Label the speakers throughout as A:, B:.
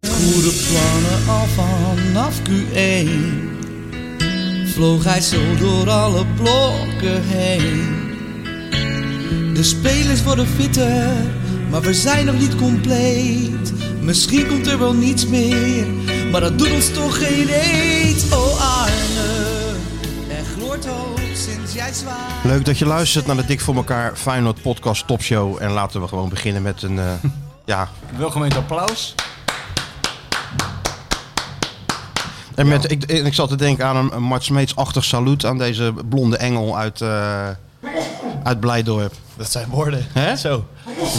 A: goede plannen al vanaf Q1 Vloog hij zo door alle blokken heen De spelers worden fitter, maar we zijn nog niet compleet Misschien komt er wel niets meer, maar dat doet ons toch geen eet Oh Arne, er gloort hoop sinds jij zwaait
B: Leuk dat je luistert naar de Dik voor elkaar Feyenoord podcast topshow. En laten we gewoon beginnen met een, eh, ja,
C: Welgemeend applaus.
B: en met, ik, en ik zat te denken aan een, een Mart Smeets-achtig saluut aan deze blonde engel uit, eh, uit Blijdorp.
D: Dat zijn woorden.
B: Hè?
D: Zo.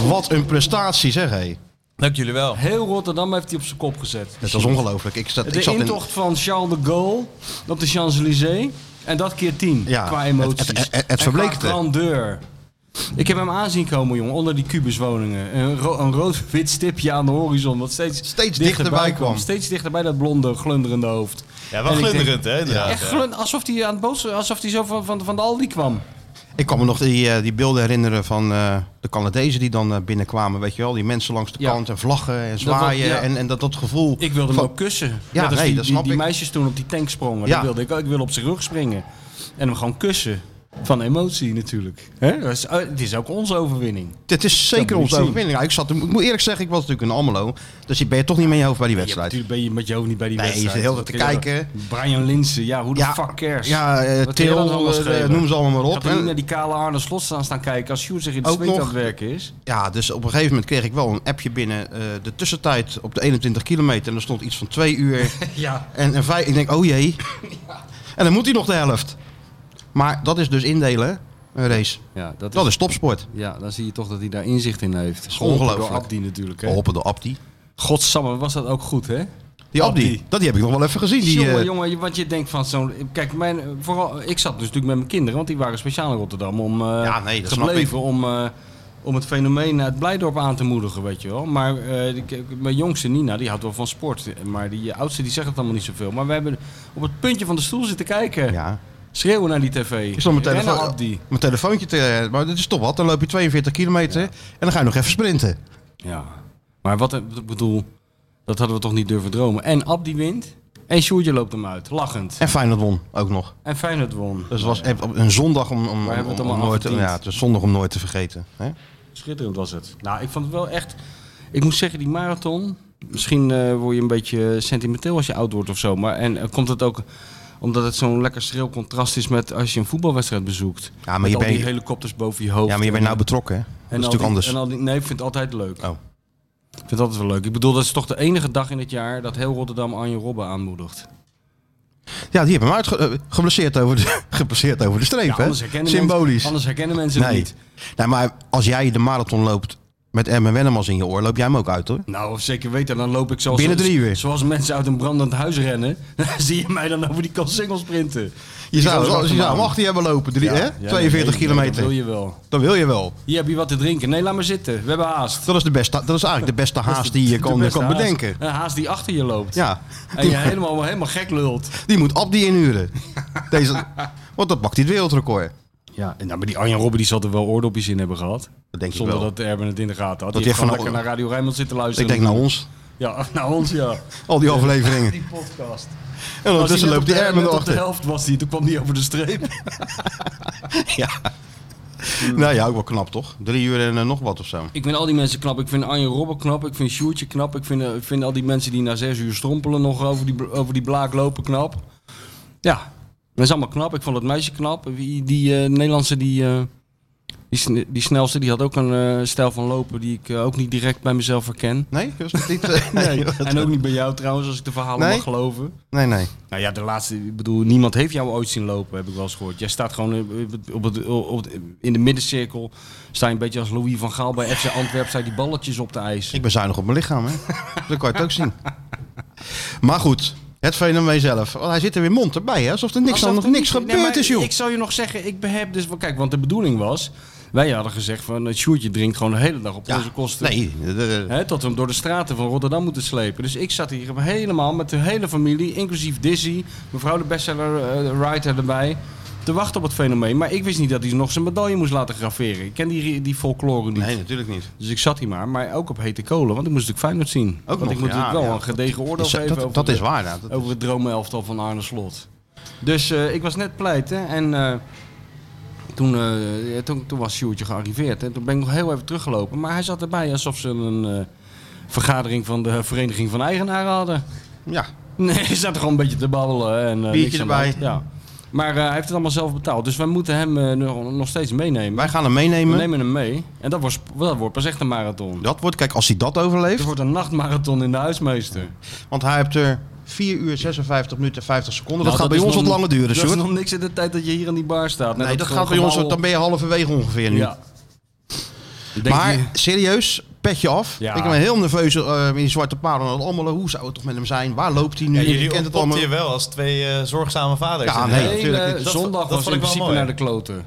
B: Wat een prestatie zeg hé.
D: Dank jullie wel.
C: Heel Rotterdam heeft hij op zijn kop gezet.
B: Dat was ongelooflijk. Ik zat,
C: De
B: ik zat in,
C: intocht van Charles de Gaulle op de Champs-Élysées. En dat keer tien
B: Ja,
C: qua
B: het-
C: emoties.
B: het- het- het
C: En qua
B: verbleekte.
C: grandeur. Ik heb hem aanzien komen, jongen, onder die kubuswoningen. Een, ro- een rood-wit stipje aan de horizon, wat steeds,
B: Steeds dichterbij kwam.
C: Steeds dichterbij dat blonde, glunderende hoofd.
D: Ja, wel
C: En ik denk-
D: glunderend, hè? Inderdaad.
C: Echt glund, alsof hij aan het bos, alsof hij zo van, van, van de Aldi kwam.
B: ik kan me nog die, eh, die beelden herinneren van eh, de Canadezen die dan eh, binnenkwamen. Weet je wel, die mensen langs de
C: Ja.
B: kant en vlaggen en zwaaien.
C: ja.
B: En, en dat, dat gevoel.
C: Ik wilde hem
B: van-
C: ook kussen.
B: Ja,
C: Net als
B: nee,
C: die,
B: dat
C: die-
B: snap
C: die
B: ik.
C: meisjes toen op die tank sprongen.
B: Ja.
C: Dat wilde ik ook. Ik wilde op zijn rug springen. En hem gewoon kussen. Van emotie natuurlijk. Hè? Dat is- eh, Het is ook onze overwinning.
B: Het is
C: Dat moet
B: zeker
C: ik
B: onze
C: zien.
B: overwinning. Ja, Ik, zat, ik moet eerlijk zeggen, ik was natuurlijk in Almelo. Dus ik ben je toch niet met je hoofd bij die
C: Ja,
B: wedstrijd.
C: natuurlijk ben je met jou niet bij die
B: Nee, je
C: wedstrijd.
B: zit heel de tijd te kijken.
C: Brian Linsen, ja, hoe de fuck cares?
B: Ja, eh,
C: Wat
B: Til,
C: heb je dan allemaal
B: eh,
C: geschreven?
B: noem ze allemaal maar op.
C: Ik Gaat er niet
B: En-
C: naar die kale Arne Slot staan staan kijken als Sjoerd zich in de
B: Ook
C: zweet aan
B: nog.
C: het werken is.
B: Ja, dus op een gegeven moment kreeg ik wel een appje binnen eh, de tussentijd op de 21 kilometer. En er stond iets van twee uur
C: Ja.
B: en, en vijf. Ik denk, oh jee. En dan moet hij nog de helft. Maar dat is dus indelen, hè, een race.
C: Ja, dat is,
B: Dat is topsport.
C: ja, dan zie je toch dat hij daar inzicht in heeft.
B: ongelooflijk.
C: Geholpen door Abdi natuurlijk.
B: We
C: Hè?
B: hoppen door Abdi.
C: Godsamme, was dat ook goed, hè?
B: Die Abdi,
C: Abdi.
B: dat die heb ik nog wel even gezien. Die,
C: jongen,
B: eh,
C: jongen, je- want je denkt van zo'n... Kijk, mijn, eh, vooral, ik zat dus natuurlijk met mijn kinderen, want die waren speciaal in Rotterdam om eh,
B: Ja, nee, dat snap
C: gebleven om, eh, om het fenomeen uit Blijdorp aan te moedigen, weet je wel. Maar eh, ik- ik- mijn jongste Nina, die houdt wel van sport, maar die eh, oudste die zegt het allemaal niet zoveel. Maar we hebben op het puntje van de stoel zitten kijken,
B: ja.
C: schreeuwen naar die tv.
B: Ik stond mijn,
C: Rennen,
B: telefoon,
C: Abdi.
B: mijn telefoontje te... Maar dit is toch wat. Dan loop je 42 kilometer en dan ga je nog even sprinten.
C: Ja, maar wat ik bedoel, dat hadden we toch niet durven dromen. En Abdi wint en Sjoerdje loopt hem uit, lachend.
B: En Feyenoord won ook nog.
C: En Feyenoord won.
B: Dus het was echt op een zondag om, om,
C: hebben
B: om,
C: het
B: om
C: allemaal
B: nooit, te-
C: verdiend.
B: ja, het is zondag om nooit te vergeten. Hè?
C: Schitterend was het. Nou, ik vond het wel echt. Ik moet zeggen, die marathon. Misschien eh, word je een beetje sentimenteel als je oud wordt of zo. Maar en eh, komt het ook omdat het zo'n lekker schril contrast is met als je een voetbalwedstrijd bezoekt.
B: Ja, maar
C: Met
B: je
C: al
B: bent-
C: die helikopters boven je hoofd.
B: Ja, maar je bent nou betrokken. hè? Dat is
C: al
B: natuurlijk
C: die-
B: anders.
C: En al die, nee, ik vind het altijd leuk.
B: Oh.
C: Ik vind het altijd wel leuk. Ik bedoel, dat is toch de enige dag in het jaar dat heel Rotterdam Arjen Robben aanmoedigt.
B: Ja, die hebben hem uitge- eh, geblesseerd over de, geblesseerd over de
C: Ja,
B: streep. hè?
C: anders herkennen
B: Symbolisch.
C: Mensen, anders herkennen mensen het
B: nee.
C: niet.
B: nee, maar als jij de marathon loopt met Emma Wennemans in je oor, loop jij hem ook uit hoor.
C: Nou, of zeker weten, dan loop ik zoals,
B: Binnen drie uur.
C: zoals mensen uit een brandend huis rennen. Dan zie je mij dan over die kansingels sprinten.
B: Je zou, je zou
C: achter
B: hem achter je hebben lopen, drie, hè? 42
C: nee,
B: kilometer.
C: Dat wil je wel.
B: Dat wil je wel.
C: Hier heb je wat te drinken. Nee, laat maar zitten. We hebben haast.
B: Dat is, de beste, dat is eigenlijk de beste haast die je
C: De
B: kan,
C: beste
B: kan
C: haast.
B: bedenken.
C: Een haast die achter je loopt.
B: Ja,
C: En je helemaal, helemaal gek lult.
B: die moet Abdi inhuren. Deze, want dat pakt hij het wereldrecord.
C: Ja, en nou, maar die Arjen Robben die zal er wel oordopjes in hebben gehad.
B: Dat denk ik
C: Zonder
B: wel.
C: dat Erben het in de gaten
B: Dat
C: had. Dat
B: die
C: je
B: van-
C: gewoon lekker naar Radio Rijnmond zitten
B: Ik
C: luisteren.
B: denk nou- naar ons,
C: Ja, naar ons ja.
B: al die afleveringen.
C: Die podcast. Oh,
B: En ondertussen loopt die Ermen
C: Op de
B: erachter.
C: helft was die, toen kwam die over de streep.
B: Ja. Nou ja, ook wel knap toch? Drie uur en eh, nog wat of zo.
C: Ik vind al die mensen knap. Ik vind Arjen Robben knap. Ik vind Sjoertje knap. Ik vind, eh, ik vind al die mensen die na zes uur strompelen nog over die, bl- over die blaak lopen knap. Ja, dat is allemaal knap. Ik vond het meisje knap. Die, die eh, Nederlandse, die, eh, die, sne- die snelste, die had ook een eh, stijl van lopen die ik eh, ook niet direct bij mezelf herken.
B: Nee, was dat niet? eh,
C: Nee,
B: wat-
C: en ook niet bij jou trouwens, als ik de verhalen
B: Nee?
C: mag geloven.
B: nee, nee.
C: Nou ja, de laatste, ik bedoel, niemand heeft jou ooit zien lopen, heb ik wel eens gehoord. Jij staat gewoon eh, op het, op het, op het- in de middencirkel, sta je een beetje als Louis van Gaal bij FC Antwerpen, sta je die balletjes op de ijs.
B: Ik ben zuinig op mijn lichaam, hè? Dat kan je het ook zien. Maar goed, het fenomeen zelf. Want hij zit er weer mond erbij, hè? Alsof er niks,
C: Alsof
B: aan, nog
C: er
B: niks
C: niet-
B: gebeurd
C: Nee, maar
B: is, joh.
C: Ik zou je nog zeggen, ik heb dus, wel- kijk, want de bedoeling was, wij hadden gezegd van, het Sjoerdje drinkt gewoon de hele dag op
B: Ja,
C: onze kosten.
B: Nee, eh, de- de-
C: Hè, tot we hem door de straten van Rotterdam moeten slepen. Dus ik zat hier helemaal met de hele familie, inclusief Dizzy, mevrouw de bestseller eh, writer erbij. te wachten op het fenomeen. Maar ik wist niet dat hij nog zijn medaille moest laten graveren. Ik ken die, die folklore niet.
B: Nee, natuurlijk niet.
C: Dus ik zat hier maar, maar ook op hete kolen, want ik moest natuurlijk Feyenoord zien. want
B: nog,
C: ik moet
B: ja,
C: natuurlijk wel
B: ja.
C: een gedegen oordeel
B: Dat,
C: geven
B: dat,
C: over,
B: dat
C: de-
B: is waar. ja. Dat-
C: over het droomelftal van Arne Slot. Dus eh, ik was net pleiten en eh, toen, eh, ja, toen, toen was Sjoerdje gearriveerd. En toen ben ik nog heel even teruggelopen, maar hij zat erbij alsof ze een eh, vergadering van de Vereniging van Eigenaren hadden.
B: ja,
C: Nee, hij zat er gewoon een beetje te babbelen. En, eh,
B: Biertje
C: niks aan de
B: erbij.
C: hand. Ja. Maar eh, hij heeft het allemaal zelf betaald, dus wij moeten hem eh, nog, nog steeds meenemen.
B: wij gaan hem
C: We
B: meenemen.
C: nemen hem mee en dat wordt, dat wordt pas echt een marathon.
B: Dat wordt, kijk, als hij dat overleeft.
C: Het wordt een nachtmarathon in de huismeester.
B: Want hij heeft er 4 uur 56 minuten 50 seconden.
C: Nou,
B: dat gaat bij ons
C: is
B: wat
C: nog-
B: langer duren,
C: Dat is
B: Sjoerd.
C: nog niks in de tijd dat je hier aan die bar staat. Net
B: Nee,
C: dat
B: dat gaat bij ons,
C: gebouw-
B: dan ben je halverwege ongeveer nu.
C: Ja. Ik denk
B: maar
C: die-
B: serieus, petje af.
C: Ja.
B: Ik ben heel nerveus eh in die zwarte paarden. Dat allemaal, hoe zou het toch met hem zijn? Waar loopt hij nu?
D: Ja,
B: je
D: jullie
B: kent het
D: ontpopten
B: allemaal.
D: je wel als twee eh, zorgzame vaders.
B: Ja,
D: En,
B: nee.
D: eh,
C: hele
B: natuurlijk niet.
D: Dat-
C: zondag
D: dat
C: was
D: vond
C: in
D: ik wel
C: principe
D: mooi.
C: naar de kloten.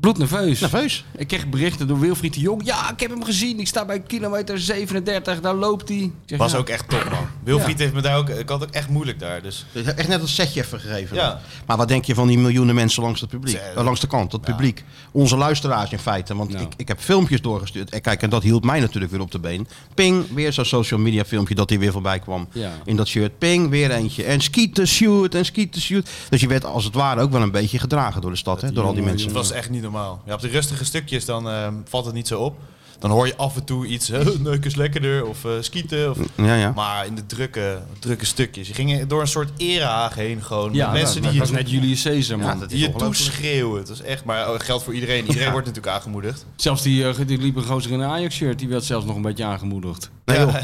C: Bloednerveus.
B: Nerveus.
C: Ik kreeg berichten door Wilfried de Jong. Ja, ik heb hem gezien. Ik sta bij kilometer 37. Daar loopt hij. Ik zeg,
D: Was
C: ja.
D: ook echt top, man. Wilfried heeft me daar ook... Ik had ook echt moeilijk daar, dus...
B: Je hebt Echt net een setje even gegeven.
D: Ja.
B: Maar wat denk je van die miljoenen mensen langs, het publiek,
D: Zee,
B: Eh, langs de kant, dat publiek? Onze luisteraars in feite. Want
C: Ja.
B: ik, ik heb filmpjes doorgestuurd. En kijk, en dat hield mij natuurlijk weer op de been. Ping, weer zo'n social media filmpje dat hij weer voorbij kwam.
C: Ja.
B: In dat shirt. Ping, weer eentje. En skiet de shoot, en skiet de shoot. Dus je werd als het ware ook wel een beetje gedragen door de stad, hè, door al die
C: jongen,
B: mensen.
D: Het was echt niet normaal. Ja, op de rustige stukjes dan eh, valt het niet zo op. Dan hoor je af en toe iets, eh, neuk is lekkerder, of eh, skieten. Of,
C: Mm,
B: Ja, ja.
D: Maar in de drukke, drukke stukjes. Je ging door een soort eraag heen gewoon.
C: Ja,
D: met mensen
C: dat,
D: die
C: dat
D: je,
C: was net Julius Caesar, man.
B: Ja, dat is
D: die je
B: ongelooflijk.
D: toeschreeuwen. Het was echt, maar oh, geldt voor iedereen. Iedereen
B: Ja.
D: wordt natuurlijk aangemoedigd.
C: Zelfs die, eh, die liep een gozer in een Ajax-shirt. Die werd zelfs nog een beetje aangemoedigd.
B: Nee, joh.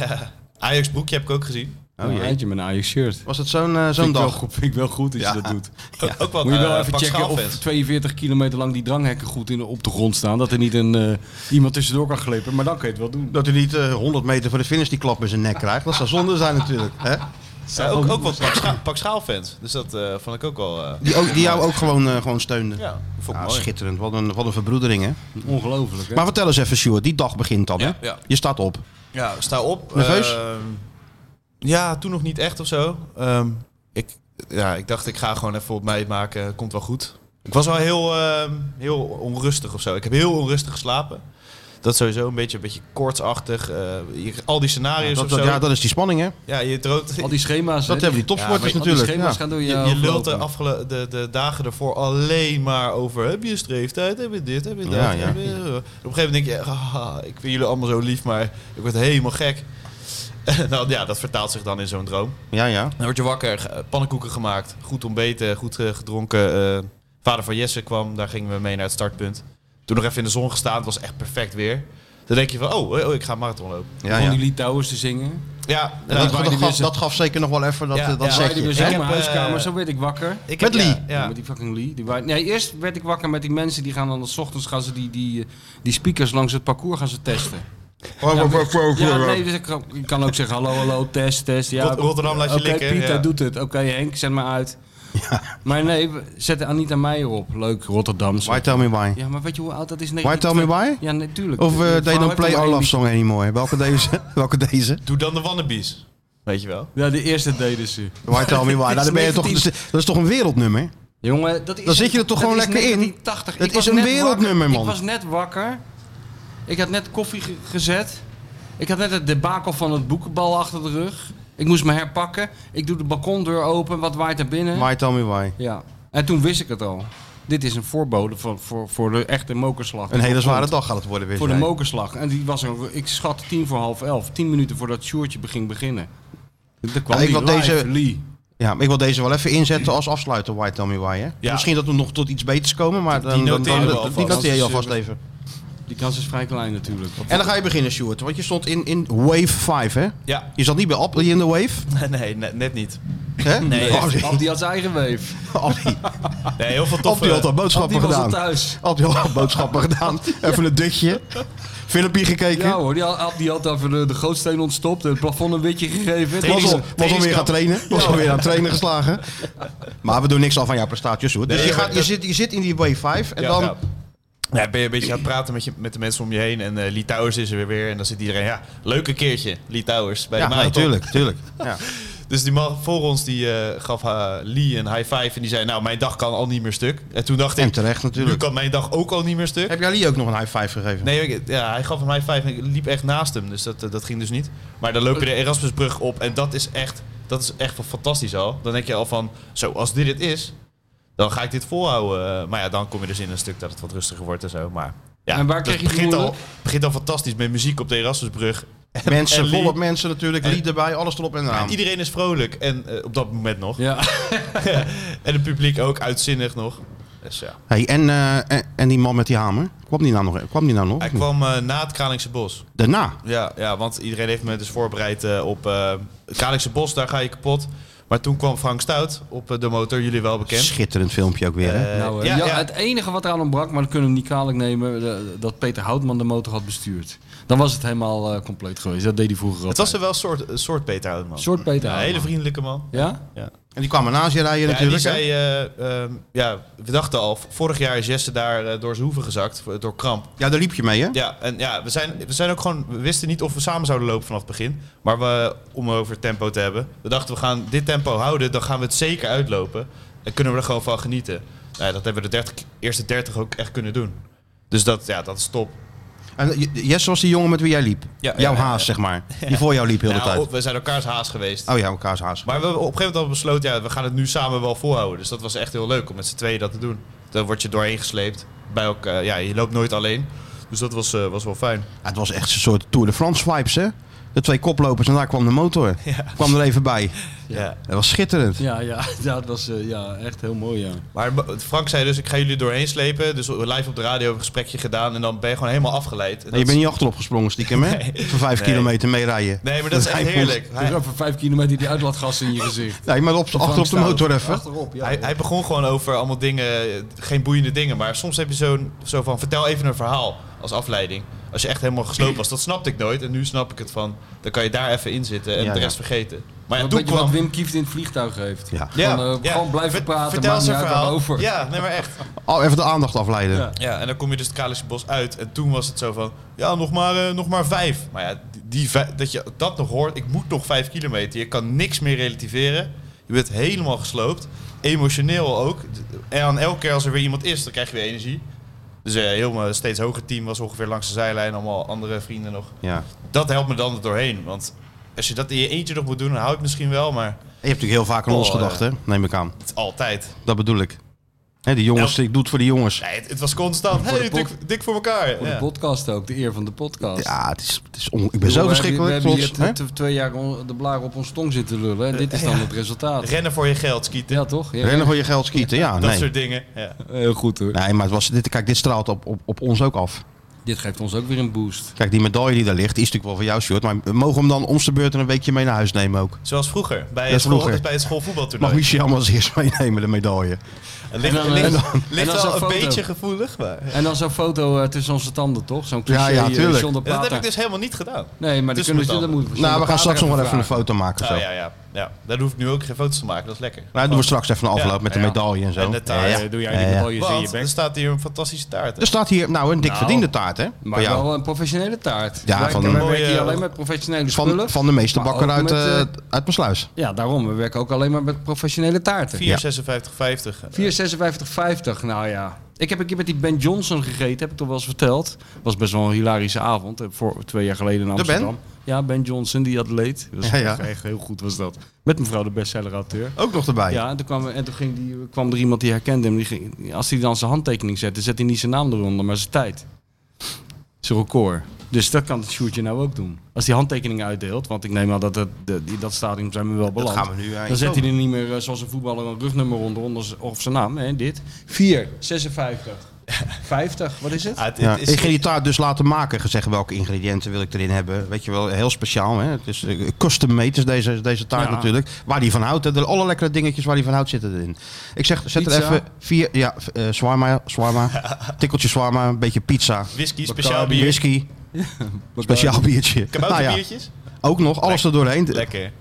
D: Ajax broekje heb ik ook gezien.
B: Oh,
C: een
B: jee.
C: eindje met een Ajax-shirt.
B: Was het zo'n eh,
C: Vind
B: zo'n
C: ik wel
B: dag?
C: goed- Vind ik wel goed dat
B: Ja.
C: je dat doet.
D: Ook wat
C: Moet je wel
D: eh,
C: even
D: Pak
C: checken of
D: Schaalfans.
C: 42 kilometer lang die dranghekken goed in, op de grond staan. Dat er niet een, eh, iemand tussendoor kan glippen. Maar dan kun je het wel doen.
B: Dat hij niet eh, 100 meter voor de finish die klap in zijn nek krijgt. Dat zou zonde zijn natuurlijk. Hè?
D: Ja, ook, ook wat Pak, Scha Pak Schaalfans. Dus dat eh, vond ik ook wel... eh,
B: Die, ook, die jou ook gewoon, eh, gewoon steunde.
D: ja, dat vond ik
B: Ja,
D: mooi.
B: schitterend. Wat een, wat een verbroedering, hè?
C: Ongelooflijk, hè?
B: Maar vertel eens even, Sjoerd. Die dag begint dan, hè?
D: Ja, ja.
B: Je staat op.
D: Ja, sta op.
B: Nerveus?
D: Ehm, ja, toen nog niet echt of zo. Ehm, ik, ja, ik dacht, ik ga gewoon even op mij maken. Komt wel goed. Ik was wel heel, ehm, heel onrustig of zo. Ik heb heel onrustig geslapen. Dat sowieso een beetje, een beetje koortsachtig. eh, je- al die scenario's
B: dat,
D: of
B: dat-
D: zo.
B: ja, dat is die spanning, hè?
D: ja, je droomt.
C: al die schema's.
B: Dat hebben die topsporters
C: ja, maar
B: natuurlijk.
C: Al die schema's
B: ja.
C: gaan door je
D: Je, je
C: hoofd
D: lult de,
C: lopen.
D: afgele- de, de dagen ervoor alleen maar over. Heb je streeftijd? Heb je dit? Heb je dat?
B: Ja, ja.
D: Heb je- Op een gegeven moment denk je, "Ah, ik vind jullie allemaal zo lief, maar ik word helemaal gek. En dan, ja, dat vertaalt zich dan in zo'n droom.
B: Ja, ja.
D: Dan word je wakker, eh, pannenkoeken gemaakt, goed ontbeten, goed eh, gedronken. eh, vader van Jesse kwam, daar gingen we mee naar het startpunt. Toen nog even in de zon gestaan, het was echt perfect weer. Dan denk je van, oh, oh ik ga een marathon lopen.
B: ja,
C: Om
B: ja.
C: die Litouwers te zingen.
D: Ja,
B: Dat,
D: nou,
B: dat
C: Biden
B: gaf,
C: wist het.
B: dat gaf zeker nog wel even dat,
D: Ja,
B: eh, dat
D: ja.
B: zegt
C: Waaide
B: je.
C: we
B: hè?
C: zo in
D: Ik
C: mijn
D: heb,
C: huiskamer,
D: eh,
C: zo werd ik wakker.
D: ik
B: Met
D: heb-
B: Lee.
D: ja,
C: Ja.
D: ja.
C: met die fucking Lee. Die wa- nee, eerst werd ik wakker met die mensen die gaan dan s ochtends gaan ze die, die, eh, die speakers langs het parcours gaan ze testen.
B: Oh,
C: Ja,
B: oh, oh, oh, oh,
C: Ja,
B: oh.
C: nee, dus ik, kan- ik kan ook zeggen hallo, hallo, test, test. Ja,
D: Rot- Rotterdam laat je
C: Oké,
D: likken,
C: Piet,
D: ja.
C: hij doet het. Oké, Henk, zet maar uit. Maar nee, we zetten Anita Meijer op. Leuk, Rotterdam.
B: Why tell me why?
C: Ja, maar weet je hoe oud dat is?
B: Why tell me why?
C: Ja, natuurlijk.
B: Of eh they don't play our love
C: Olaf.
B: song anymore. Welke deze? Welke deze?
D: Doe dan de wannabes. Weet je wel?
C: Ja, de eerste deden ze.
B: Why tell me why? Nou, dan ben je toch, dat, is,
C: 19.
B: dat is toch een wereldnummer?
C: Jongen, dat is
B: Dan zit je er toch
C: dat
B: gewoon
C: is
B: lekker in?
C: 1980.
B: Het
C: Ik was
B: is een
C: net
B: wereldnummer,
C: wakker.
B: man.
C: Ik was net wakker. Ik had net koffie ge- gezet. Ik had net het debakel van het boekenbal achter de rug. Ik moest me herpakken. Ik doe de balkondeur open. Wat waait er binnen?
B: Why tell me why?
C: Ja. En toen wist ik het al. Dit is een voorbode van, voor, voor de echte mokerslag.
B: Een hele zware dag gaat het worden weer.
C: Voor de
B: zei.
C: mokerslag. En die was een, ik schat tien voor half elf. Tien minuten voordat Sjoertje ging beginnen. Er kwam
B: Ja, ik
C: die
B: wil
C: live,
B: deze-
C: Lee.
B: Ja, maar ik wil deze wel even inzetten als afsluiter, Why Tell Me Why. Hè?
D: Ja.
B: Misschien dat we nog tot iets beters komen, maar dan, dan,
D: noteren
B: dan,
D: we
B: dan-
D: alvast.
B: die noteer je
D: Dat is,
C: dus-
B: alvast even.
C: Die kans is vrij klein natuurlijk. Op-
B: En dan ga je beginnen, Stuart. Want je stond in, in wave 5, hè?
D: Ja.
B: Je zat niet bij Appel in de wave,
D: Nee, net, net niet.
B: hè?
D: Nee,
B: Abdi,
C: Ab, die had zijn eigen weef.
B: Abdi,
D: Nee, heel veel
B: Abdi
D: toffe...
B: had al
C: Ab,
B: boodschappen
C: die was al
B: gedaan.
C: thuis.
B: Abdi had al boodschappen gedaan. Even een dutje. Filmpje gekeken.
C: Ja hoor, die had, Ab, die had even de, de gootsteen ontstopt. Het plafond een witje gegeven.
D: Tegen-
B: was al, was alweer
D: trainingskamp.
B: gaan trainen. Was alweer aan het trainen geslagen. Maar we doen niks af aan jouw prestaties, hoor. Dus
D: Nee,
B: je,
D: maar
B: gaat, je,
D: dat-
B: zit, je zit in die wave 5 en
D: Ja,
B: dan...
D: ja. Ja, ben je een beetje aan het praten met, je, met de mensen om je heen. En eh Litouwers is er weer weer. En dan zit iedereen, ja, leuke keertje, Litouwers. Bij
B: Ja,
D: de marathon.
B: natuurlijk, tuurlijk. Ja.
D: Dus die man voor ons die, eh, gaf eh, Lee een high five. En die zei, nou, mijn dag kan al niet meer stuk. En toen dacht
B: En
D: ik,
B: terecht
D: nu
B: natuurlijk.
D: kan mijn dag ook al niet meer stuk.
B: Heb jij Lee ook nog een high five gegeven?
D: Nee, ik- ja, hij gaf een high five en ik liep echt naast hem. Dus dat, eh, dat ging dus niet. Maar dan loop je de Erasmusbrug op en dat is echt, dat is echt wel fantastisch al. Dan denk je al van, zo, als dit het is, dan ga ik dit volhouden. Eh, Maar ja, dan kom je dus in een stuk dat het wat rustiger wordt en zo. Maar ja,
C: En waar
D: dat
C: kreeg je het
D: begint al,
C: moeilijk?
D: begint al fantastisch met muziek op de Erasmusbrug. En,
B: Mensen,
D: en Lee-
B: volop mensen natuurlijk.
D: en-
B: Lee erbij, alles erop en
D: en
B: eraan.
D: iedereen is vrolijk. En eh, op dat moment nog.
C: Ja.
D: En het publiek ook uitzinnig nog. Dus ja.
B: Hey, en, eh, en, en die man met die hamer, kwam die nou nog? Kwam die nou nog?
D: Hij kwam eh, na het Kralingse Bos.
B: Daarna.
D: Ja, ja, want iedereen heeft me dus voorbereid eh, op eh het Kalixse Bos, daar ga je kapot. Maar toen kwam Frank Stout op eh, de motor, jullie wel bekend.
B: Schitterend filmpje ook weer. hè?
D: Eh,
C: Nou, eh,
D: ja,
C: ja,
D: ja.
C: Het enige wat eraan ontbrak, maar dat kunnen we hem niet kwalijk nemen, eh, dat Peter Houtman de motor had bestuurd. Dan was het helemaal eh, compleet geweest. Dat deed hij vroeger
D: Het
C: altijd.
D: was er wel een soort, een soort Peter Houtman.
C: Een soort Peter
D: Ja, een
C: Houtman.
D: hele vriendelijke man.
C: Ja?
B: En die kwamen naast je rijden
D: Ja, en die
B: natuurlijk. hè?
D: zei, eh, ehm, ja, we dachten al, vorig jaar is Jesse daar eh, door zijn hoeven gezakt, voor- door kramp.
B: ja, daar liep je mee, hè?
D: Ja, en ja, we zijn, we zijn ook gewoon, we wisten niet of we samen zouden lopen vanaf het begin. Maar we, om over tempo te hebben, we dachten we gaan dit tempo houden, dan gaan we het zeker uitlopen. En kunnen we er gewoon van genieten. Nou ja, dat hebben we de 30, eerste 30 ook echt kunnen doen. Dus dat, ja, dat is top.
B: En eh, J- Jesse was die jongen met wie jij liep.
D: Ja,
B: Jouw
D: ja, ja,
B: haas, zeg maar. Die voor jou liep heel de
D: Nou,
B: tijd.
D: op- we zijn elkaars haas geweest.
B: Oh ja, elkaars haas.
D: Maar we hebben op een gegeven moment besloten, ja, we gaan het nu samen wel volhouden. Dus dat was echt heel leuk om met z'n tweeën dat te doen. Dan word je doorheen gesleept. Bij elkaar, ja, je loopt nooit alleen. Dus dat was, eh, was wel fijn.
B: Ja, het was echt een soort Tour de France vibes, hè? De twee koplopers en daar kwam de motor. Kwam er even bij.
D: ja.
B: Dat was schitterend.
C: Ja, ja, ja, dat was eh, ja, echt heel mooi, ja.
D: Maar Mo- Frank zei dus, ik ga jullie doorheen slepen. Dus live op de radio hebben we een gesprekje gedaan. En dan ben je gewoon helemaal afgeleid. En
B: En je
D: dat
B: bent
D: is-
B: niet achterop gesprongen stiekem, hè? Voor vijf
D: Nee.
B: kilometer meerijden.
D: Nee, maar dat is echt
B: Hij vond-
D: heerlijk.
C: Dus
D: Hij,
C: over vijf kilometer die uitlaatgas in je gezicht.
B: Nee, maar op, achterop de
C: Frank Stout.
B: motor even.
C: Achterop, ja.
D: hij, hij begon gewoon over allemaal dingen, eh, geen boeiende dingen. Maar soms heb je zo'n, zo van, vertel even een verhaal als afleiding. Als je echt helemaal geslopen was. Dat snapte ik nooit. En nu snap ik het van, dan kan je daar even in zitten en
B: Ja,
D: de
B: ja.
D: rest vergeten. Maar ja,
C: Een
D: toen
C: beetje wat
D: kwam...
C: Wim Kieft in het vliegtuig heeft.
B: Ja.
D: Ja,
C: Gewoon, eh, gewoon blijven
D: Ver-
C: praten,
D: Vertel
C: maakt
D: zijn
C: niet uit
D: verhaal.
C: waarover.
D: Ja, nee, maar echt.
B: Oh, even de aandacht afleiden.
C: Ja.
D: Ja, en dan kom je dus het Kalische Bos uit. En toen was het zo van, ja, nog maar, eh, nog maar vijf. Maar ja, die, die vij- dat je dat nog hoort, ik moet nog vijf kilometer. Je kan niks meer relativeren. Je bent helemaal gesloopt. Emotioneel ook. En aan elke keer als er weer iemand is, dan krijg je weer energie. Dus eh heel mijn steeds hoger team was ongeveer langs de zijlijn. Allemaal andere vrienden nog.
B: Ja.
D: Dat helpt me dan er doorheen. Want als je dat in je eentje nog moet doen, dan hou ik het misschien wel. Maar
B: Je hebt natuurlijk heel vaak aan ons
D: Oh,
B: gedacht, hè? Neem ik aan.
D: het is altijd.
B: Dat bedoel ik. Hè, die jongens, ik doe het voor die jongens.
D: Nee, het, het was constant.
C: Voor de
D: hey, dik,
C: pot-
D: dik voor elkaar.
C: Voor
D: Ja.
C: de podcast ook, de eer van de podcast.
B: Ja, het is, het is on- ik ben zo
C: bedoel, we hebben-
B: verschrikkelijk
C: We
B: trots.
C: hebben hier t- t- twee jaar on- de blaren op ons tong zitten lullen. En dit is dan het resultaat.
D: Rennen voor je geld, skieten.
C: Ja, toch?
B: hè?
C: Ja.
B: Rennen voor je geld skieten, ja.
D: Dat
B: Nee.
D: soort dingen. Ja.
C: Heel goed hoor.
B: nee, maar het was, dit, kijk, dit straalt op, op, op ons ook af.
C: Dit geeft ons ook weer een boost.
B: Kijk, die medaille die daar ligt, die is natuurlijk wel voor jou, Sjoerd. Maar we mogen we hem dan om zijn beurt een weekje mee naar huis nemen ook?
D: Zoals vroeger, bij,
B: Ja,
D: het, school-
B: vroeger.
D: bij het
B: Mag
D: schoolvoetbaltoernooi.
B: Michel maar als eerst meenemen, de medaille.
D: Het ligt,
C: En dan, eh,
D: ligt-
C: en dan-
D: ligt
C: en dan
D: wel
C: zo'n
D: een
C: foto.
D: beetje gevoelig, maar...
C: En dan zo'n foto eh, tussen onze tanden, toch? Zo'n cliché
B: Ja, ja,
C: eh,
B: tuurlijk.
C: John de
D: En dat heb
C: Pater.
D: ik dus helemaal niet gedaan.
C: Nee, maar dat
D: tussen
C: kunnen
D: de
C: we, dat
D: tanden.
C: moeten we
B: Nou, we gaan straks nog wel even een
C: vragen.
B: foto maken. Zo.
D: Nou, ja, ja, ja. Daar hoef ik nu ook geen foto's te maken, dat is lekker.
B: Nou, doen we straks even een afloop
D: Ja,
B: met de
D: ja.
B: medaille en zo.
D: En de taart.
B: Ja.
E: Eh, doe jij
B: Ja,
E: die
B: ja.
E: medailles in je
D: Want
E: bek?
D: er staat hier een fantastische taart.
B: Er staat hier, nou, een dik
C: Nou,
B: verdiende taart, hè?
C: Maar
B: Bij jou.
C: wel een professionele taart.
B: Ja,
C: Wij-
B: van
C: wij
B: een
C: werken
D: mooie,
C: hier
D: eh,
C: alleen met professionele spullen.
B: Van, van de meeste
C: Maar
B: bakker
C: ook
B: uit,
C: met,
B: eh,
C: eh,
B: uit Maasluis.
C: Ja, daarom. We werken ook alleen maar met professionele taarten. 4,56,50.
D: 4,56,50.
C: 4,56,50, nou ja. Ik heb een keer met die Ben Johnson gegeten, heb ik toch wel eens verteld. Was best wel een hilarische avond, eh, voor, twee jaar geleden in Amsterdam. Ja, Ben Johnson, die atleet. Dat was
B: Ja, ja.
C: echt heel goed, was dat. Met mevrouw de bestseller-auteur.
B: Ook nog erbij.
C: Ja, en toen, kwam, en toen ging die, kwam er iemand die herkende hem. Die ging, als hij dan zijn handtekening zette, zet hij niet zijn naam eronder, maar zijn tijd. Zijn record. Dus dat kan het Sjoerdje nou ook doen. Als hij handtekeningen uitdeelt, want ik neem aan dat het, de, die, dat stadium zijn we wel beland.
B: gaan we nu, eh, in
C: dan zet hij
B: komen.
C: er niet meer, eh, zoals een voetballer, een rugnummer onder, onder z- of zijn naam. Hè, dit. 4, 56, 50, wat is het?
D: Ah, het-
B: Ja,
D: het is-
B: ik ging die taart dus laten maken, gezegd welke ingrediënten wil ik erin hebben. Weet je wel, heel speciaal. Hè? Het is eh, custom made is deze, deze taart
C: Ja.
B: natuurlijk. Waar die van houdt, hè. de alle lekkere dingetjes waar die van houdt zitten erin. Ik zeg, zet er
C: Pizza.
B: even vier, ja, eh shawarma, shawarma, tikkeltje shawarma, een beetje pizza,
D: Whisky, speciaal bier.
B: whisky, speciaal biertje. Nou ja,
D: Kabouterbiertjes?
B: ook nog, alles er doorheen.
D: Lekker.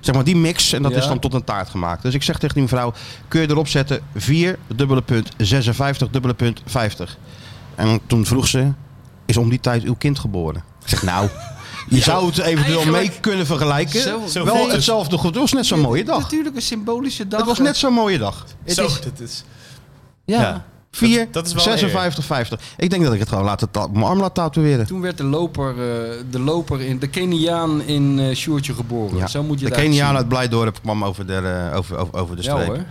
B: Zeg maar die mix, en dat
C: Ja.
B: is dan tot een taart gemaakt. Dus ik zeg tegen die mevrouw, kun je erop zetten 4, dubbele punt, 56, dubbele punt, 50. En toen vroeg ze, is om die tijd uw kind geboren? Ik zeg, nou, Je zou het eventueel mee kunnen vergelijken.
A: Zo-
D: zo
B: wel
D: voelt het.
B: hetzelfde goed. Het was net zo'n mooie dag.
A: Natuurlijk een symbolische dag.
B: Het was net zo'n mooie dag.
A: Het
D: Zo,
A: is-
D: dat is...
A: ja.
D: ja.
B: 4,
D: dat is wel
B: 56, 50. Ik denk dat ik het gewoon laat het op mijn arm laat tatoeëren.
C: Toen werd de loper, eh, de loper in, de Keniaan in eh Sjoertje geboren.
B: Ja.
C: Zo moet
B: de
C: je het eigenlijk
B: Keniaan uit Blijdorp kwam over de, eh, over, over, over de
C: zien. Ja
B: streep.
C: hoor.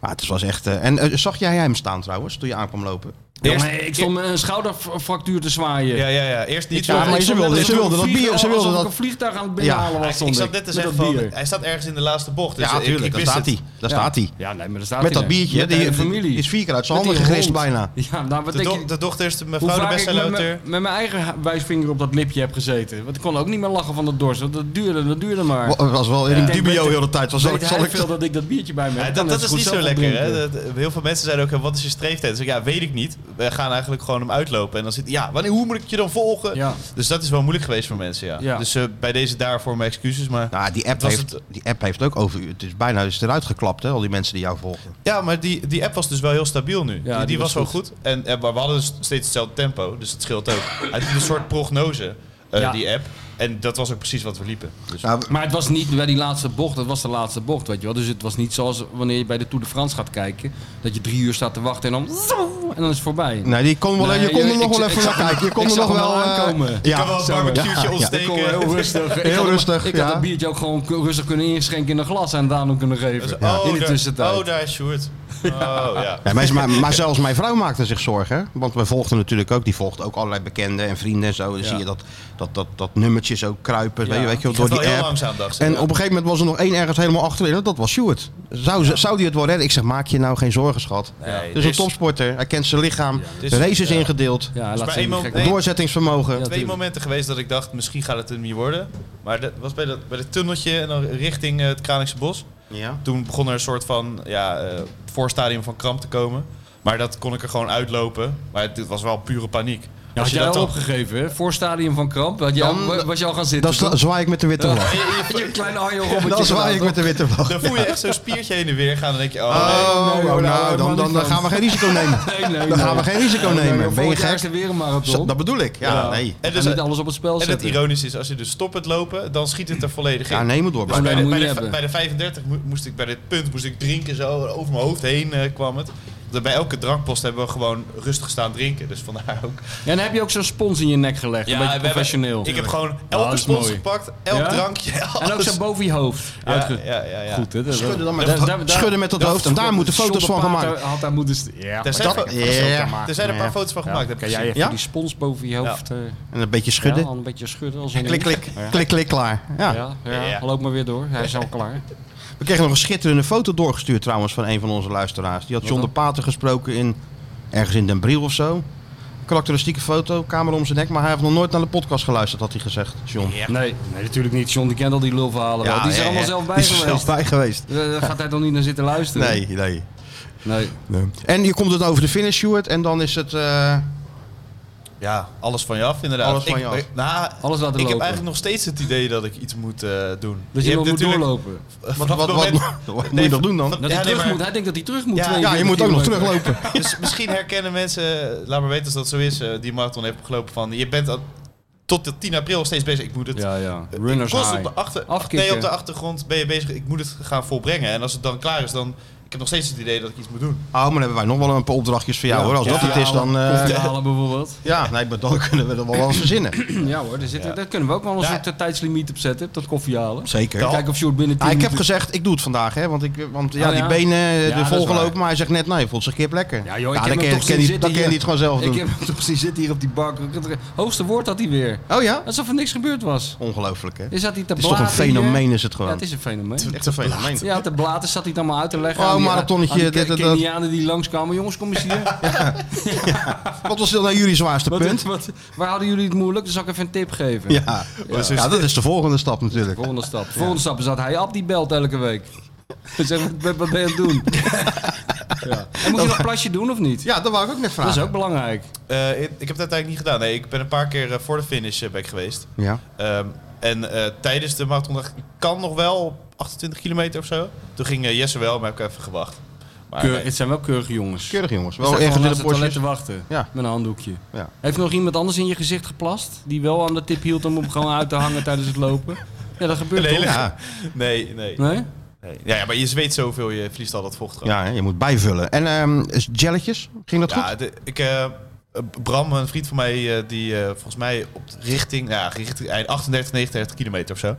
B: maar het was echt... eh, en eh, zag jij hem staan trouwens, toen je aankwam lopen?
D: Eerst-
C: Jongen, ik stond met een schouderfractuur te zwaaien.
D: Ja, ja, ja. Eerst niet.
B: Ja,
D: want
B: maar
D: ik
B: ze
D: stond
B: wilde-
D: net
B: ze
D: als-
B: wilde dat bier- ze wilde
C: Alsof ik
B: dat-
C: een vliegtuig aan het binnenhalen was.
D: Ah, Ik
C: stond
D: zat net te
C: met
D: zeggen
C: dat
D: van,
C: bier.
D: hij staat ergens in de laatste bocht. Dus
B: ja,
D: ik-
B: natuurlijk.
D: Ik,
B: Daar
D: wist
B: staat
D: het.
B: hij. Daar
C: Ja.
B: staat hij.
C: Ja, nee, maar daar staat
B: Met
C: hij
B: dat
C: daar.
B: biertje.
C: Met de
B: die
C: hele familie.
B: is vier keer uit zijn
C: Met die
B: handen gegist
C: hond.
B: bijna.
C: Ja, nou, wat
D: De,
C: denk
D: do-
C: je...
D: de dochter is de
C: Hoe
D: mevrouw de
C: vaak ik met,
D: bestsellerauteur.
C: mijn- met mijn eigen wijsvinger op dat lipje heb gezeten. Want ik kon ook niet meer lachen van dat dorst. want Dat duurde, dat duurde maar.
B: Het was wel in
C: Ja.
B: een
C: Ik denk
B: dubio
C: beter-
B: heel de tijd. Was, zal ik,
C: Weet
B: zal
C: hij
B: ik,
C: veel dat ik dat biertje bij me heb.
D: Ja,
C: Dan
D: dat, dat
C: het
D: is
C: goed
D: niet zo
C: zelf
D: lekker, hè?
C: opdrinken.
D: Dat- heel veel mensen zeiden ook, eh, wat is je streeftijd? Dus ik, ja, weet ik niet. We gaan eigenlijk gewoon hem uitlopen. En dan zit ja, wanneer, hoe moet ik je dan volgen?
C: Ja.
D: Dus dat is wel moeilijk geweest voor mensen, ja.
C: Ja.
D: Dus eh, bij deze daarvoor mijn excuses, maar...
B: nou, die app,
D: Was
B: heeft,
D: het-
B: die app heeft ook over... Het is bijna is eruit geklapt, hè, al die mensen die jou volgen.
D: Ja, maar die, die app was dus wel heel stabiel nu. die,
C: die
D: die was,
C: was
D: wel goed. En, eh, maar we hadden dus steeds hetzelfde tempo, dus dat scheelt ook. Hij doet een soort prognose, eh,
C: Ja.
D: die app. En dat was ook precies wat we liepen. Dus,
B: Nou,
C: Maar het was niet bij die laatste bocht, dat was de laatste bocht, weet je wel. Dus het was niet zoals wanneer je bij de Tour de France gaat kijken, dat je drie uur staat te wachten en dan... En dan is het voorbij.
B: Nee, die kon wel,
C: Nee,
B: je kon er
C: ik-
B: nog wel
C: ik-
B: even
C: ik
B: naar
C: zag hem-
B: kijken. Je kon
C: ik
B: er
C: zag
B: nog
C: hem
B: wel
C: wel
B: eh,
C: aankomen.
B: Ja,
D: kan wel een barbecue'tje
B: Ja, ja.
C: Ik
D: ontsteken.
C: kon heel rustig. ik
B: Heel
C: had, hem-
B: rustig,
C: Ik had
B: ja.
C: het biertje ook gewoon k- rustig kunnen inschenken in een glas en Daan ook kunnen
D: Dus,
C: geven.
D: oh,
C: In de
D: daar-
C: tussentijd.
D: oh, daar is Sjoerd. Oh, ja.
B: Ja, maar, maar, maar zelfs mijn vrouw maakte zich zorgen. hè? Want we volgden natuurlijk ook. Die volgt ook allerlei bekenden en vrienden en zo. Dan zie je dat, dat, dat, dat nummertje zo kruipen. Weet je, weet je, wel,
D: Het gaat
B: door
D: wel
B: die
D: heel
B: app.
D: langzaam, dacht ze.
B: En
D: ja.
B: op een gegeven moment was er nog één ergens helemaal achterin. Dat was Stuart. Zou, ze- zou die het wel redden? Ik zeg, maak je nou geen zorgen, schat.
D: Nee,
B: het
D: er
B: is een
D: is-
B: topsporter. Hij kent zijn lichaam.
D: is-
B: de race is
D: ja.
B: ingedeeld.
C: Ja, laat
D: maar
C: zien.
D: eenmaal-
C: gek.
D: nee.
B: Doorzettingsvermogen.
C: Ja.
D: twee
C: tuurlijk.
D: momenten geweest dat ik dacht, misschien gaat het hem niet worden. Maar dat was bij dat, bij dat tunneltje en dan richting eh, het Kralingse Bos.
B: Ja.
D: Toen begon er een soort van ja, eh, voorstadium van kramp te komen. Maar dat kon ik er gewoon uitlopen. Maar het, het was wel pure paniek.
C: Ja, had jij
D: dat
C: al
D: dan-
C: opgegeven, hè? Voor stadium van Kramp, had jij,
B: Dan-
C: wa- was je al gaan zitten.
B: Dan sla- zwaai ik met de witte vlag.
C: Had je een klein Arjen
B: Dan
C: Robbertje
B: zwaai ik
C: gedaan,
B: met de witte vlag.
D: Dan voel je echt zo'n spiertje heen en weer gaan. En dan denk je, oh, nee.
B: Oh,
C: nee,
B: nou,
C: nou,
B: nou, dan, dan, dan
C: helemaal
B: gaan we geen risico nemen.
C: toch? Nee, nee,
B: Dan
C: nee.
B: gaan we geen risico
C: Nee,
B: nemen.
C: joh,
B: Ben je
C: volgend jaar
B: gek?
C: is er weer een marathon.
B: Dat bedoel ik. Ja, nee.
D: En,
C: En
D: dus,
C: niet alles op het spel
D: en het
C: zetten.
D: ironisch is, als je dus stopt met lopen, dan schiet het er volledig in. Dus
B: Ja, nee, moet door.
C: Oh, nee,
D: bij, de,
C: dat moet
D: bij,
C: je
D: de,
C: hebben.
D: bij de 35 mo- moest ik bij dit punt moest ik drinken zo over mijn hoofd heen eh, kwam het. Want Bij elke drankpost hebben we gewoon rustig staan drinken, dus vandaar ook.
C: En dan heb je ook zo'n spons in je nek gelegd,
D: Ja,
C: een
D: we
C: beetje
D: hebben-
C: professioneel.
D: ik heb gewoon
C: Ja,
D: elke
C: dat is
D: spons
C: mooi.
D: gepakt, elk
C: Ja?
D: drankje.
C: En ook
D: alles.
C: zo boven je hoofd.
D: Ja,
C: Uitge-
D: ja, ja, ja.
C: Goed, hè? Dat-
B: Schudden dan met
D: Daar-
B: dat,
C: daar- daar-
B: schudden met dat hoofd. En daar moeten foto's van
C: John de
B: gemaakt.
C: Pater Had daar moeten... st- Ja,
D: Daar
C: maar
D: zijn,
C: dat-
D: fo-
B: Ja.
D: er zijn een paar
B: Ja.
D: foto's van gemaakt. heb ik
C: Kan jij
D: gezien.
C: even
B: Ja?
C: die spons boven je hoofd... eh, ja,
B: En een beetje schudden.
C: al een beetje schudden. Als een
B: Klik, klik, klik, klik, klaar. Ja.
C: Ja, ja,
D: Ja.
C: loop maar weer door. Hij is al klaar.
B: We kregen nog een schitterende foto doorgestuurd trouwens van een van onze luisteraars. Die had John de Pater gesproken in, ergens in Den Briel of zo. Karakteristieke foto, camera om zijn nek. Maar hij heeft nog nooit naar de podcast geluisterd, had hij gezegd, John.
D: Ja.
C: Nee, nee, natuurlijk niet. John die kent al die lulverhalen wel. Die is er
B: ja,
C: allemaal
B: ja.
C: zelf bij
B: Die is er
C: geweest.
B: zelf bij geweest.
C: Eh, Daar gaat hij dan niet naar zitten luisteren?
B: Nee, nee.
C: nee.
B: En je komt het over de finish, Stuart. En dan is het... eh,
D: Ja, alles van je af inderdaad.
B: Alles van
D: Ik-
B: je af.
D: ik- nou,
C: Alles laten
D: ik heb
C: lopen.
D: eigenlijk nog steeds het idee dat ik iets moet eh, doen.
C: Dus je,
D: hebt
C: moet
D: natuurlijk-
C: doorlopen.
D: vanaf
B: wat,
D: het
B: wat, wat,
D: moment-
B: wat moet
D: Nee,
B: je nog doen dan?
D: van-
C: Dat hij,
D: Ja, nee,
C: terug
D: maar-
C: moet. hij denkt dat hij terug moet.
D: Ja,
B: Ja, je moet ook nog
C: 42 kilometer.
B: teruglopen. Oh,
D: Dus misschien herkennen mensen, eh, laat maar weten als dat zo is, eh, die marathon heeft gelopen van je bent al- tot de 10 april steeds bezig. Ik moet het.
C: Ja, ja. Runners
D: Kost op
C: high.
D: de, achter,
C: Afkicken.
D: nee, op de achtergrond ben je bezig. Ik moet het gaan volbrengen. En als het dan klaar is, dan. Ik heb nog steeds het idee dat ik iets moet doen.
B: Oh, maar dan hebben wij nog wel een paar opdrachtjes voor jou hoor. Als dat
D: Ja,
B: het is, dan. eh,
C: Koffie halen bijvoorbeeld.
B: ja, nee, maar dan kunnen we er wel wat verzinnen.
C: Ja hoor, daar, zit, daar kunnen we ook wel een
D: Ja.
C: soort eh, tijdslimiet op zetten. Dat koffie halen.
B: Zeker.
C: Kijken of Sjoerd binnen 10
B: Ah, ik heb
C: minuten-
B: gezegd, ik doe het vandaag, hè? Want, ik, want ja,
C: Oh,
B: die
C: ja?
B: benen, eh,
C: Ja,
B: de
C: dat is
B: volgelopen,
C: waar.
B: maar hij zegt net, nee, voelt zich een keer plekken.
C: Ja, joh, ik
B: dan
C: heb hem
B: kan,
C: toch zien
B: kan die,
C: zitten
B: dan kan
C: hier.
B: hij het gewoon zelf doen.
C: Ik heb hem toch zien zitten hier op die bank. Het hoogste woord had hij weer.
B: Oh ja?
C: Alsof er niks gebeurd was.
B: Ongelooflijk, hè? Het
C: Is dat hij te
B: is toch een
C: blaten hier?
B: fenomeen, is het
C: Ja,
B: gewoon.
C: het is een fenomeen.
B: echt een fenomeen.
C: Ja, te blaten zat hij het allemaal uit te leggen.
B: Oh,
C: aan die-
B: marathonnetje,
C: aan die
B: dit en dat.
C: Kenianen die langskwamen. Jongens, kom eens hier.
B: Wat was dan jullie zwaarste
C: wat,
B: punt?
C: wat, waar hadden jullie het moeilijk? Dan zal ik even een tip geven.
B: Ja. ja, dat is de volgende stap natuurlijk.
C: Volgende stap. Volgende stap is dat hij Ab die belt elke week. Hij zegt, wat ben- wat ben je aan het doen? ja. En moet je nog een plasje doen of niet?
B: Ja, dat wou ik ook net
C: Dat
B: vragen.
C: is ook belangrijk.
D: Eh, ik, ik heb dat eigenlijk niet gedaan. Nee, ik ben een paar keer eh, voor de finish eh, ben ik geweest.
B: Ja.
D: Ehm, en eh, tijdens de marathon dacht ik, ik kan nog wel op 28 kilometer of zo. Toen ging eh, Jesse wel, maar heb ik even gewacht. Maar
C: Keur-
D: nee.
C: Het zijn wel keurige jongens.
B: Keurig jongens.
C: Ze
B: Wel
C: staan
B: ergens
C: gewoon
B: in
C: naast
B: de
C: het
B: bosjes.
C: toilet te wachten.
B: Ja.
C: Met een handdoekje.
B: Ja.
C: Heeft nog iemand anders in je gezicht geplast? Die wel aan de tip hield om hem gewoon uit te hangen tijdens het lopen? Ja, dat gebeurt
D: Nee,
C: toch?
B: Ja,
D: nee, nee.
C: Nee?
D: nee. Ja, ja, maar je zweet zoveel, je verliest al dat vocht. eraf.
B: ja, hè, je moet bijvullen. En ehm, is jelletjes, ging dat goed?
D: Ja, de- ik, eh, eh, Bram, een vriend van mij, eh, die eh, volgens mij op de richting, ja, richting eind 38, 39 kilometer of zo,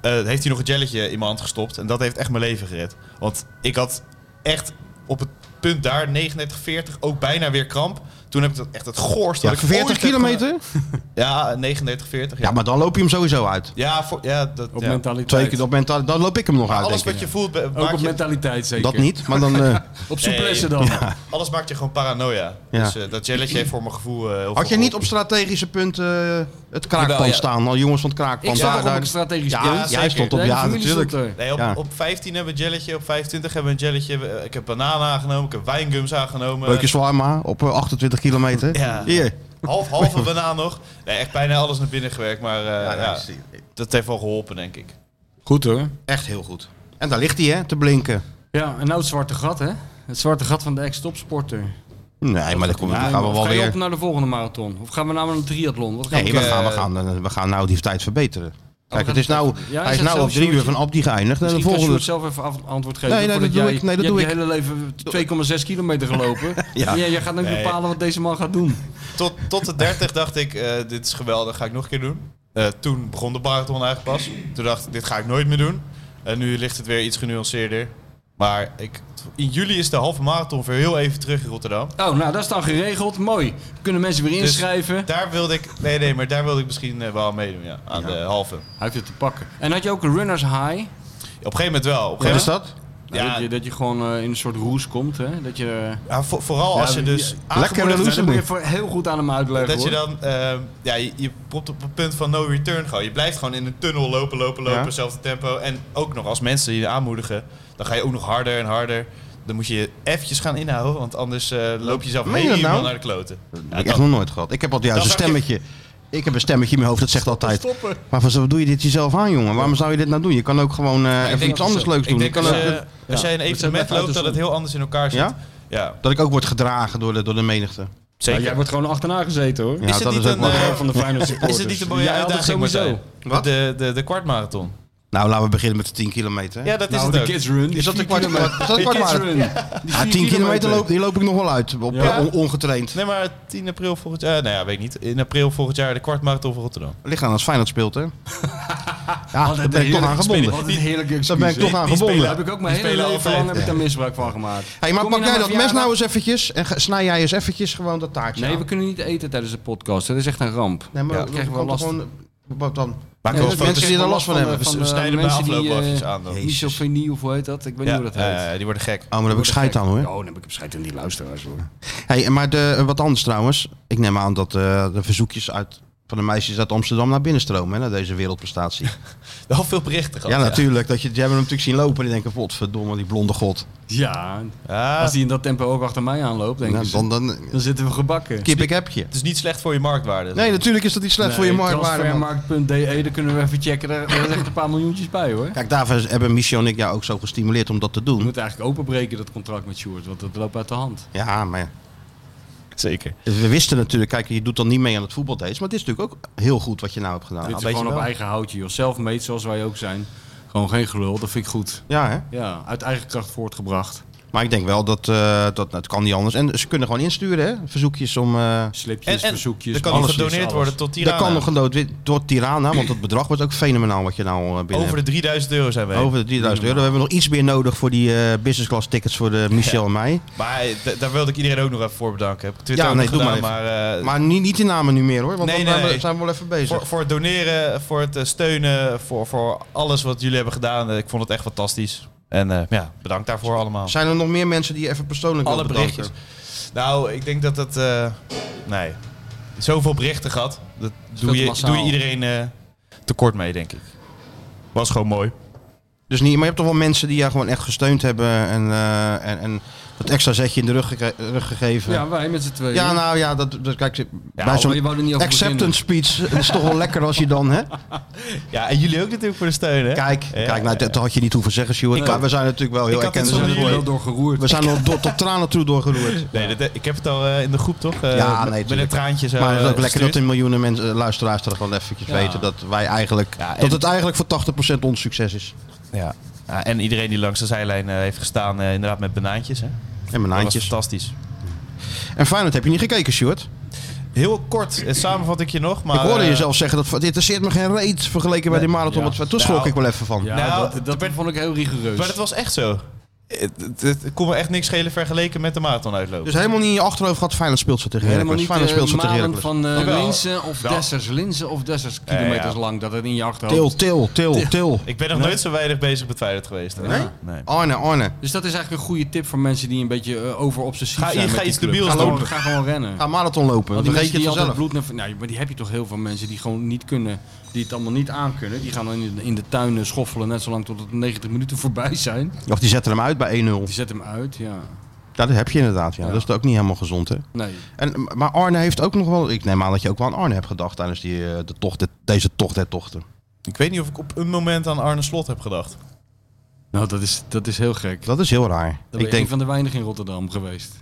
D: eh, heeft hij nog een jelletje in mijn hand gestopt. En dat heeft echt mijn leven gered. Want ik had echt op het punt daar, 39, 40, ook bijna weer kramp. Toen heb ik dat echt het goorste.
B: Ja,
D: wat ik ooit
B: 40
D: heb
B: kilometer?
D: gedaan. Ja, 39, 40. Ja,
B: Ja, maar dan loop je hem sowieso uit.
D: ja, voor, ja, dat,
C: Op
D: ja.
C: mentaliteit.
B: Twee keer op mentaal, dan loop ik hem nog uit.
D: Alles
B: denk
D: wat
B: ik.
D: je voelt, be-
C: Ook
D: maakt
C: op
D: je,
C: mentaliteit zeker.
B: Dat niet, maar dan. eh,
C: Op
D: Nee.
C: souplesse dan.
D: alles maakt je gewoon paranoia.
B: Ja.
D: Dus eh, dat jelletje heeft voor mijn gevoel eh, heel veel
B: had je niet op
D: geholpen.
B: strategische punten eh, het kraakpand
D: Jawel, ja.
B: staan? Al jongens van het kraakpand.
C: Ik zat
B: daar,
C: toch op
B: daar-
C: een strategisch
B: ja,
C: punt.
D: Ja,
B: jij
D: zeker.
B: stond op.
C: Nee,
B: Ja,
C: familie stond
B: natuurlijk.
C: er.
D: Nee, op,
B: Ja.
D: op 15 hebben we een jelletje, op 25 hebben we een jelletje. We- eh, Ik heb bananen aangenomen, ik heb wijngums aangenomen.
B: Leukje Swarma op eh, 28 kilometer.
D: Ja.
B: Hier.
D: Half, halve banaan nog. Nee, echt bijna alles naar binnen gewerkt, maar eh, ja, dat heeft wel geholpen, denk ik.
C: Goed hoor.
B: Echt heel goed. En daar ligt hij, hè, te blinken.
C: Ja, en nou het zwarte gat hè. Het zwarte gat van de ex-topsporter.
B: Nee, maar dat komt,
C: Ja,
B: dan gaan we
C: of
B: wel
C: ga je
B: weer.
C: op naar de volgende marathon? Of gaan we nou naar een triathlon? Wat gaan
B: Nee,
C: we
B: we
D: eh,
B: gaan, we, gaan, eh, we gaan nou die tijd verbeteren. Kijk, het is nou,
C: Ja,
B: hij
C: is
B: is
C: dat
B: nou op
C: zelfs
B: drie uur
C: Sjoerdje?
B: van Abdi geëindigd. En de
C: Misschien kan Sjoerd
B: volgende.
C: zelf even af- antwoord geven.
B: Nee, nee,
C: voordat
B: dat doe
C: jij-
B: ik. Nee, dat
C: je
B: doe
C: hebt je hele leven 2,6 kilometer gelopen.
B: Ja.
C: ja. jij gaat nu
D: Nee.
C: bepalen wat deze man gaat doen.
D: Tot, tot de 30 dacht ik, eh, dit is geweldig, ga ik nog een keer doen. Eh, toen begon de marathon eigenlijk pas. Toen dacht ik, dit ga ik nooit meer doen. En nu ligt het weer iets genuanceerder. Maar ik, in juli is de halve marathon weer heel even terug in Rotterdam.
C: Oh, nou, dat is dan geregeld. Mooi. Kunnen mensen weer
D: Dus
C: inschrijven.
D: Daar wilde ik, nee, nee, maar daar wilde ik misschien eh, wel aan meedoen, ja, aan de halve. Op
C: Hij heeft het te pakken. En had je ook een runner's high? Nou,
D: een gegeven moment wel. Op
B: Wat
D: een gegeven
B: is dat?
D: Ja.
C: Dat, je, dat je gewoon eh, in een soort roes komt, hè? Dat je...
D: Ja, vo- vooral als
C: Ja,
D: je dus
C: ja.
D: aangemoedigd
B: Lekker,
D: wordt,
B: Loes.
C: dat moet je voor heel goed aan hem uitleggen,
D: dat je
C: hoor.
D: dan ehm, ja, je, je komt op het punt van no return gewoon. Je blijft gewoon in een tunnel lopen, lopen, lopen,
B: Ja.
D: hetzelfde tempo. En ook nog als mensen je aanmoedigen, dan ga je ook nog harder en harder. Dan moet je je eventjes gaan inhouden, want anders eh, loop je zelf
B: Meen je dat
D: helemaal
B: nou?
D: naar de kloten.
B: Dat heb ik echt nog nooit gehad. Ik heb altijd juist een
D: Dat dacht je-
B: stemmetje. Ik heb een stemmetje in mijn hoofd dat zegt altijd. Maar van, zo doe je dit jezelf aan, jongen? Waarom zou je dit nou doen? Je kan ook gewoon eh, even iets anders leuks doen.
D: Ik denk
B: Je kan
D: als,
B: ook-
D: eh, als jij een
C: Dat
D: evenement
C: zet me uit de
D: loopt, dat het
C: zon.
D: heel anders in elkaar zit.
B: Ja?
D: Ja,
B: dat ik ook word gedragen door de, door de menigte.
C: Nou,
D: zeker.
C: jij wordt gewoon achterna gezeten, hoor.
B: Ja,
D: Is het
B: dat
D: niet
B: is ook
D: een,
B: wel-
D: eh,
C: Van de Feyenoord supporters.
D: Is het niet een mooie
C: Jij had het
D: uitdaging,
C: sowieso.
D: Martijn? De, de, de kwartmarathon.
B: Nou, laten we beginnen met de 10 kilometer.
D: Ja, dat is
C: Nou,
D: het
C: de
D: ook.
C: kids run. die
B: Is dat
C: vier
B: een kwart-
C: kilometer.
B: is dat een
C: De kids
B: kwart-
C: run. Die
B: Ja,
C: vier
B: 10 kilometer loop, die loop ik nog wel uit. Op,
C: Ja.
B: eh, on- ongetraind.
D: Nee, maar 10 april volgend jaar... nou ja, weet ik niet. In april volgend jaar de kwartmarathon van Rotterdam.
B: Ligt aan als Feyenoord speelt, hè? ja,
C: Altijd
B: daar ben ik
C: een
B: toch aan
C: heerlijke
B: gebonden.
C: Wat een heerlijke excuus.
B: Daar ben ik toch
C: hè?
B: aan
D: Die spelen
B: gebonden.
C: Daar heb ik ook mijn
D: Die
C: hele leven
D: spelen altijd.
C: lang heb ik daar misbruik van gemaakt.
B: Hey, maar
C: Kom je
B: pak
C: naar
B: jij
C: mijn
B: dat mes nou
C: verjaardag?
B: eens eventjes en ge- snij jij eens eventjes gewoon dat taartje
C: Nee,
B: aan.
C: we kunnen niet eten tijdens de podcast. Dat is echt een ramp.
B: nee maar
C: Ja,
B: we
C: krijgen we
B: kan toch
C: last.
B: gewoon... wat dan?
D: Maar
C: Ja,
B: wel
C: dus
B: foto's die er
C: krijgen
B: last van hebben.
D: We
C: de
D: snijden bij
C: mensen die,
D: afloop wel
C: eh,
D: eventjes aan dan.
B: Jezus.
C: Misofonie of hoe heet dat? Ik weet niet hoe dat heet.
D: eh, die worden gek.
B: Oh, maar daar heb ik scheid aan, hoor.
C: Oh, dan heb ik hem scheid aan die luisteraars hoor.
B: Hey, maar de, wat anders trouwens. Ik neem aan dat eh, de verzoekjes uit, van de meisjes uit Amsterdam naar binnen stromen. Hè, naar deze wereldprestatie.
D: Wel veel berichten gehad.
B: ja, natuurlijk. Dat je, die hebben hem natuurlijk zien lopen. En die denken, potverdomme, die blonde god.
C: Ja,
D: Ja,
C: als hij in dat tempo ook achter mij aanloopt, denk
B: Nou,
C: ik.
B: dan,
C: Dan,
B: dan
C: zitten we gebakken.
B: kip ik heb je.
D: het is niet slecht voor je marktwaarde.
B: Nee, natuurlijk is dat iets slecht voor je
C: Nee,
B: marktwaarde. man.
C: Transfermarkt.de, E, daar kunnen we even checken. Daar daar ligt een paar miljoentjes bij hoor.
B: Kijk, daarvoor hebben Michel en ik jou ook zo gestimuleerd om dat te
C: We
B: doen.
C: moeten eigenlijk openbreken dat contract met Sjoerd, want dat loopt uit de hand.
B: Ja, maar ja.
D: zeker.
B: we wisten natuurlijk, kijk, je doet dan niet mee aan het voetbaldates. Maar het is natuurlijk ook heel goed wat je nou hebt gedaan.
C: Dit is
D: weet je
C: gewoon op
D: wel.
C: eigen houtje, joh. Selfmade, zoals wij ook zijn. Gewoon geen gelul, dat vind ik goed.
B: Ja, hè?
C: Ja, uit eigen kracht voortgebracht.
B: Maar ik denk wel dat, eh, dat nou, het kan niet anders. En ze kunnen gewoon insturen, hè? Verzoekjes om... eh,
C: Slipjes,
D: En, en
C: verzoekjes.
D: er kan nog
C: alles
D: gedoneerd
C: is alles.
D: worden tot
B: Dat
D: Tirana.
B: kan nog gedood wi- door Tirana, want het bedrag wordt ook fenomenaal wat je nou eh, binnen
D: Over de 3000 euro zijn we.
B: hebt. Over de 3000 euro. We hebben nog iets meer nodig voor die eh, business class tickets voor de Michel en mij.
D: Maar eh, d- daar wilde ik iedereen ook nog even voor bedanken. Heb ik Twitter
B: Ja,
D: ook
B: nee,
D: nog
B: doe
D: gedaan,
B: maar
D: maar... eh,
B: Maar niet, niet de namen nu meer hoor, want
D: Nee,
B: dan
D: nee.
B: zijn we wel even bezig.
D: voor, voor het doneren, voor het eh, steunen, voor, voor alles wat jullie hebben gedaan. Eh, Ik vond het echt fantastisch. En eh, ja, bedankt daarvoor allemaal.
B: Zijn er nog meer mensen die je even persoonlijk
D: Alle
B: wil bedanken?
D: berichtjes. Nou, ik denk dat dat... eh, nee. Zoveel berichten gehad. Dat
C: veel
D: doe
C: te
D: je,
C: massaal.
D: doe je iedereen eh, tekort mee, denk ik. Was gewoon mooi.
B: Dus niet, maar je hebt toch wel mensen die jou gewoon echt gesteund hebben en, eh, en, en Het extra zetje in de rug, geke- rug gegeven.
C: Ja, wij met z'n tweeën.
B: Ja, nou ja, dat, dat kijk, bij
C: maar
B: zo'n
C: je wou er niet over
B: acceptance speech het is toch wel lekker als je dan, hè?
D: Ja, en jullie ook natuurlijk voor de steun, hè?
B: Kijk, kijk, nou, dat had je niet hoeven zeggen, Sjoerd.
D: Ik
B: maar
D: had-
B: we zijn natuurlijk wel heel
D: ik had
C: we
D: dit
B: erkend.
C: zijn
D: zonder
C: er
D: jullie-
C: wel door geroerd.
B: We zijn al door- tot tranen toe doorgeroerd.
D: Nee, dat, ik heb het al eh, in de groep, toch? Eh,
B: Ja, nee,
D: Met een
B: tuurlijk.
D: traantje zo
B: maar het is ook
D: eh,
B: lekker dat de
D: gestuurd.
B: miljoenen mensen, eh, luisteraars dat gewoon eventjes
C: Ja.
B: weten dat wij eigenlijk,
D: Ja, en-
B: dat het eigenlijk voor 80% ons succes is.
D: Ja. Ja, en iedereen die langs de zijlijn eh, heeft gestaan, eh, inderdaad met banaantjes, hè?
B: En mijn
D: Dat was
B: naantjes.
D: fantastisch.
B: En Feyenoord heb je niet gekeken, Sjoerd.
D: Heel kort, eh, samenvat ik je nog, maar...
B: Ik hoorde
D: eh,
B: je zelf zeggen, dat het interesseert me geen reet vergeleken bij die marathon.
C: Ja.
B: want Toen schrok
D: Nou,
B: ik wel even van.
C: Ja,
D: Nou,
C: dat, dat vond ik heel rigoureus.
D: Maar dat was echt zo. Het, het, het kon me echt niks schelen vergeleken met de marathon uitlopen.
B: Dus helemaal niet in je achterhoofd gehad, Feyenoord speelt zo tegen
C: Helemaal
B: Heracles.
C: niet
B: Feyenoord speelt
C: eh,
B: zo tegen
C: malen
B: Heracles.
C: van eh
D: Jawel.
C: linsen of
D: Wel.
C: dessers, linsen of dessers kilometers
D: ja.
C: lang. Dat het in je achterhoofd
B: Til, til, til, til.
D: Ik ben nog nooit zo weinig bezig met Feyenoord geweest. hè.
B: Nee?
D: nee.
B: Arne, Arne.
C: Dus dat is eigenlijk een goede tip voor mensen die een beetje eh, overobsessief
D: Ga-
C: zijn.
D: ga
C: met
D: iets
C: die club.
D: debiels
C: ga, gewoon-
D: doen.
C: ga gewoon rennen.
B: Ga marathon lopen,
C: Want
B: dan vergeet
C: die mensen
B: je
C: die
B: het
C: altijd
B: zelf.
C: bloed naar- nou, maar die heb je toch heel veel mensen die gewoon niet kunnen, die het allemaal niet aankunnen. Die gaan dan in, in de tuin eh, schoffelen net zolang tot het 90 minuten voorbij zijn.
B: Of die zetten hem uit bij 1-0.
C: Die zet hem uit, ja.
B: Ja, dat heb je inderdaad. Ja.
C: Ja.
B: Dat is ook niet helemaal gezond, hè?
C: Nee.
B: En, maar Arne heeft ook nog wel... Ik neem aan dat je ook wel aan Arne hebt gedacht tijdens die, eh, de tocht, de- deze tocht der tochten.
D: Ik weet niet of ik op een moment aan Arne Slot heb gedacht.
C: Nou, dat is, dat is heel gek.
B: Dat is heel raar.
C: Dan
B: ik
C: ben je een
B: denk,
C: van de weinigen in Rotterdam geweest.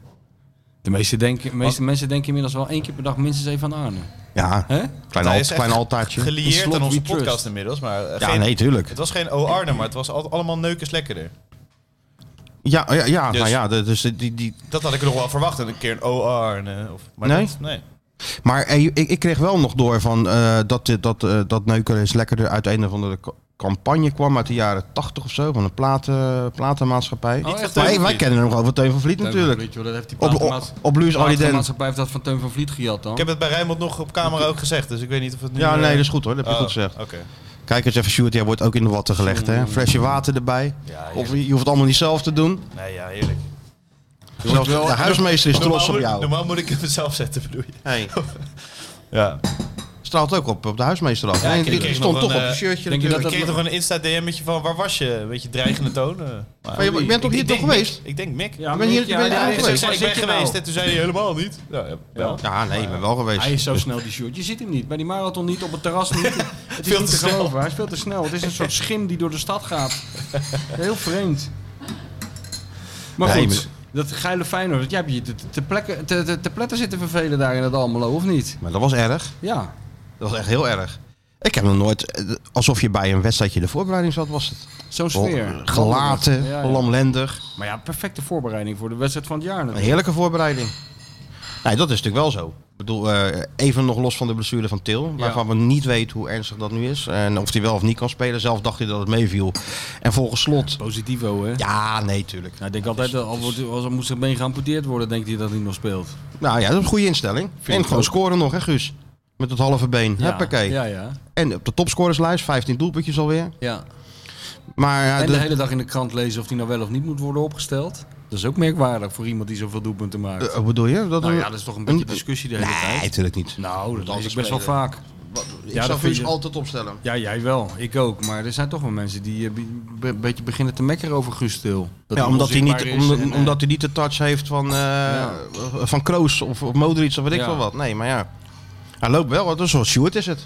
C: De meeste, denken, de meeste mensen denken inmiddels wel één keer per dag minstens even aan Arne.
B: ja,
C: Hè?
B: klein,
D: Hij
B: al,
D: is echt
B: klein altaartje.
D: Gelieerd
C: Slot
D: aan onze
C: we trust.
D: podcast inmiddels, maar eh,
B: Ja,
D: geen,
B: nee, tuurlijk.
D: het was geen O Arne, maar het was al- allemaal neukens lekkerder.
B: Ja, ja, ja
D: Dus-
B: nou ja, dat is die, die, die-
D: Dat had ik nog wel verwacht, een keer een O Arne. Of, maar
B: Nee?
D: dat- nee.
B: Maar eh, ik, ik kreeg wel nog door van eh, dat, dit- dat, eh, dat Neuker is lekkerder uit een of andere ca- campagne kwam uit de jaren 80 of zo, van een platen, platenmaatschappij.
C: Oh, echt?
B: maar hey, wij
D: Vliet.
B: kennen hem nog wel van Teun van Vliet natuurlijk.
C: Weet je wel, dat heeft die
B: Op, op,
C: platenmaats-
B: op Luus Aliden.
C: platenmaatschappij heeft dat van Teun van Vliet gejat dan.
D: Ik heb het bij Rijnmond nog op camera ook gezegd, dus ik weet niet of het nu...
B: Ja,
D: eh,
B: nee, dat is goed hoor. Dat heb je
D: oh,
B: goed gezegd.
D: Oké.
B: Kijk eens even, Sjoerd, jij wordt ook in de watten gelegd, hè? Een flesje water erbij.
D: Ja,
B: Of je hoeft het allemaal niet zelf te doen.
D: Nee, ja, heerlijk.
B: Zelfs de huismeester is
D: Normaal
B: trots op
D: moet-
B: jou.
D: Normaal moet ik het mezelf zetten, bedoel je?
B: Hey,
D: Ja.
B: straalt ook op, op de huismeester af.
D: Ja,
B: Nee,
D: ik kreeg
B: het
D: nog
B: stond
D: een,
B: toch op
D: eh,
B: een shirtje
C: denk je dat
B: natuurlijk.
D: Ik kreeg toch een Insta-DM'tje van waar was je? Een beetje dreigende toon. eh. Maar-
B: Maar je bent toch
D: Ik
B: hier
D: denk
B: toch geweest?
D: Mick. Ik denk Mick.
C: Ja,
B: Je bent hier-
C: ja,
B: je bent
C: ja,
B: hier
D: Hij
C: ja,
B: geweest.
D: zei,
C: waar
D: ik
C: zit
D: ben
C: je
D: geweest
C: nou?
D: en toen zei hij helemaal niet. Nou, Ja, ja, wel.
B: Ja, nee, ik ben wel geweest.
C: Hij is zo snel, die Sjoerd. Je ziet hem niet. Bij die marathon niet, op het terras niet. Het is
D: Veel
C: niet
D: te
C: te
D: snel.
C: geloven. Hij is veel te snel. Het is een soort schim die door de stad gaat. Heel vreemd. Maar
B: Nee,
C: goed, dat geile Feyenoord. Jij hebt je te, te, plekken, te, te, te pletten zitten vervelen daar in het Almelo, of niet?
B: Maar dat was erg.
C: Ja.
B: Dat was echt heel erg. Ik heb nog nooit... eh, Alsof je bij een wedstrijdje de voorbereiding zat, was het.
C: Zo'n
B: Wel,
C: sfeer.
B: Oh, Gelaten,
C: Ja, ja.
B: lamlendig.
C: Maar ja, perfecte voorbereiding voor de wedstrijd van het jaar
B: Een
C: natuurlijk.
B: heerlijke voorbereiding. Nee, dat is natuurlijk wel zo. Ik bedoel, eh, even nog los van de blessure van Til. Waarvan we niet weten hoe ernstig dat nu is. En of hij wel of niet kan spelen. Zelf dacht hij dat het meeviel. En volgens slot...
C: Positivo, hè?
B: Ja, nee, tuurlijk.
C: Nou, ik denk altijd, al, wordt, als er moest zijn been geamputeerd worden, denkt hij dat hij nog speelt.
B: Nou ja, dat is een goede instelling. en
C: ik
B: gewoon
C: ook.
B: scoren nog, hè Guus? Met het halve been.
C: Ja.
B: Huppakee.
C: Ja, ja.
B: En op de topscorerslijst, 15 doelpuntjes alweer.
C: ja.
B: Maar ja,
C: en de
B: dat-
C: hele dag in de krant lezen of die nou wel of niet moet worden opgesteld. Dat is ook merkwaardig voor iemand die zoveel doelpunten maakt.
B: eh, wat bedoel je? Dat
C: nou
B: een-
C: ja, dat is toch een beetje discussie de hele
B: Nee,
C: tijd.
B: natuurlijk niet.
C: Nou, dat,
B: Dat
C: is
B: is
C: ik best wel
B: spelen.
C: vaak.
B: Ik
C: dat
B: zou
C: vind
B: Guus
C: je-
B: altijd opstellen.
C: Ja, jij wel. Ik ook. Maar er zijn toch wel mensen die eh, be- be- een beetje beginnen te mekkeren over Guus Til. Dat
B: Ja, omdat hij, niet,
C: onzichtbaar is
B: omdat,
C: en, eh,
B: omdat hij niet de touch heeft van, eh, van Kroos of, of Modric of weet ik
C: Ja.
B: veel wat. Nee, maar ja. Hij loopt wel, wat een soort Sjoerd is het.
C: eh,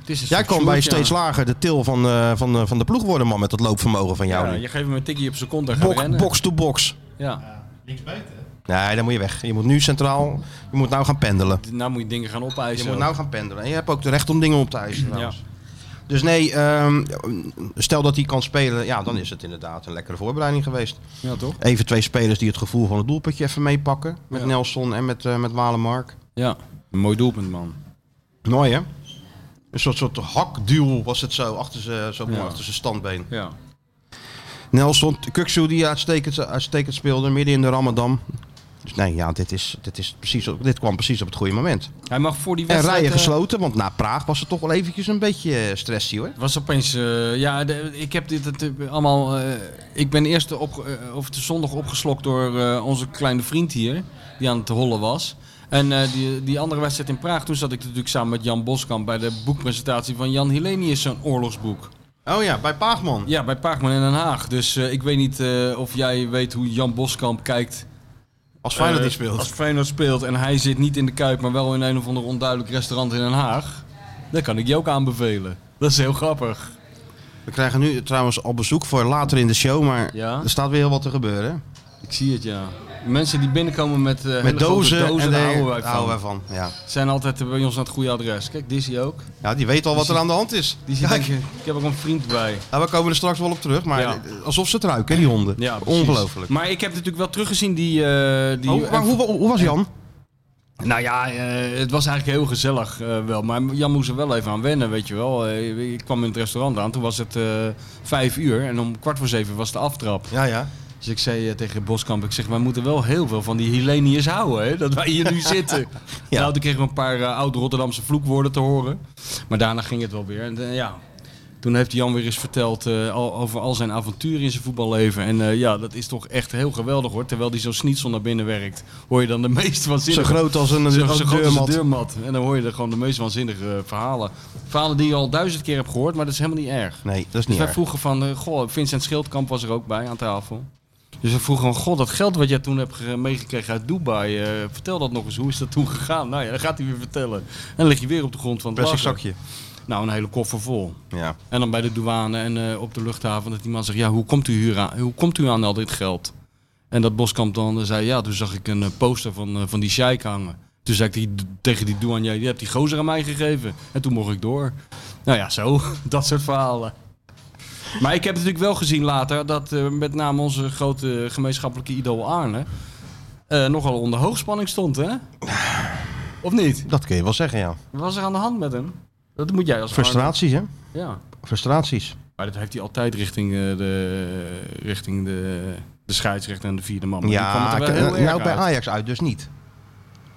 C: het is een
B: Jij
C: soort
B: kon bij
C: shoot, ja.
B: steeds lager de til van, eh, van, eh, van de ploeg worden, man, met dat loopvermogen van jou
C: Ja,
B: nu.
C: je geeft hem een tikkie op zijn kont en gaat
B: Bok-
C: rennen.
B: box to box.
C: Ja.
B: Nee, dan moet je weg. Je moet nu centraal, je moet nou gaan pendelen.
C: Nou moet je dingen gaan
B: Je
C: opeisen.
B: moet nou gaan pendelen. En je hebt ook het recht om dingen op te eisen.
C: ja.
B: trouwens. Dus nee, ehm, stel dat hij kan spelen, ja, dan is het inderdaad een lekkere voorbereiding geweest.
C: ja, toch?
B: Even twee spelers die het gevoel van het doelpuntje even meepakken. Met
C: Ja.
B: Nelson en met, eh, met Walemark.
C: Ja. Een mooi doelpunt, man.
B: Mooi hè? Een soort, soort hakduel was het zo, achter zijn zo
C: Ja.
B: achter zijn standbeen.
C: Ja.
B: Nelson, Kuksu die uitstekend, uitstekend speelde, midden in de Ramadan. Dus nee, ja, dit, is, dit, is precies, op- dit kwam precies op het goede moment.
C: Hij mag voor die
B: En
C: wedstrijd...
B: rijen
C: eh,
B: gesloten, want na Praag was het toch wel eventjes een beetje eh, stressie hoor.
C: Het was opeens, eh, ja, de- ik heb dit het, eh, allemaal. eh, ik ben eerst op, eh, of de zondag opgeslokt door eh, onze kleine vriend hier, die aan het hollen was. En eh, die, die andere wedstrijd in Praag, toen zat ik natuurlijk samen met Jan Boskamp bij de boekpresentatie van Jan Hilenius, zijn oorlogsboek.
B: Oh ja, bij Paagman.
C: Ja, bij Paagman in Den Haag. Dus eh, ik weet niet eh, of jij weet hoe Jan Boskamp kijkt
B: Als Feyenoord
C: eh,
B: niet speelt.
C: Als Feyenoord speelt en hij zit niet in de Kuip, maar wel in een of ander onduidelijk restaurant in Den Haag. Dan kan ik je ook aanbevelen. Dat is heel grappig.
B: We krijgen nu trouwens al bezoek voor later in de show, maar
C: Ja.
B: er staat weer heel wat te gebeuren. hè?
C: Ik zie het, ja. Mensen die binnenkomen met, eh, hele
B: Met
C: grote
B: dozen, en
C: daar
B: de-
C: houden wij
B: daar
C: van.
B: van. Ja.
C: Zijn altijd eh, bij ons aan het goede adres. Kijk, Dizzy ook.
B: ja, die weet al wat er aan de hand is.
C: Die zit,
B: Kijk,
C: denk ik, ik heb ook een vriend bij.
B: nou, we komen er straks wel op terug, maar
C: Ja.
B: alsof ze truiken, hè, die honden.
C: Ja, precies.
B: Ongelooflijk.
C: Maar ik heb natuurlijk wel teruggezien die... eh, die
B: Oh, maar hoe, hoe, hoe was Jan?
C: Nou ja, eh, het was eigenlijk heel gezellig eh, wel. Maar Jan moest er wel even aan wennen, weet je wel. Eh, ik kwam in het restaurant aan, toen was het eh, vijf uur. En om kwart voor zeven was de aftrap.
B: Ja, ja.
C: Dus ik zei eh, tegen Boskamp, ik zeg, wij moeten wel heel veel van die Heleniërs houden, hè, dat wij hier nu zitten.
B: Ja.
C: Nou, toen kregen we een paar eh, oud-Rotterdamse vloekwoorden te horen. Maar daarna ging het wel weer. En eh, ja, toen heeft Jan weer eens verteld eh, al, over al zijn avonturen in zijn voetballeven. En eh, ja, dat is toch echt heel geweldig hoor. Terwijl hij zo snitsel naar binnen werkt, hoor je dan de meest
B: Zo
C: waanzinnige...
B: groot als een,
C: Zo,
B: als
C: zo
B: een
C: groot als een
B: deurmat.
C: deurmat. En dan hoor je er gewoon de meest waanzinnige eh, verhalen. Verhalen die je al duizend keer hebt gehoord, maar dat is helemaal niet erg.
B: Nee, dat is
C: Dus
B: niet
C: wij
B: erg.
C: vroegen van, eh, goh, Vincent Schildkamp was er ook bij aan tafel. Dus we vroegen van, goh, dat geld wat jij toen hebt ge- meegekregen uit Dubai, eh, vertel dat nog eens, hoe is dat toen gegaan? Nou ja, dat gaat hij weer vertellen. En dan lig je weer op de grond van het
B: Plastic
C: lachen.
B: zakje.
C: Nou, een hele koffer vol.
B: Ja.
C: En dan bij de douane en eh, op de luchthaven dat die man zegt, ja, hoe komt u, hier aan, hoe komt u aan al dit geld? En dat Boskamp dan eh, zei, ja, toen zag ik een eh, poster van, eh, van die sheik hangen. Toen zei ik die, tegen die douanier, je hebt die gozer aan mij gegeven. En toen mocht ik door. Nou ja, zo, dat soort verhalen. Maar ik heb natuurlijk wel gezien later dat eh, met name onze grote gemeenschappelijke idool Arne eh, nogal onder hoogspanning stond, hè? Of niet?
B: Dat kun je wel zeggen, ja.
C: Wat was er aan de hand met hem? Dat moet jij als Arne-
B: Frustraties, hè?
C: Ja.
B: Frustraties.
C: Maar dat heeft hij altijd richting, eh, de, richting de, de scheidsrechter en de vierde man. Maar die kwam
B: Ja,
C: het er wel heel
B: k-
C: erg
B: nou bij
C: uit.
B: Ajax uit dus niet.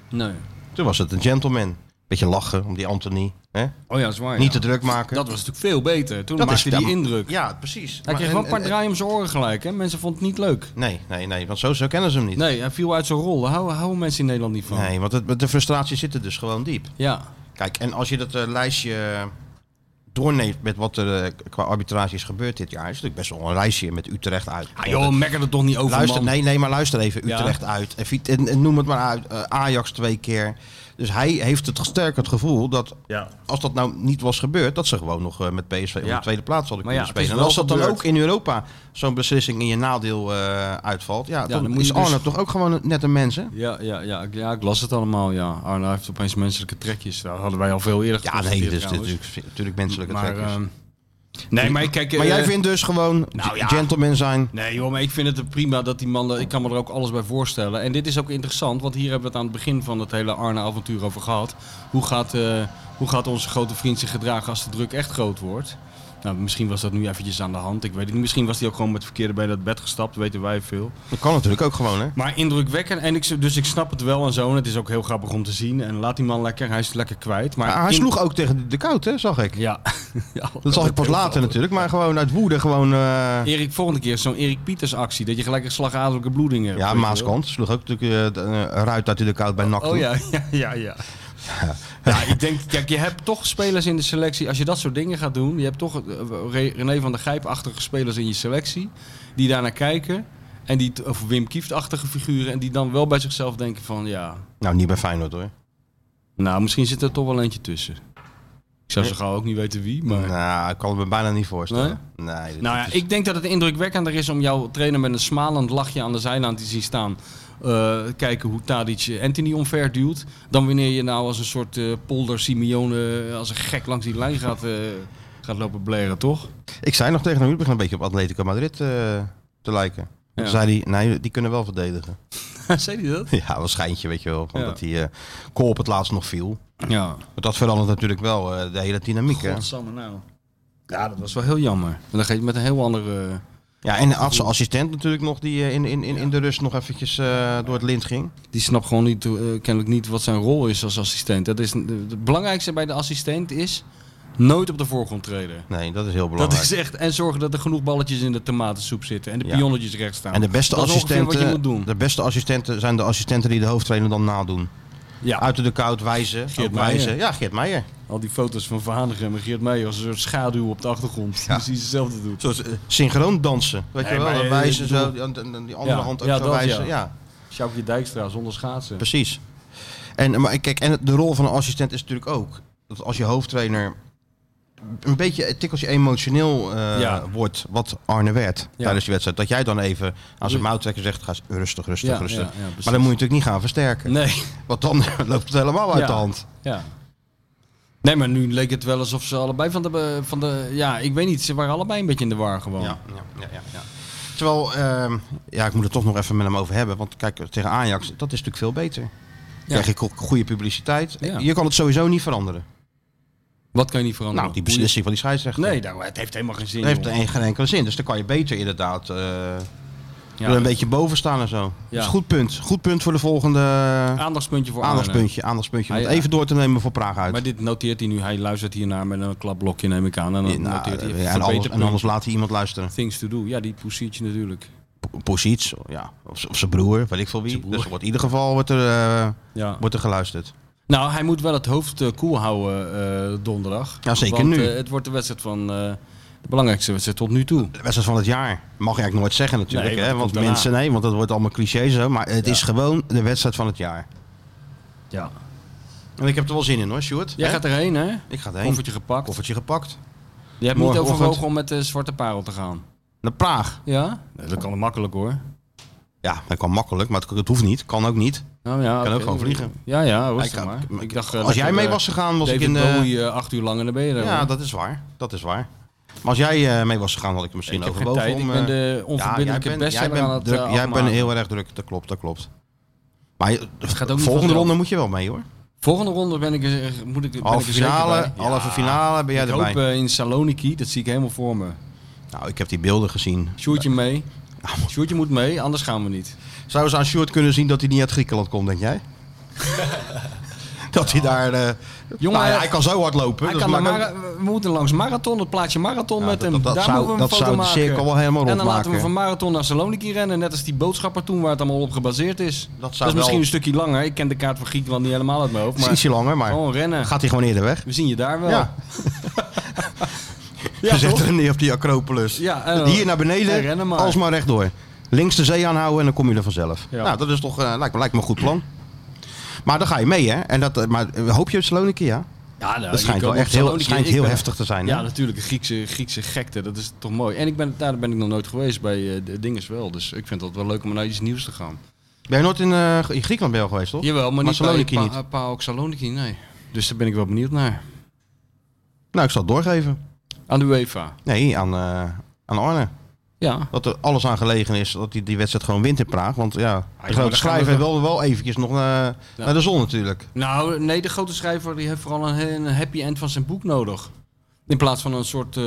C: Nee.
B: Toen was het een gentleman. Beetje lachen om die Anthony. Hè?
C: Oh ja, zwaar.
B: Niet te druk maken.
C: Dat was natuurlijk veel beter. Toen
B: Dat
C: maakte
B: is-
C: hij die
B: ja, maar-
C: indruk.
B: Ja, precies.
C: Hij kreeg wel een paar draai om zijn oren gelijk. Hè? Mensen vonden het niet leuk.
B: Nee, nee, nee, want zo, zo kennen ze hem niet.
C: Nee, hij viel uit zijn rol. Daar houden, houden mensen in Nederland niet van.
B: Nee, want het, de frustratie zit er dus gewoon diep.
C: Ja. Ah,
B: Kijk, en als je dat eh, lijstje doorneemt met wat er eh, qua arbitrage is gebeurd dit jaar, is natuurlijk best wel een lijstje met Utrecht uit.
C: Ah, joh, mekker er toch niet over,
B: luister,
C: man.
B: nee, nee, maar luister even.
C: Ja.
B: Utrecht uit. En, Viet- en, en noem het maar uit. eh, Ajax twee keer. Dus hij heeft het sterk het gevoel dat
C: Ja.
B: als dat nou niet was gebeurd, dat ze gewoon nog eh, met PSV op
C: Ja.
B: de tweede plaats hadden kunnen
C: Maar ja, het is
B: spelen. En
C: wel
B: als dat dan
C: gebeurd.
B: ook in Europa zo'n beslissing in je nadeel eh, uitvalt, ja, dan,
C: dan moet
B: is
C: je dus-
B: Arne toch ook gewoon net een mens, hè?
C: Ja, ja, ja, ik- ja, ik las het allemaal, ja. Arne heeft opeens menselijke trekjes. Dat hadden wij al veel eerder
B: Ja, nee,
C: geconstateerd,
B: dus
C: trouwens.
B: natuurlijk, natuurlijk menselijke
C: Maar,
B: trekkers.
C: ehm, nee, maar kijk...
B: maar jij
C: eh,
B: vindt dus gewoon
C: nou
B: g-
C: ja.
B: gentleman zijn.
C: Nee joh, maar ik vind het prima dat die man, ik kan me er ook alles bij voorstellen. En dit is ook interessant, want hier hebben we het aan het begin van het hele Arne-avontuur over gehad. Hoe gaat, eh, hoe gaat onze grote vriend zich gedragen als de druk echt groot wordt? Nou, misschien was dat nu eventjes aan de hand, ik weet het niet. Misschien was hij ook gewoon met verkeerde bij dat bed gestapt, weten wij veel.
B: Dat kan natuurlijk ook gewoon, hè?
C: Maar indrukwekkend, en ik, dus ik snap het wel en zo. En het is ook heel grappig om te zien. En laat die man lekker, hij is lekker kwijt. Maar
B: hij
C: in-
B: sloeg ook tegen de, de koud, hè, zag ik.
C: Ja. ja
B: Dat zag ik pas
C: heel
B: later
C: grappig.
B: natuurlijk, maar gewoon uit woede gewoon... eh,
C: Erik, volgende keer zo'n Erik Pieters actie, dat je gelijk een slagadelijke bloeding hebt.
B: ja,
C: weet je wel.
B: Maaskant sloeg ook natuurlijk eh, de- eh, ruit uit de koud bij NAC.
C: Oh
B: toe.
C: ja, ja, ja, ja. Ja, ik denk, kijk, je hebt toch spelers in de selectie. Als je dat soort dingen gaat doen, je hebt toch eh, Re- René van der Gijp-achtige spelers in je selectie. Die daarnaar kijken. En die, t- of Wim Kieft-achtige figuren. En die dan wel bij zichzelf denken van, ja,
B: Nou, niet bij Feyenoord hoor.
C: nou, misschien zit er toch wel eentje tussen. Ik zou zo gauw ook niet weten wie, maar...
B: Nou, ik kan het me bijna niet voorstellen. Nee? dit-
C: Nou ja,
B: dit is-
C: ik denk dat het indrukwekkender is om jouw trainer met een smalend lachje aan de zijlijn te zien staan. eh, kijken hoe Tadic Anthony omver duwt. Dan wanneer je nou als een soort eh, polder Simeone eh, als een gek langs die lijn gaat, eh, gaat lopen bleren, toch?
B: ik zei nog tegen hem, het begint een beetje op Atletico Madrid eh, te lijken. Toen
C: Ja.
B: zei hij, nee, die kunnen wel verdedigen.
C: Zei hij dat?
B: Ja, wel schijntje, weet je wel. van
C: Ja.
B: Dat die eh kool op het laatst nog viel.
C: Ja.
B: Maar dat verandert natuurlijk wel eh, de hele dynamiek. Hè?
C: Godsamme nou. Ja, dat was wel heel jammer. En dan geef je met een heel andere... eh,
B: Ja, en als assistent natuurlijk nog die eh, in, in, in, in de rust nog eventjes eh, door het lint ging.
C: die snapt gewoon niet, eh, kennelijk niet wat zijn rol is als assistent. Dat is, eh, het belangrijkste bij de assistent is nooit op de voorgrond treden.
B: Nee, dat is heel
C: Dat
B: belangrijk.
C: is echt. En zorgen dat er genoeg balletjes in de tomatensoep zitten. En de
B: Ja.
C: pionnetjes recht staan.
B: En de beste,
C: dat is ongeveer
B: assistenten,
C: wat je moet doen.
B: de beste assistenten zijn de assistenten die de hoofdtrainer dan nadoen.
C: Ja,
B: Uit de koud wijzen.
C: Geert
B: ook wijzen.
C: Meijer.
B: Ja, Geert Meijer.
C: al die foto's van Vaandegem en Geert Meijer als een soort schaduw op de achtergrond.
B: Ja.
C: Precies hetzelfde doet.
B: Zoals, eh, synchroon dansen. Weet
C: Nee,
B: je wel,
C: maar,
B: dan
C: eh,
B: wijzen
C: ik bedoel-
B: zo. Die, an- die andere
C: Ja,
B: hand ook
C: ja,
B: zo
C: dat,
B: wijzen.
C: ja.
B: Ja.
C: Sjoukje Dijkstra zonder schaatsen.
B: Precies. En, maar kijk, en het- de rol van een assistent is natuurlijk ook dat als je hoofdtrainer een beetje een tikkeltje emotioneel eh,
C: Ja.
B: wordt, wat Arne werd
C: Ja.
B: tijdens die wedstrijd, dat jij dan even aan zijn mouw trekt en zegt, ga eens rustig, rustig,
C: Ja,
B: rustig.
C: ja, ja, precies.
B: maar dan moet je natuurlijk niet gaan versterken,
C: Nee.
B: want dan loopt het helemaal uit
C: Ja.
B: de hand.
C: Ja. Nee, maar nu leek het wel alsof ze allebei van de, be- van de... Ja, ik weet niet. Ze waren allebei een beetje in de war gewoon.
B: Ja, ja, ja, ja, ja. Terwijl, ehm, ja, ik moet het toch nog even met hem over hebben. Want kijk, tegen Ajax, dat is natuurlijk veel beter. Krijg je go- goede publiciteit.
C: Ja.
B: Je kan het sowieso niet veranderen.
C: Wat kan je niet veranderen?
B: Nou, die beslissing van die scheidsrechter.
C: Nee, nou, het heeft helemaal geen zin.
B: Dat heeft
C: joh.
B: een- geen enkele zin. Dus dan kan je beter inderdaad eh,
C: Ja.
B: er een beetje boven staan en zo. Dat is
C: Ja.
B: goed punt. Goed punt voor de volgende
C: Aandachtspuntje voor Arne.
B: aandachtspuntje. aandachtspuntje. Om
C: Ah,
B: het
C: ja.
B: even door te nemen voor Praag uit.
C: Maar dit noteert hij nu. Hij luistert hiernaar met een klapblokje, neem ik aan. En
B: Ja,
C: dan
B: nou,
C: noteert hij
B: ja,
C: even
B: en, anders, en
C: verbeterpunt.
B: anders laat hij iemand luisteren.
C: Things to do. Ja, die positie natuurlijk.
B: Posiets, ja. of, z- of zijn broer, weet ik veel wie.
C: Zijn broer.
B: Dus er wordt in ieder geval wordt er, eh,
C: Ja.
B: wordt er geluisterd.
C: Nou, hij moet wel het hoofd eh, koel houden eh, donderdag.
B: Ja, zeker
C: Want,
B: nu.
C: eh, het wordt de wedstrijd van... eh, de belangrijkste wedstrijd tot nu toe.
B: De wedstrijd van het jaar. Mag je eigenlijk nooit zeggen natuurlijk.
C: Nee, want
B: hè?
C: dat
B: Want
C: komt daarna.
B: mensen, nee, want dat wordt allemaal cliché zo. Maar het is gewoon de wedstrijd van het jaar.
C: Ja.
B: En ik heb er wel zin in hoor, Sjoerd.
C: Jij
B: Hè?
C: gaat erheen, hè?
B: Ik ga erheen.
C: Koffertje gepakt.
B: Koffertje gepakt.
C: Je hebt niet
B: Morgenochtend.
C: overwogen om met de Zwarte Parel te gaan.
B: Naar Praag.
C: Ja? dat kan makkelijk hoor.
B: Ja, dat kan makkelijk, maar het, het hoeft niet. Kan ook niet.
C: Nou, ja,
B: Kan
C: oké.
B: ook gewoon vliegen.
C: Ja, ja,
B: Ik
C: rustig
B: ga-
C: maar.
B: ik-
C: Ik dacht, eh,
B: Als
C: lekker,
B: jij mee
C: eh,
B: was gegaan, was
C: David
B: ik in de...
C: Bowie eh, acht uur lang en dan ben je er.
B: Ja,
C: hoor.
B: dat is waar. Dat is waar. Maar als jij eh, mee was gegaan, had ik misschien
C: ik heb geen
B: overwogen
C: tijd.
B: om...
C: ik
B: eh,
C: ben de
B: jij
C: onverbiddelijke
B: bent- jij
C: bestseller
B: bent
C: aan het
B: druk,
C: eh,
B: Jij bent
C: afmaken.
B: heel erg druk, dat klopt, dat klopt. Maar je-
C: gaat ook niet
B: volgende
C: vanzelf.
B: ronde moet je wel mee hoor.
C: Volgende ronde ben ik, eh, moet ik, ben ik
B: Halve
C: er zeker
B: finale,
C: bij. Ja.
B: halve finale ben jij
C: ik
B: erbij.
C: hoop eh, in Saloniki, dat zie ik helemaal voor me.
B: Nou, ik heb die beelden gezien.
C: Sjoertje mee. Sjoertje moet mee, anders gaan we niet.
B: Zouden ze aan Sjoerd kunnen zien dat hij niet uit Griekenland komt, denk jij? dat hij daar... eh
C: Jongen,
B: nou ja,
C: hij-
B: hij kan zo hard lopen.
C: Hij
B: dus
C: kan
B: maakt
C: de
B: ook-
C: mara- we moeten langs marathon, het plaatje marathon
B: Ja,
C: met
B: dat-
C: hem.
B: dat- dat
C: Daar
B: zou-
C: moeten we een
B: dat
C: foto
B: zou de
C: maken.
B: cirkel wel helemaal
C: En dan laten we
B: rondmaken.
C: van marathon naar Saloniki rennen, net als die boodschapper toen waar het allemaal op gebaseerd is.
B: Dat zou
C: is misschien
B: wel-
C: een stukje langer. Ik ken de kaart van Griekenland niet helemaal uit mijn hoofd,
B: Het is
C: maar
B: ietsje langer, maar
C: gewoon rennen.
B: gaat hij gewoon eerder weg?
C: We zien je daar wel.
B: Ja.
C: Ja,
B: Ze zetten
C: toch?
B: hem neer op die Acropolis.
C: Ja, en dan-
B: Hier naar
C: en
B: beneden,
C: rennen maar.
B: alsmaar rechtdoor. Links de zee aanhouden en dan kom je er vanzelf.
C: Ja.
B: Nou, dat is toch, eh, lijkt, me, lijkt me een goed plan. Maar dan ga je mee, hè? En dat, eh, maar eh, hoop je Saloniki, ja?
C: Ja, nou,
B: Dat
C: je
B: schijnt wel
C: kan op
B: echt heel,
C: Saloniki-
B: schijnt
C: ik
B: heel
C: ben-
B: heftig te zijn. hè?
C: Ja, natuurlijk. de Griekse, Griekse gekte, dat is toch mooi. En ik ben, daar ben ik nog nooit geweest bij eh, de Dinges wel. Dus ik vind het wel leuk om naar iets nieuws te gaan.
B: Ben je nooit in, eh, in Griekenland ben je al geweest, toch?
C: Jawel, maar,
B: Maar
C: niet
B: Saloniki
C: bij
B: niet.
C: Pa- Paok Saloniki, nee. Dus daar ben ik wel benieuwd naar.
B: Nou, ik zal het doorgeven.
C: Aan de UEFA.
B: Nee, aan, eh, aan Arne.
C: Ja.
B: Dat er alles aan gelegen is dat hij die wedstrijd gewoon wint in Praag. Want ja, de
C: maar
B: grote
C: dan gaan we
B: schrijver
C: wel-
B: wil wel eventjes nog naar, naar de zon natuurlijk.
C: Nou, nee, de grote schrijver die heeft vooral een, een happy end van zijn boek nodig. In plaats van een soort, eh,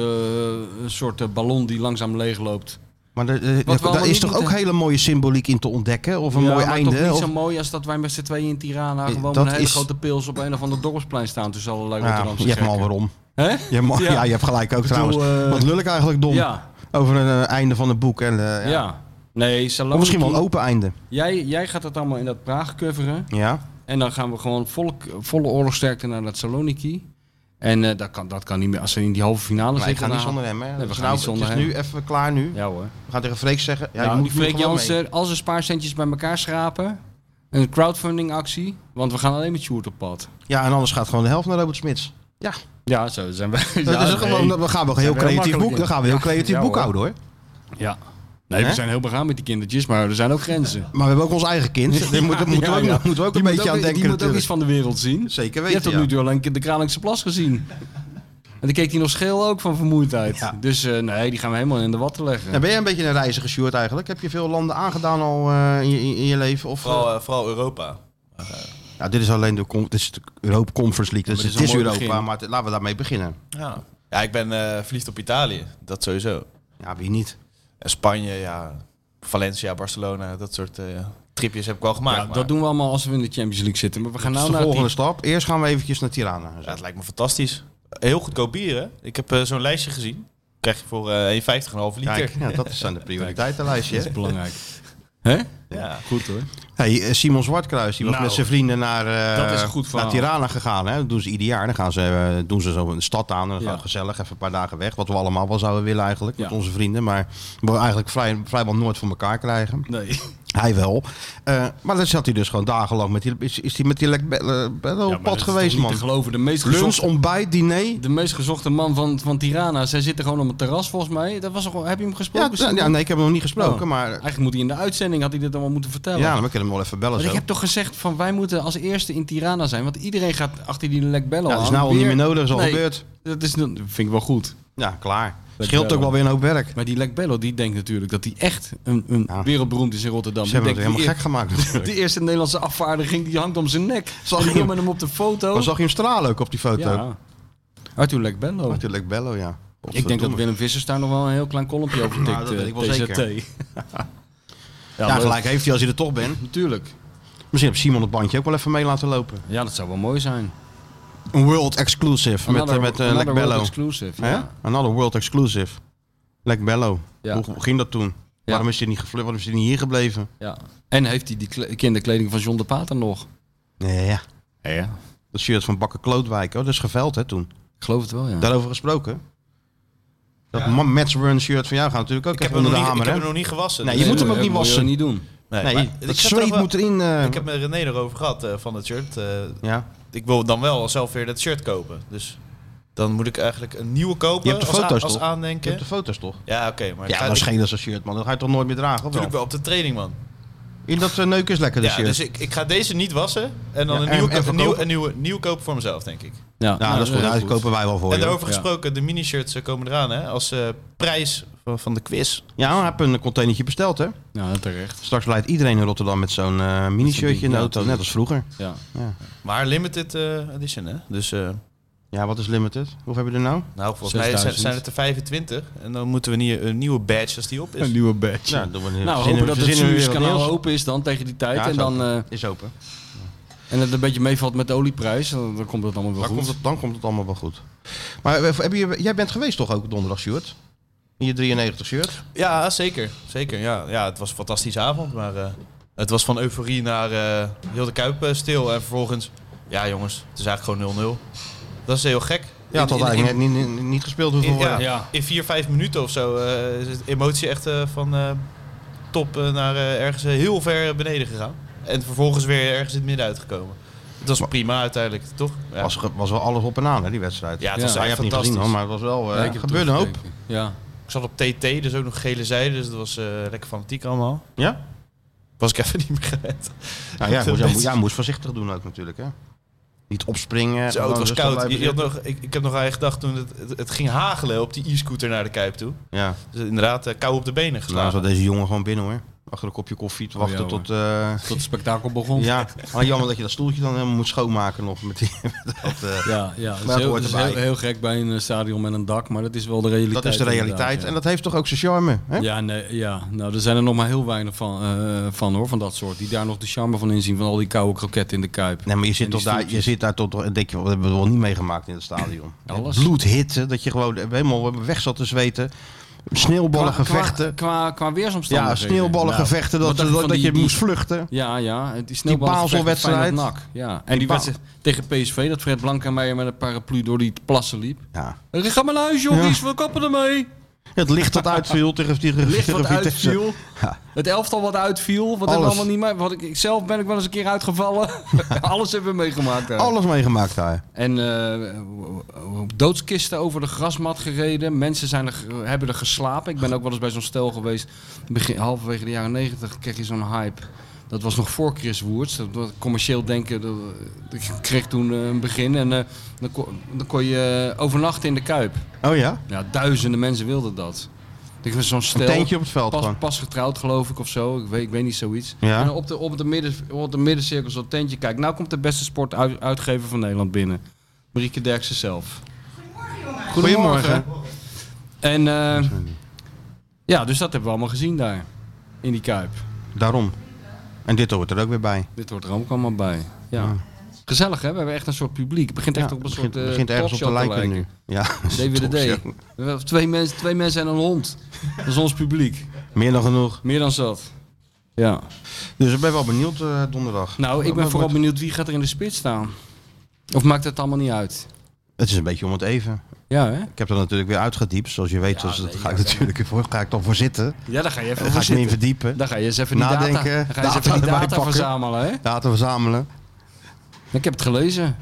C: een soort eh, ballon die langzaam leegloopt.
B: Maar er- er-
C: allemaal
B: daar is
C: niet
B: toch ook
C: moeten-
B: hele mooie symboliek in te ontdekken? Of een
C: Ja,
B: mooi
C: maar
B: einde?
C: toch niet
B: of-
C: zo mooi als dat wij met z'n tweeën in Tirana
B: Eh,
C: gewoon
B: dat
C: met een hele
B: is-
C: grote pils op een of ander dorpsplein staan tussen allerlei
B: Ja,
C: Rotterdamse
B: je hebt me al
C: gekken.
B: waarom.
C: Hè?
B: Je mag, ja.
C: Ja.
B: je hebt gelijk ook
C: bedoel,
B: trouwens.
C: eh,
B: Wat lul ik eigenlijk dom
C: Ja,
B: over een eh, einde van het boek. En, eh,
C: ja.
B: ja.
C: Nee,
B: Of
C: Saloniki.
B: misschien wel een open einde.
C: Jij, jij gaat het allemaal in dat Praag coveren.
B: Ja.
C: En dan gaan we gewoon volk, volle oorlogsterkte naar dat Saloniki. En eh, dat, kan, dat kan niet meer. Als ze in die halve finale
B: Maar ik ga
C: zitten...
B: niet
C: dan-
B: zonder hem. Hè.
C: we
B: Dus
C: gaan
B: nou,
C: niet zonder
B: het is
C: hem.
B: nu even klaar nu.
C: Ja hoor.
B: We gaan tegen Freek zeggen. Ja, je
C: nou,
B: moet
C: die Freek
B: nu gewoon mee.
C: Jansen, al zijn spaarcentjes bij elkaar schrapen. Een crowdfunding actie. Want we gaan alleen met Sjoerd op pad.
B: Ja, en anders gaat gewoon de helft naar Robert Smits.
C: Ja, zo zijn wij.
B: Dat is gewoon, we gaan wel een heel
C: we heel
B: creatief
C: makkelijk
B: boek.
C: in.
B: Dan gaan we een heel
C: Ja,
B: creatief
C: ja,
B: boek
C: hoor.
B: houden hoor.
C: Ja. Nee, we
B: Hè?
C: zijn heel begaan met die kindertjes, maar er zijn ook grenzen.
B: Maar we hebben ook ons eigen kind. Daar moeten moet,
C: Ja,
B: we ook,
C: ja.
B: moeten we ook
C: Die
B: een
C: moet
B: beetje aan denken
C: Die moet ook
B: natuurlijk.
C: iets van de wereld zien.
B: Zeker
C: Je hebt
B: weten,
C: tot
B: ja.
C: nu toe alleen de Kralingse Plas gezien. En dan keek hij nog scheel ook van vermoeidheid.
B: Ja.
C: Dus eh, nee, die gaan we helemaal in de watten leggen.
B: Ja, Nou, ben jij een beetje een reiziger, Sjoerd, eigenlijk? Heb je veel landen aangedaan al eh, in, je, in- in je leven? Of,
D: Vooral, eh, vooral Europa.
B: ja, dit is alleen de, com- dit is de Europa Conference League. Dus
C: eh, maar dit
B: het is,
C: is een mooi
B: Europa,
C: begin.
B: maar het- laten we daarmee beginnen.
D: Ja, ja ik ben eh, verliefd op Italië. Dat sowieso.
B: Ja, wie niet?
D: En Spanje, ja. Valencia, Barcelona, dat soort eh, tripjes heb ik wel gemaakt.
C: Ja,
D: maar-
C: dat doen we allemaal als we in de Champions League zitten. Maar we gaan
B: Dat
C: nou
B: is de
C: naar
B: volgende
C: die-
B: stap. Eerst gaan we eventjes naar Tirana.
D: Ja, het lijkt me fantastisch. Heel goedkoop bier, hè? Ik heb eh, zo'n lijstje gezien. Krijg je voor eh 1,50 een halve liter.
B: Kijk, ja, dat zijn de prioriteitenlijstje.
C: Dat
B: hè?
C: is belangrijk. Hè?
D: Ja.
C: Goed hoor.
B: Hey, eh, Simon Zwartkruis die was
C: Nou,
B: met zijn vrienden naar, eh,
C: dat is een goed
B: naar
C: verhaal.
B: Tirana gegaan. Hè? Dat doen ze ieder jaar. Dan gaan ze, eh, doen ze zo een stad aan. En dan
C: Ja.
B: gaan we gezellig even een paar dagen weg. Wat we allemaal wel zouden willen eigenlijk.
C: Ja.
B: Met onze vrienden. Maar we eigenlijk vrij, vrijwel nooit voor elkaar krijgen.
C: Nee.
B: Hij wel. Eh, maar dan zat hij dus gewoon dagenlang met die, is, is hij met die lek eh,
C: Ja,
B: op
C: maar dat
B: pad
C: is
B: geweest,
C: toch niet
B: man.
C: te geloven, de meest
B: Lunch,
C: gezochte,
B: ontbijt, diner.
C: de meest gezochte man van, van Tirana. Zij zitten gewoon op het terras volgens mij. Dat was toch, wel- heb je hem
B: Ja,
C: gesproken?
B: d-
C: Simon?
B: ja, nee, ik heb hem nog niet gesproken,
C: Oh.
B: maar
C: Eigenlijk moet hij in de uitzending, had hij dit allemaal moeten vertellen.
B: ja, we kunnen hem wel even bellen.
C: Want
B: Zo.
C: ik heb toch gezegd van wij moeten als eerste in Tirana zijn. Want iedereen gaat achter die Lek Bello
B: ja, dat is
C: aan.
B: nou al niet
C: Weer-
B: meer nodig, is al
C: Nee,
B: gebeurd.
C: Dat, is, dat vind ik wel goed.
B: Ja, klaar.
C: Dat
B: Scheelt
C: wel.
B: ook wel weer een hoop werk.
C: Maar die Lek Bello die denkt natuurlijk dat hij echt een, een
B: Ja.
C: wereldberoemd is in Rotterdam.
B: Ze
C: Die
B: hebben het
C: denkt,
B: helemaal
C: die
B: gek gemaakt natuurlijk.
C: De eerste Nederlandse afvaardiging die hangt om zijn nek.
B: Zag
C: en
B: je
C: ik
B: hem?
C: met hem op de foto.
B: Maar zag je hem stralen ook op die foto? Oh.
C: ja. Arthur Lekbello.
B: Natuurlijk Bello, ja.
C: Ik denk dat Willem Vissers daar nog wel een heel klein kolompje over tikt.
B: Nou, dat weet ik wel
C: eh,
B: zeker.
C: TZT.
B: Ja,
C: maar-
B: gelijk heeft hij als hij er toch bent.
C: Natuurlijk.
B: Misschien heb Simon het bandje ook wel even mee laten lopen.
C: Ja, dat zou wel mooi zijn.
B: Een world exclusive met, eh,
C: Another-
B: met eh,
C: another
B: Lek Bello.
C: world exclusive,
B: Hè?
C: ja.
B: Another world exclusive. Lek Bello.
C: Ja.
B: Hoe, hoe ging dat toen? Waarom is hij niet gevlucht? Waarom is hij niet hier gebleven?
C: Ja. En heeft hij die kle- kinderkleding van John de Pater nog?
B: Nee, ja.
C: Ja.
B: Dat shirt van Bakker Klootwijk. Oh, dat is geveld hè toen.
C: Ik geloof het wel, ja.
B: Daarover gesproken. Dat ma- match run shirt van jou gaat natuurlijk ook
D: Ik heb,
B: even
D: hem nog
B: onder de
D: niet,
B: hamer,
D: ik heb
B: hè?
D: hem nog niet gewassen.
B: Nee,
D: dus,
B: je moet
D: eh,
B: hem ook
C: dat
B: niet
C: moet je
B: wassen.
C: niet doen.
D: maar
B: Nee,
D: ik
B: dat
D: heb er
B: zweet
D: wel-
B: moet erin. eh,
D: Ik heb met René erover gehad eh, van het shirt. eh,
B: Ja.
D: ik wil dan wel zelf weer dat shirt kopen. Dus dan moet ik eigenlijk een nieuwe kopen
B: Je hebt de
D: als, a-
B: foto's,
D: als
B: toch? Je
D: aandenken.
B: hebt de foto's toch?
D: Ja, oké. maar
B: Ja,
D: ga-
B: dat
D: ik-
B: schelen zo'n shirt, man. Dat ga je toch nooit meer dragen, of wel?
D: natuurlijk wel op de training, man.
B: In dat eh, neuk is lekker, de
D: Ja,
B: shirt.
D: dus ik, ik ga deze niet wassen. En dan
B: Ja,
D: een,
B: en-
D: nieuwe,
B: en
D: ko- een, nieuwe,
B: verkopen.
D: een nieuwe, nieuwe kopen voor mezelf, denk ik.
C: Ja,
B: Ja, dat
C: nou,
B: is goed.
C: heel
B: Ja, die kopen wij wel voor
D: en
B: je.
D: daarover gesproken, de mini-shirts eh, komen eraan, hè? Als eh, prijs van, van de quiz.
B: Ja, ik heb een containertje besteld, hè.
C: Ja, terecht.
B: Straks leidt iedereen in Rotterdam met zo'n eh mini-shirtje in de
C: Ja,
B: auto, net als vroeger.
C: Ja.
D: Maar limited eh, edition, hè? Dus eh,
B: Ja, wat is limited? Hoeveel hebben we er nou?
D: nou, volgens mij zijn,
C: 6000.
D: zijn het er 25. En dan moeten we nie- een nieuwe badge als die op is.
C: Een nieuwe badge.
B: Nou, doen we
C: Nou,
B: verzinnen-
C: hopen dat het
B: verzinnen we weer wat
C: Suezkanaal
B: nieuws.
C: open is dan tegen die tijd.
B: Ja,
C: en,
B: is
C: dan, eh,
B: Is open.
C: en het een beetje meevalt met de olieprijs. Dan, dan komt het allemaal wel
B: Dan
C: goed.
B: komt, het, dan komt het allemaal wel goed. Maar eh, heb je, jij bent geweest toch ook donderdag, Stuart? In je 93 shirt?
D: Ja, zeker. Zeker, ja. ja. Het was een fantastische avond, maar eh, het was van euforie naar eh, heel de Kuip eh, stil. En vervolgens, ja jongens, het is eigenlijk gewoon 0-0. Dat is heel gek.
B: Ja, het had
D: In- in-
B: eigenlijk net niet, niet, niet gespeeld hoeven
D: in,
B: worden.
D: ja,
C: Ja.
D: in vier, vijf minuten of zo eh, is het emotie echt eh, van eh, top eh, naar eh, ergens eh, heel ver beneden gegaan. En vervolgens weer ergens in het midden uitgekomen. Het was prima uiteindelijk, toch? Ja,
B: Was, ge- was wel alles op en aan, hè, die wedstrijd.
D: ja het
C: Ja.
D: was
B: Ja, je
D: echt
B: hebt niet gezien,
D: fantastisch.
B: hoor, maar het was wel... eh,
C: Ja, ik heb
B: gebeurde een hoop.
C: teruggekeken. Ja.
D: Ik zat op TT, dus ook nog gele zijde, dus dat was eh, lekker fanatiek allemaal.
B: Ja?
D: Was ik even niet meer gewend.
B: Nou, ja,
D: Dat
B: moest,
D: een
B: ja,
D: beetje-
B: moest voorzichtig doen ook natuurlijk, hè. Niet opspringen.
D: Zo,
B: gewoon
D: het was
B: rustig
D: koud.
B: blijven
D: Je- je had
B: zitten.
D: nog, ik, ik heb nog aan je gedacht toen het, het, het ging hagelen op die e-scooter naar de Kuip toe.
B: Ja.
D: Dus inderdaad, eh, kou op de benen
B: Nou,
D: geslagen.
B: zat deze jongen gewoon binnen hoor. Achter een kopje koffie te
C: Oh,
B: wachten
C: ja,
B: tot... eh,
C: Tot het spektakel begon.
B: ja, alleen jammer dat je dat stoeltje dan helemaal moet schoonmaken nog. Met die, met dat, eh,
C: Ja, ja. Dat is,
B: dat
C: heel,
B: hoort
C: dat is
B: erbij.
C: heel, heel gek bij een eh, stadion met een dak, maar dat is wel de realiteit.
B: dat is de realiteit.
C: inderdaad,
B: En
C: ja.
B: dat heeft toch ook zijn charme, hè?
C: Ja, nee, ja, nou er zijn er nog maar heel weinig van, eh, van hoor, van dat soort. Die daar nog de charme van inzien, van al die koude kroketten in de kuip.
B: Nee, maar je zit,
C: En die
B: toch daar, je
C: stoeltjes.
B: zit daar tot... Denk je, wat hebben we wel niet meegemaakt in het stadion.
C: Alles.
B: Bloedhitte, dat je gewoon helemaal weg zat te zweten. Sneeuwballen gevechten.
C: Qua, qua, qua
B: Ja,
C: weersomstandigheden.
B: sneeuwballen
C: Nou,
B: gevechten.
C: wat
B: Dat,
C: dacht je
B: dat,
C: van
B: dat
C: die-
B: je
C: die-
B: moest vluchten.
C: Ja, ja. Die sneeuwballengevechten
B: Baselwedstrijd.
C: Feyenoord NAC. Ja. En die
B: Ba-
C: wedstrijd tegen PSV, dat Fred Blankenmeijer met een paraplu door die plassen liep.
B: Ja.
C: Ga maar naar huis, jongens. We kappen ermee.
B: Het licht dat uitviel tegen die
C: Licht
B: tegen
C: wat
B: Vitesse.
C: uitviel. Het elftal wat uitviel. Wat hebben we
B: Alles.
C: allemaal niet mee? Wat ik, ik zelf ben ik wel eens een keer uitgevallen. Alles hebben we meegemaakt. daar.
B: Alles meegemaakt daar.
C: En eh, doodskisten over de grasmat gereden. Mensen zijn er, ge- hebben er geslapen. Ik ben ook wel eens bij zo'n stel geweest. Begin, halverwege de jaren negentig kreeg je zo'n hype. Dat was nog voor Chris Woerts. Dat, was commercieel denken dat, dat kreeg toen eh, een begin. En eh, dan, kon, dan kon je eh, overnachten in de Kuip.
B: Oh ja?
C: Ja, duizenden mensen wilden dat. Ik was zo'n stel.
B: Een tentje op het veld
C: Pas,
B: gewoon.
C: pas getrouwd geloof ik of zo. Ik weet, ik weet niet zoiets.
B: Ja.
C: En op de, op, de midden, op de middencirkel zo'n tentje. Kijk, nou komt de beste sportuitgever van Nederland binnen. Marieke Derksen zelf.
B: Goedemorgen.
C: En eh, ja, dus dat hebben we allemaal gezien daar. In die Kuip.
B: Daarom. En dit hoort er ook weer bij.
C: Dit hoort er ook allemaal bij. Ja. Gezellig hè? We hebben echt een soort publiek. Het begint echt
B: Ja,
C: op een
B: begint,
C: soort eh,
B: begint ergens op te
C: talkshow
B: lijken nu. Ja,
C: DWDD.
B: talkshow.
C: We hebben Twee mensen, twee mensen en een hond. Dat is ons publiek.
B: Meer dan genoeg.
C: Meer dan zat. Ja.
B: Dus ik ben wel benieuwd eh, donderdag.
C: Nou, ik
B: Wat
C: ben vooral
B: wordt-
C: benieuwd wie gaat er in de spits staan. Of maakt het allemaal niet uit?
B: Het is een beetje om het even.
C: Ja, hè?
B: Ik heb dat natuurlijk weer uitgediept. Zoals je weet,
C: Ja,
B: dus dat
C: nee,
B: ga ik
C: ja,
B: natuurlijk voor, ga ik dan voor zitten.
C: Ja, daar ga je even
B: Daar ga
C: voor
B: ik me in
C: zitten.
B: verdiepen.
C: Dan ga je eens even die
B: Nadenken,
C: data, dan ga je eens
B: data
C: even die
B: erbij
C: data
B: pakken.
C: verzamelen, hè?
B: Data verzamelen.
C: Ik heb het gelezen.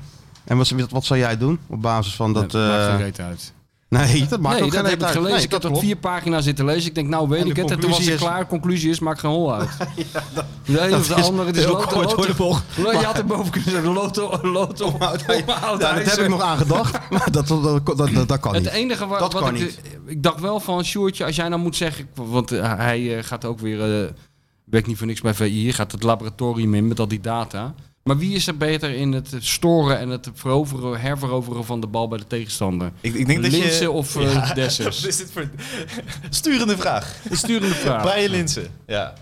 B: En wat, wat zou jij doen op basis van dat...
C: Nee, maakt
B: eh,
C: geen reet uit.
B: nee, dat maakt
C: nee,
B: ook
C: dat
B: geen
C: heb
B: reet uit.
C: ik gelezen.
B: Nee,
C: ik heb dat
B: klopt.
C: vier pagina's zitten lezen. Ik denk, nou weet
B: En
C: ik
B: de
C: het. En toen was
B: conclusie
C: het
B: is-
C: klaar. Conclusie is, maakt geen hol uit. De ene
B: Dat
C: of de
B: is
C: andere, het is
B: heel
C: lood
B: kort, hoor, de bocht.
C: Je had er boven kunnen zeggen, loto, loto,
B: Ja,
C: omhoud,
B: dat heb
C: ijzer.
B: ik nog aan gedacht. Maar dat, dat, dat, dat, dat kan
C: Het e-
B: niet.
C: enige wa-
B: Dat
C: wat
B: kan
C: ik,
B: niet.
C: ik dacht wel van Sjoertje, als jij nou moet zeggen, want eh, hij eh, gaat ook weer, eh, werkt niet voor niks bij VI, hij gaat het laboratorium in met al die data. Maar wie is er beter in het storen en het veroveren, herveroveren van de bal bij de tegenstander?
D: Ik, ik denk dat
C: Linsen
D: je...
C: of eh
D: Wat
C: Dessers?
D: is dit voor... Sturende vraag.
C: De Sturende vraag.
D: Brian Linsen. Ja.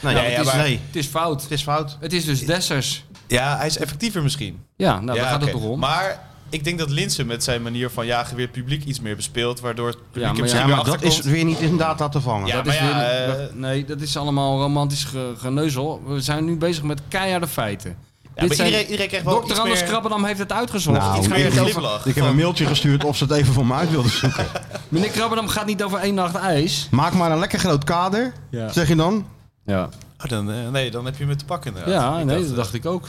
B: Nee,
D: Nou,
B: ja,
D: het
B: ja,
D: is-
B: maar- nee,
C: Het is fout.
B: het is fout.
C: Het is dus Dessers.
D: ja, hij is effectiever misschien.
C: Ja, nou
D: ja,
C: daar gaat het
D: oké.
C: toch om.
D: Maar ik denk dat Linsen met zijn manier van jagen weer publiek iets meer bespeelt, waardoor het publiek
C: maar
D: hem
C: ja.
D: misschien
B: Ja,
D: weer
B: maar dat is
D: achterkomt.
B: weer niet in data te vangen.
D: Ja.
C: dat is
D: maar
C: weer-
D: eh,
C: wacht, nee, dat is allemaal romantisch ge- geneuzel. We zijn nu bezig met keiharde feiten.
D: Ja, maar
C: Dit zijn-
D: iedereen, iedereen krijgt wel
C: Dr.
D: iets
C: Anders
D: meer...
C: Krabbenam heeft het uitgezocht.
B: Nou,
D: Iets
B: ik, heb-
D: meer glimlach.
B: ik heb een mailtje gestuurd of ze het even voor me uit wilden zoeken.
C: Meneer Krabbenam gaat niet over één nacht ijs.
B: Maak maar een lekker groot kader,
C: Ja.
B: zeg je dan.
C: Ja,
D: Oh, dan, eh, nee, dan heb je me te pakken inderdaad.
C: ja
D: Ik
C: nee,
D: dacht, eh,
C: dat dacht ik ook.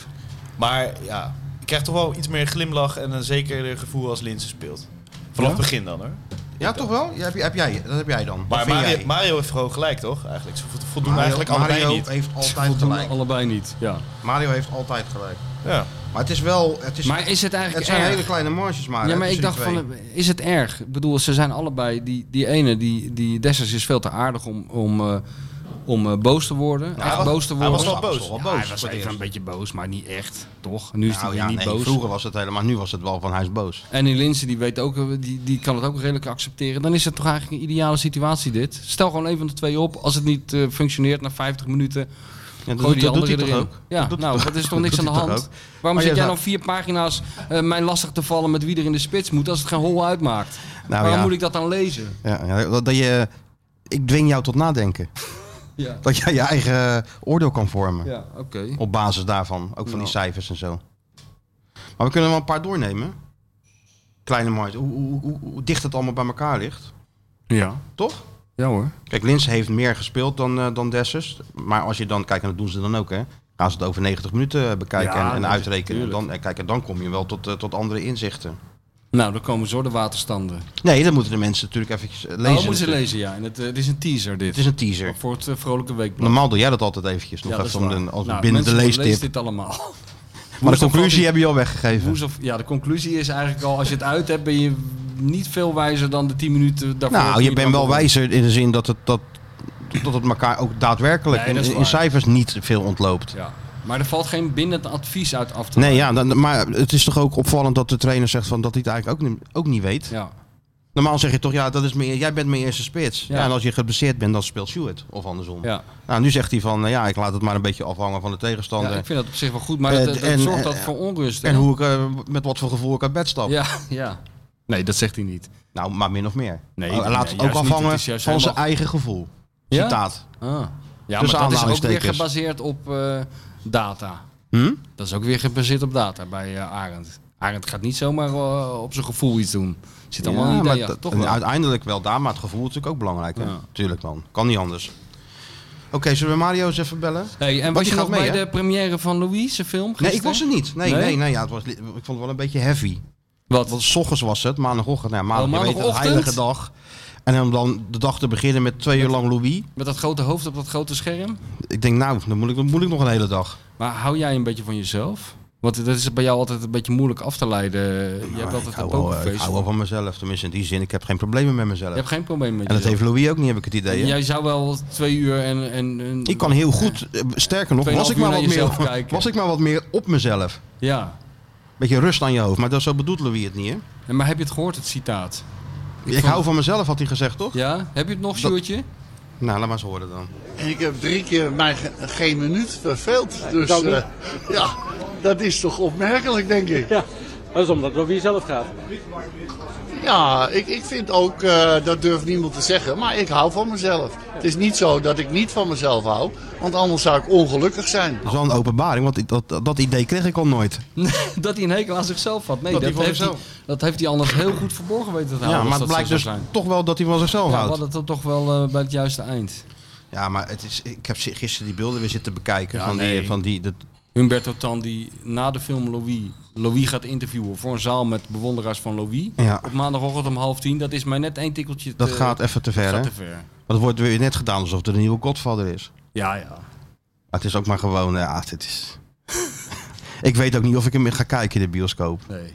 D: Maar ja, je krijgt toch wel iets meer glimlach en een zekerder gevoel als Linsen speelt. Vanaf
C: Ja?
D: het begin dan hoor.
B: Ja, toch wel? Ja, heb, je- heb jij, dat heb jij dan. Wat
D: Maar
B: vind
D: Mario,
B: jij?
D: Mario heeft gewoon gelijk toch eigenlijk? Ze vo- voldoen
B: Mario-
D: eigenlijk allebei
B: Mario
D: niet.
B: heeft altijd
C: Voldoen
B: gelijk.
C: allebei niet. Ja.
B: Mario heeft altijd gelijk.
D: Ja.
B: Maar het is wel... Het, is,
C: Maar is het
B: het
C: eigenlijk
B: zijn
C: erg?
B: hele kleine marges, Mario.
C: ja, maar ik
B: tussen
C: dacht
B: die twee.
C: van, eh, is het erg? Ik bedoel, ze zijn allebei... Die, die ene, die, die Dessers is veel te aardig om, om, eh, om eh, boos te worden.
B: hij
C: echt
B: was-
C: boos te
D: hij
C: worden.
D: was wel boos.
B: wel
C: Ja,
B: boos
C: hij was
B: voor het
C: even
B: eerst.
C: een beetje boos, maar niet echt, toch? Nu is
B: Nou,
C: hij weer
B: ja,
C: niet
B: nee,
C: boos.
B: Vroeger was het helemaal, nu was het wel van hij is boos.
C: En die Linsen, die, weet ook, eh, die, die kan het ook redelijk accepteren. Dan is het toch eigenlijk een ideale situatie dit. Stel gewoon een van de twee op. Als het niet eh, functioneert na 50 minuten,
B: Ja, dat
C: gooi
B: doet,
C: die
B: dat doet
C: andere
B: hij toch
C: erin.
B: ook?
C: Ja, nou, dat is toch niks aan
B: doet
C: de
B: hij toch
C: hand.
B: ook? Oh, Maar
C: Waarom zit
B: jij
C: jij
B: zou-
C: dan vier pagina's eh, mij lastig te vallen met wie er in de spits moet... als het geen hol uitmaakt?
B: Nou,
C: Waarom
B: ja.
C: moet ik dat dan lezen?
B: Ja, ja, dat, dat je, ik dwing jou tot nadenken.
C: Ja,
B: Dat jij je eigen eh, oordeel kan vormen.
C: ja oké.
B: Op basis daarvan. Ook van die
C: Nou.
B: cijfers en zo. Maar we kunnen wel een paar doornemen. Kleine markt. Hoe, hoe, hoe, hoe dicht het allemaal bij elkaar ligt.
C: Ja.
B: Toch?
C: Ja hoor.
B: Kijk, Lins heeft meer gespeeld dan, eh, dan Dessers. Maar als je dan kijkt, en dat doen ze dan ook hè. Gaan ze het over 90 minuten eh, bekijken
C: Ja,
B: en, en
C: dat is-
B: uitrekenen. En
C: tuurlijk.
B: dan, en kijk, en dan kom je wel tot, eh, tot andere inzichten.
C: Nou, dan komen zo de waterstanden.
B: Nee, dat moeten de mensen natuurlijk even lezen.
C: Lezen oh, moeten ze
B: natuurlijk.
C: lezen, ja. En het, eh, het is een teaser dit.
B: Het is een teaser.
C: Voor het eh, vrolijke weekblad.
B: Normaal doe jij dat altijd eventjes. Nog
C: Ja, dat is
B: even om
C: waar.
B: de, als
C: Nou,
B: binnen de
C: mensen,
B: leestip.
C: lees dit allemaal.
B: Maar de
C: Woensdag
B: conclusie
C: valt
B: heb je al weggegeven.
C: Woensdag- ja, de conclusie is eigenlijk al, als je het uit hebt, ben je niet veel wijzer dan de 10 minuten daarvoor.
B: Nou,
C: toen
B: je bent
C: dan
B: wel
C: begon.
B: wijzer in de zin dat het, dat, dat het elkaar ook daadwerkelijk
C: Nee, dat is
B: in, in
C: waar.
B: cijfers niet veel ontloopt.
C: Ja. Maar er valt geen bindend advies uit af te
B: Nee, ja, dan, maar het is toch ook opvallend dat de trainer zegt van dat hij het eigenlijk ook niet, ook niet weet.
C: Ja.
B: Normaal zeg je toch, ja, dat is mijn, jij bent mijn eerste spits. Ja.
C: Ja.
B: en als je geblesseerd bent, dan speelt Stewart of andersom.
C: Ja.
B: Nou, nu zegt hij van, nou ja, ik laat het maar een beetje afhangen van de
C: ja,
B: tegenstander.
C: ik vind dat op zich wel goed, maar
B: Eh,
C: dat, dat
B: en-
C: zorgt dat
B: en-
C: voor onrust. hè?
B: en hoe ik, eh, met wat voor gevoel ik uit bed stap.
C: Ja, ja. Nee, dat zegt hij niet.
B: Nou, maar min of meer.
C: Nee,
B: hij
C: nee,
B: laat het
C: juist
B: ook
C: niet.
B: afhangen
C: Het is juist
B: van zijn
C: helemaal-
B: eigen gevoel.
C: Ja?
B: Citaat.
C: Ah. Ja,
B: Tussen
C: maar dat is ook weer
B: aanhalingstekens.
C: gebaseerd op eh, data.
B: Hm?
C: Dat is ook weer gebaseerd op data bij eh, Arend. Arend gaat niet zomaar eh, op zijn gevoel iets doen. Zit allemaal
B: Ja,
C: een idee
B: maar
C: achter,
B: dat-
C: toch
B: en
C: wel?
B: Uiteindelijk wel daar, maar het gevoel is natuurlijk ook belangrijk. Hè?
C: Ja.
B: Tuurlijk dan. Kan niet anders. Oké, zullen we Mario eens even bellen?
C: Hey, en
B: Want
C: was
B: die
C: je
B: gaat
C: nog
B: mee,
C: bij
B: hè?
C: de première van Louis' film?
B: Nee, ik
C: gisteren?
B: was er niet. Nee, nee,
C: Nee?
B: nee. ja, het was, li- ik vond het wel een beetje heavy.
C: Wat?
B: Want s ochtends was het, maandagochtend. Nou, ja, maandag, je
C: Oh,
B: weet het,
C: maandagochtend?
B: heilige dag. En om dan de dag te beginnen met twee uur lang Louis.
C: Met dat grote hoofd op dat grote scherm?
B: Ik denk, nou, dan moet ik, dan moet ik nog een hele dag.
C: Maar hou jij een beetje van jezelf? Want dat is bij jou altijd een beetje moeilijk af te leiden. Je hebt
B: Maar Nou, ik
C: altijd een
B: hou, wel, eh, ik
C: pokerface.
B: hou wel van mezelf. Tenminste, in die zin, ik heb geen problemen met mezelf.
C: Je hebt geen probleem met
B: en dat
C: jezelf.
B: heeft Louis ook niet, heb ik het idee. hè?
C: Jij zou wel twee uur en... en, en-
B: Ik kan heel goed, eh, sterker nog, was
C: Tweeënhalf
B: ik, maar
C: uur
B: wat
C: naar jezelf
B: meer,
C: kijken.
B: was ik maar wat meer op mezelf.
C: Ja.
B: Beetje rust aan je hoofd. Maar dat zo bedoelt Louis het niet, hè?
C: En Maar heb je het gehoord, het citaat?
B: Ik, hou van mezelf, had hij gezegd, toch?
C: Ja? Heb je het nog,
B: Dat-
C: Sjoerdje?
B: Nou, laat maar eens horen dan.
E: En ik heb drie keer mij ge- geen minuut verveeld. Dus
F: kan niet.
E: eh, ja, dat is toch opmerkelijk, denk ik.
F: Ja, dat is omdat het over jezelf gaat.
E: Ja, ik, ik vind ook, eh, dat durft niemand te zeggen, maar ik hou van mezelf. Het is niet zo dat ik niet van mezelf hou, want anders zou ik ongelukkig zijn.
B: Dat is wel een openbaring, want ik- dat, dat, dat idee kreeg ik al nooit.
C: Nou, dat hij een hekel aan zichzelf had. Nee,
B: Dat
C: dat,
B: hij van
C: heeft, hij,
B: zichzelf.
C: dat heeft hij anders heel goed verborgen weten te houden.
B: ja,
C: als
B: maar het
C: dat
B: blijkt
C: zo
B: dus
C: zou zijn.
B: toch wel dat hij van zichzelf
C: Ja, we
B: houdt.
C: hadden het toch wel eh, bij het juiste eind.
B: Ja, maar het is, ik heb gisteren die beelden weer zitten bekijken.
C: Ja,
B: van
C: nee.
B: die, van die, dat,
C: Humberto Tan die na de film Louis, Louis gaat interviewen voor een zaal met bewonderaars van Louis.
B: Ja.
C: Op maandagochtend om half tien. Dat is mij net één tikkeltje te,
B: dat gaat even te ver,
C: Eh, gaat
B: hè?
C: te ver.
B: Dat wordt weer net gedaan alsof er een nieuwe Godfather is.
C: Ja, ja.
B: Maar het is ook maar gewoon, ja, het is... ik weet ook niet of ik hem ga kijken in de bioscoop.
C: Nee.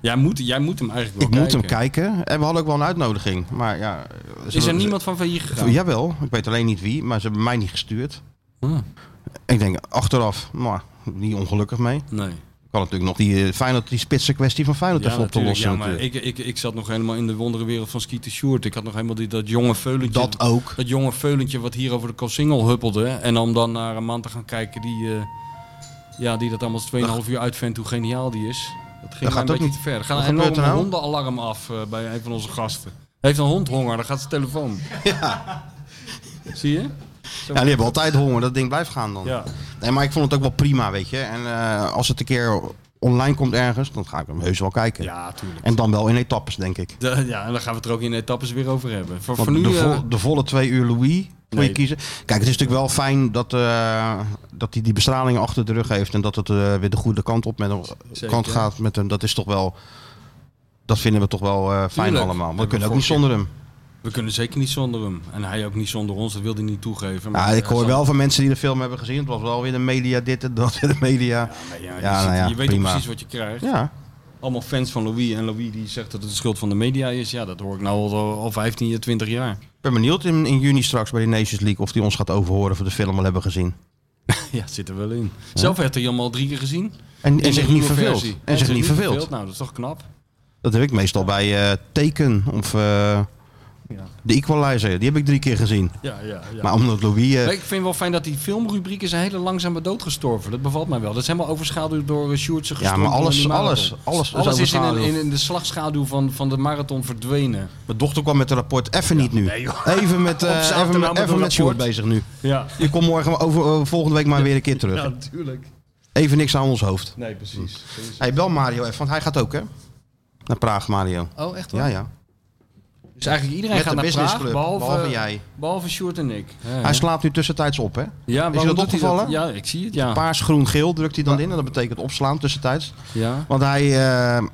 C: Jij moet, jij moet hem eigenlijk
B: Ik
C: wel
B: moet hem
C: kijken.
B: kijken. En we hadden ook wel een uitnodiging. Maar ja... eh, ze-
C: Is
B: ze-
C: er niemand van van hier gegaan?
B: Jawel, ik weet alleen niet wie, maar ze hebben mij niet gestuurd.
C: Ah,
B: Ik denk, achteraf, nou, niet ongelukkig mee.
C: nee.
B: Kan natuurlijk nog die, eh, Feyenoord, die spitse kwestie van Feyenoord even op te
C: natuurlijk.
B: lossen.
C: Ja, maar
B: natuurlijk.
C: ik, ik, ik zat nog helemaal in de wonderenwereld van Ski Short. Ik had nog helemaal die, dat jonge veulentje.
B: Dat ook.
C: dat jonge veulentje wat hier over de Koolsingel huppelde. En om dan naar een man te gaan kijken die, eh, ja, die dat allemaal 2,5 uur uitvindt, hoe geniaal die is. Dat ging mij
B: gaat
C: een
B: ook
C: beetje
B: niet.
C: te ver. Er gaat
B: Wat
C: een
B: gebeurt
C: enorm
B: er nou?
C: hondenalarm af eh, bij een van onze gasten. Hij heeft een hond honger, dan gaat zijn telefoon. Ja. Zie je?
B: Ja, die hebben altijd honger. Dat ding blijft gaan dan.
C: Ja.
B: Nee, maar ik vond het ook wel prima, weet je. En eh, als het een keer online komt ergens, dan ga ik hem heus wel kijken.
C: Ja, tuurlijk.
B: En dan wel in etappes, denk ik.
C: De- ja, en dan gaan we het er ook in etappes weer over hebben. Voor,
B: Want
C: voor nu...
B: de,
C: eh,
B: vo- de volle twee uur Louis moet
C: Nee.
B: je kiezen. Kijk, het is natuurlijk wel fijn dat hij dat die, die bestraling achter de rug heeft. En dat het eh, weer de goede kant op met hem,
C: Zeker.
B: kant gaat met hem. Dat is toch wel... Dat vinden we toch wel eh, fijn
C: Tuurlijk.
B: allemaal. Maar we
C: Hebben
B: kunnen
C: we
B: ook niet
C: vorige
B: zonder hem.
C: We kunnen zeker niet zonder hem. En hij ook niet zonder ons, dat wilde hij niet toegeven.
B: Ja, ik
C: eh,
B: hoor
C: zo-
B: wel van mensen die de film hebben gezien. Het was wel weer de media dit en dat en de media.
C: Ja, je,
B: Ja,
C: zit-
B: nou ja,
C: je weet
B: prima.
C: precies wat je krijgt.
B: Ja,
C: Allemaal fans van Louis. En Louis die zegt dat het de schuld van de media is. Ja, dat hoor ik nou al, al 15, jaar, 20 jaar.
B: ik ben benieuwd in, in juni straks bij de Nations League of die ons gaat overhoren voor de film al hebben gezien.
C: ja, het zit er wel in. Zelf heeft hij hem al drie keer gezien.
B: En, en
C: In
B: zich
C: de
B: niet
C: ruwe
B: verveeld.
C: versie.
B: En zich niet verveeld.
C: Nou, dat is toch knap.
B: Dat heb ik meestal bij eh Teken of eh, de Equalizer. Die heb ik drie keer gezien.
C: Ja, ja, ja.
B: Maar omdat Louis... eh,
C: Maar ik vind wel fijn dat die filmrubriek is een hele langzame dood gestorven. Dat bevalt mij wel. Dat is helemaal overschaduwd door eh, Sjoerdse
B: ja, maar
C: gestrompel en
B: alles,
C: die marathon.
B: alles, alles,
C: Alles is in, een-
B: overschaduwd.
C: in, in de slagschaduw van, van de marathon verdwenen.
B: Mijn dochter kwam met een rapport. Even niet nu. even met, eh,
C: Op zaterdag
B: even
C: met
B: met,
C: een
B: even met
C: rapport.
B: Sjoerd bezig nu.
C: Ja,
B: Je komt morgen, over, eh, volgende week maar weer een keer terug.
C: natuurlijk.
B: Even niks aan ons hoofd.
C: Nee, precies.
B: Hey, bel Mario even, want hij gaat ook, hè? Naar Praag, Mario.
C: Oh, echt waar?
B: Ja, ja.
C: Dus eigenlijk iedereen
B: Met
C: gaat
B: de
C: naar Praag,
B: businessclub,
C: behalve,
B: behalve jij.
C: Behalve Sjoerd en ik. Ja,
B: Hij slaapt nu tussentijds op, hè?
C: ja, waarom
B: dat
C: doet hij
B: opgevallen?
C: Ja, ik zie het, ja.
B: Paars, groen, geel drukt hij dan in. En dat betekent opslaan tussentijds.
C: ja.
B: Want hij eh,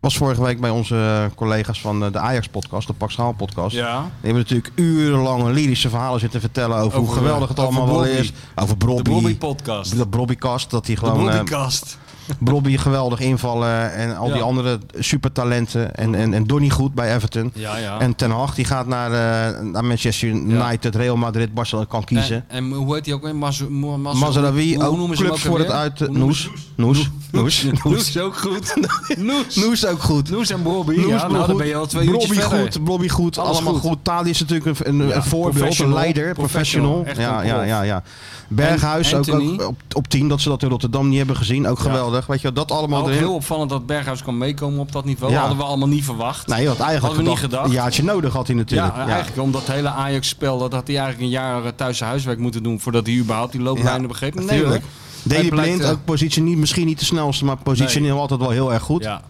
B: was vorige week bij onze collega's van eh, de Ajax-podcast, de Pak Schaal podcast.
C: Ja.
B: Die hebben natuurlijk urenlange lyrische verhalen zitten vertellen over, hoe
C: Over,
B: geweldig het
C: eh, over
B: allemaal wel
C: Bobby.
B: is. Over Brobby.
C: De Bobby podcast.
B: Dat Brobbykast, dat hij
C: De
B: gewoon eh,
C: Bobbykast.
B: Brobby geweldig invallen. En al die
C: Ja.
B: andere supertalenten. En, en, en Donny Goed bij Everton.
C: Ja, ja.
B: En Ten Hag die gaat naar, eh, naar Manchester United, Real Madrid, Barcelona kan kiezen.
C: en, en hoe heet hij ook weer? Mas, Mo- Mas,
B: Mazarawi,
C: hoe- hoe
B: ook
C: noemen ze hem
B: club
C: ook
B: voor het
C: alweer?
B: uit... eh,
C: Hoe noemen ze-
B: Noes. Noes. Noes.
C: Noes
B: Noes.
C: is ook goed. Noes.
B: Noes ook goed.
C: Noes en Bobby.
B: Noes,
C: ja, nou, dan ben je al twee uurtjes
B: Robbie
C: verder.
B: goed, Robbie goed,
C: Alles
B: allemaal goed.
C: goed.
B: Tali is natuurlijk een, een, een voorbeeld, een
C: professional,
B: leider, professional.
C: professional, echt
B: Ja,
C: een
B: ja,
C: prof.
B: ja, ja. Berghuis
C: En
B: ook, ook
C: Anthony.
B: op, op 10, dat ze dat in Rotterdam niet hebben gezien. Ook geweldig, weet je wel, dat allemaal
C: Ook
B: erin.
C: heel opvallend dat Berghuis kan meekomen op dat niveau.
B: Ja.
C: Hadden we allemaal niet verwacht.
B: Nee, want eigenlijk
C: Hadden we niet gedacht.
B: een jaartje nodig had hij natuurlijk.
C: Ja, eigenlijk omdat het hele Ajax-spel, dat had hij eigenlijk een jaar eh, thuis zijn huiswerk moeten doen voordat hij überhaupt die looplijnen begreep. Nee
B: natuurlijk.
C: hoor.
B: Daley
C: Hij blijkt,
B: Blind,
C: eh,
B: ook positie niet, misschien niet de snelste, maar positioneel altijd wel heel erg goed.
C: Ja.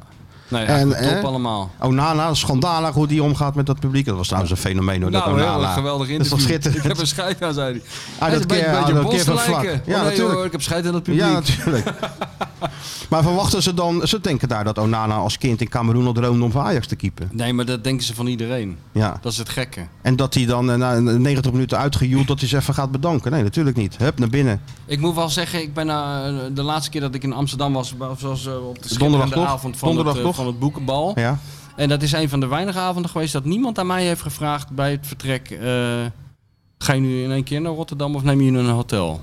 C: Nee,
B: En,
C: echt top
B: hè?
C: allemaal.
B: Onana, schandalig hoe die omgaat met dat publiek. Dat was trouwens een fenomeen hoor, dat
C: Nou,
B: Onana.
C: heel erg geweldig interview.
B: Dat is toch
C: Ik heb
B: schitterend?
C: een scheid aan, zei hij.
B: Ah,
C: Hij
B: dat
C: is een beetje-
B: keer- ah,
C: beetje
B: dat keer van
C: bos lijken.
B: vlak.
C: Oh,
B: Ja,
C: nee,
B: natuurlijk.
C: hoor, ik heb scheid aan dat publiek.
B: Ja, natuurlijk. maar verwachten ze dan, ze denken daar dat Onana als kind in Cameroen al droomde om voor Ajax te keepen.
C: nee, maar dat denken ze van iedereen.
B: Ja.
C: Dat is het gekke.
B: En dat hij dan eh, na 90 minuten uitgejoeld dat hij ze even gaat bedanken. Nee, natuurlijk niet. Hup, naar binnen.
C: Ik moet wel zeggen, ik ben eh, de laatste keer dat ik in Amsterdam was, zoals eh, op
B: Donderdag
C: de schitterende
B: toch?
C: avond van,
B: Donderdag
C: het, eh,
B: toch?
C: van het boekenbal.
B: Ja.
C: En dat is een van de weinige avonden geweest dat niemand aan mij heeft gevraagd bij het vertrek. eh, ga je nu in één keer naar Rotterdam of neem je nu een hotel?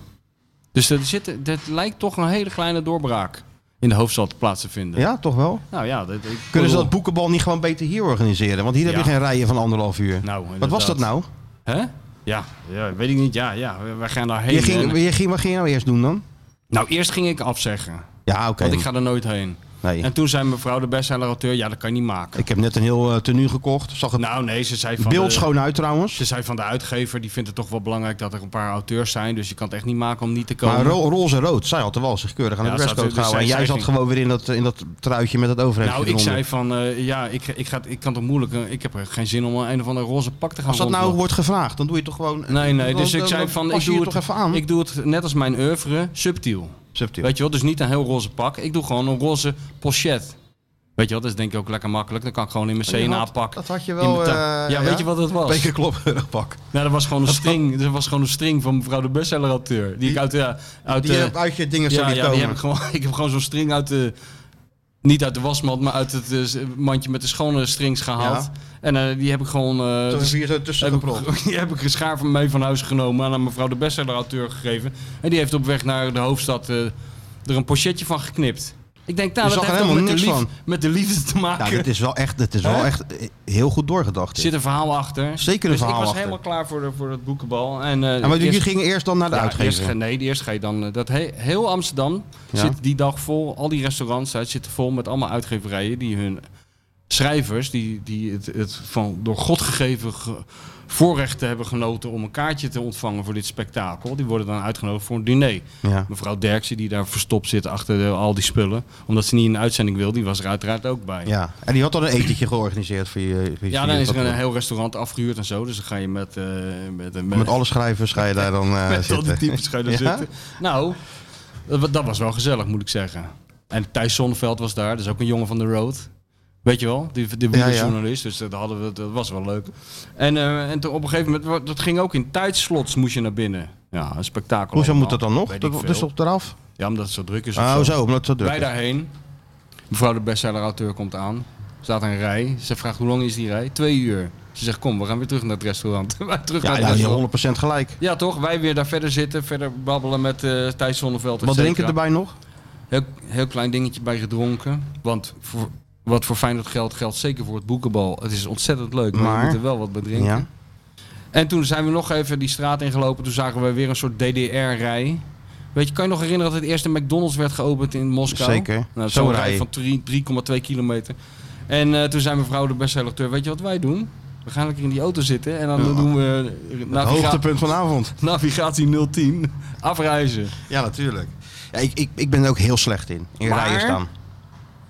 C: Dus dat, zit, dat lijkt toch een hele kleine doorbraak in de hoofdstad plaats te vinden.
B: ja, toch wel?
C: Nou ja, dat, ik-
B: Kunnen ze dat boekenbal niet gewoon beter hier organiseren? Want hier heb je
C: Ja.
B: geen rijen van anderhalf uur.
C: Nou,
B: Wat was
C: inderdaad.
B: dat nou?
C: Hè? Ja, ja, weet ik niet. Ja, ja, we- we gaan daarheen.
B: Je ging,
C: En-
B: je ging, wat ging je nou eerst doen dan?
C: Nou, eerst ging ik afzeggen.
B: Ja, oké.
C: Want ik ga er nooit heen.
B: Nee.
C: En toen zei mevrouw de bestseller-auteur, ja, dat kan je niet maken.
B: Ik heb net een heel eh, tenue gekocht. Zag het
C: Nou nee, ze zei van de,
B: beeldschoon uit trouwens.
C: ze zei van de uitgever, die vindt het toch wel belangrijk dat er een paar auteurs zijn. Dus je kan het echt niet maken om niet te komen.
B: Maar ro- roze en rood, zij had er wel zich keurig aan
C: Ja,
B: het
C: dat
B: dresscode
C: zat- dus
B: gehouden. En jij
C: zij- zij
B: zat
C: ging-
B: gewoon weer in dat, in dat truitje met dat overhemdje
C: nou, ik
B: eronder.
C: zei van, eh, ja, ik, ik, ga, ik kan toch moeilijk, eh, ik heb er geen zin om een of ander roze pak te gaan
B: Als dat nou
C: rondlopen.
B: wordt gevraagd, dan doe je toch gewoon...
C: Nee, nee,
B: dan-
C: dus ik
B: dan-
C: zei
B: dan
C: van,
B: pas
C: ik
B: je
C: doe,
B: je
C: het,
B: toch even aan.
C: ik doe het net als mijn oeuvre, subtiel.
B: Subtiel.
C: Weet je wel, dus niet een heel roze pak. Ik doe gewoon een roze pochet. Weet je wel, dat is denk ik ook lekker makkelijk. Dan kan ik gewoon in mijn
B: Je
C: CNA
B: had-
C: pakken.
B: Dat had je
C: In
B: wel...
C: mijn ta-
B: eh,
C: ja, weet je wat dat was?
B: Bekerklopperenpak.
C: Nou, dat was gewoon een string. Dat was gewoon een string van mevrouw de bestseller-auteur. Die, ik uit de... Uit eh,
B: Die eh,
C: de-
B: heb uit je dingen
C: ja,
B: zou die
C: ja die heb
B: komen.
C: ik, gewoon, ik heb gewoon zo'n string uit de... Niet uit de wasmand, maar uit het eh, mandje met de schone strings gehaald.
B: Ja.
C: En eh, die heb ik gewoon... eh,
B: Toen
C: dus-
B: heb je hier zo tussen
C: heb ik,
B: gepropt.
C: die heb ik geschaar van mee van huis genomen en aan mevrouw de bestseller-auteur gegeven. En die heeft op weg naar de hoofdstad eh, er een pochetje van geknipt. Ik denk, nou,
B: Je
C: dat
B: zag
C: heeft
B: er
C: toch met
B: helemaal
C: de,
B: niks
C: lief- met de liefde te maken.
B: Nou, dit is wel echt, dit is wel
C: Hè?
B: echt eh, heel goed doorgedacht.
C: Er
B: dit.
C: zit een verhaal achter.
B: Zeker een
C: dus
B: verhaal
C: ik was
B: achter.
C: helemaal klaar voor, de, voor het boekenbal. En, eh,
B: Ja, maar jullie
C: eerst-
B: gingen eerst dan naar de
C: ja, eerst
B: uitgever.
C: ge- nee, eerst ga je dan... eh, Dat he- heel Amsterdam
B: Ja.
C: zit die dag vol. Al die restaurants daar zitten vol met allemaal uitgeverijen die hun schrijvers... die, die het, het van door God gegeven ge- voorrecht hebben genoten om een kaartje te ontvangen voor dit spektakel. Die worden dan uitgenodigd voor een diner.
B: Ja.
C: Mevrouw Derksen, die daar verstopt zit achter de- al die spullen... omdat ze niet in de uitzending wil, die was er uiteraard ook bij.
B: ja, en die had al een etentje georganiseerd voor je. voor je
C: Ja, dan is er
B: dat-
C: een heel restaurant afgehuurd en zo. Dus dan ga je met... eh met, met,
B: Met alle schrijvers ga je daar dan eh,
C: met al die
B: zitten.
C: types ga je daar
B: Ja?
C: zitten. Nou, dat, wa- dat was wel gezellig, moet ik zeggen. En Thijs Sonneveld was daar, dus ook een jongen van de road. Weet je wel, die, die
B: Ja, ja.
C: journalist, dus dat, hadden we, dat was wel leuk. En, eh, en toen op een gegeven moment, wa- dat ging ook in tijdslots, moest je naar binnen. Ja, een spektakel.
B: Hoezo
C: allemaal.
B: moet dat dan nog?
C: Weet ik
B: Dat,
C: veel.
B: dus op eraf?
C: Ja, omdat het zo druk is. of
B: Oh, zo, omdat het zo druk
C: Wij
B: is.
C: daarheen. Mevrouw de bestseller-auteur komt aan. Staat een rij. Ze vraagt hoe lang is die rij? Twee uur. Ze zegt kom, we gaan weer terug naar het restaurant. Wij terug
B: Ja,
C: naar het
B: ja, je
C: restaurant.
B: hebt 100% gelijk.
C: Ja, toch? Wij weer daar verder zitten, verder babbelen met eh Thijs Zonneveld. et
B: Wat drinken
C: cetera.
B: erbij nog?
C: Heel, heel klein dingetje bij gedronken. Want voor, wat voor Feyenoord geldt, geldt zeker voor het boekenbal. Het is ontzettend leuk, maar,
B: Maar-
C: je moet er wel wat bij drinken. Nou,
B: Ja.
C: En toen zijn we nog even die straat ingelopen. Toen zagen we weer een soort DDR-rij. Weet je, kan je nog herinneren dat het eerste McDonald's werd geopend in Moskou?
B: Zeker.
C: Nou,
B: Zo'n
C: Zo'n
B: rij.
C: rij van drie- 3,2 kilometer. En eh, toen zei mevrouw de bestseller, weet je wat wij doen? We gaan lekker in die auto zitten en dan
B: Ja.
C: doen we eh,
B: Het
C: naviga-
B: hoogtepunt vanavond.
C: navigatie 010 afreizen.
B: Ja, natuurlijk. Ja, ik, ik, ik ben er ook heel slecht in. In
C: Maar-
B: rijen staan.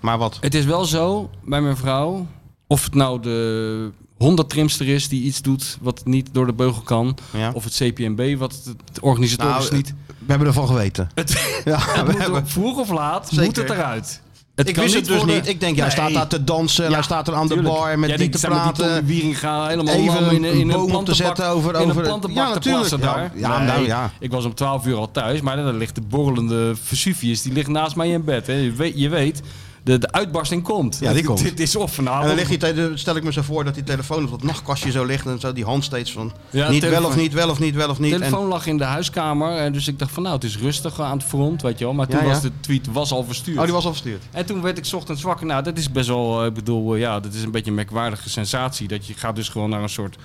B: Maar wat?
C: Het is wel zo bij mijn vrouw, of het nou de Honda trimster is die iets doet wat niet door de beugel kan,
B: Ja.
C: of het CPMB wat het- het organisatorisch
B: Nou,
C: niet.
B: We hebben ervan geweten.
C: Het,
B: Ja, we
C: moet
B: hebben...
C: er- vroeg of laat
B: Zeker.
C: moet het eruit. Het
B: Ik
C: kan
B: wist het dus
C: worden-
B: niet. Ik denk, jij staat daar te dansen. en
C: Ja,
B: hij staat er aan de
C: tuurlijk.
B: bar met die
C: Jij denkt,
B: te
C: zeg maar, die
B: praten.
C: Tommy Wieringa helemaal
B: Even
C: lam in,
B: een
C: in
B: boom op te
C: plantenbak-
B: zetten over-
C: in
B: over
C: een
B: het-
C: plantenbak
B: Ja,
C: te plaatsen
B: natuurlijk.
C: daar.
B: Ja, ja, nou ja.
C: Ik was om 12 uur al thuis, maar dan ligt de borrelende Vesuvius, die ligt naast mij in bed. Hè. Je weet, je weet de, de uitbarsting komt.
B: Ja, die komt.
C: Dit is of
B: En
C: vanavond.
B: dan ligt die, tele- stel ik me zo voor dat die telefoon op dat nachtkastje zo ligt en zo die hand steeds van
C: Ja,
B: niet wel
C: telefoon.
B: of niet, wel of niet, wel of niet.
C: De telefoon lag in de huiskamer, en dus ik dacht van nou, het is rustig aan het front, weet je wel. Maar toen
B: Ja, ja.
C: was de tweet was al verstuurd.
B: En, oh, die was afgestuurd.
C: En toen werd ik 's ochtends wakker. Nou, dat is best wel, eh, ik bedoel, eh, ja, dat is een beetje een merkwaardige sensatie. Dat je gaat dus gewoon naar een soort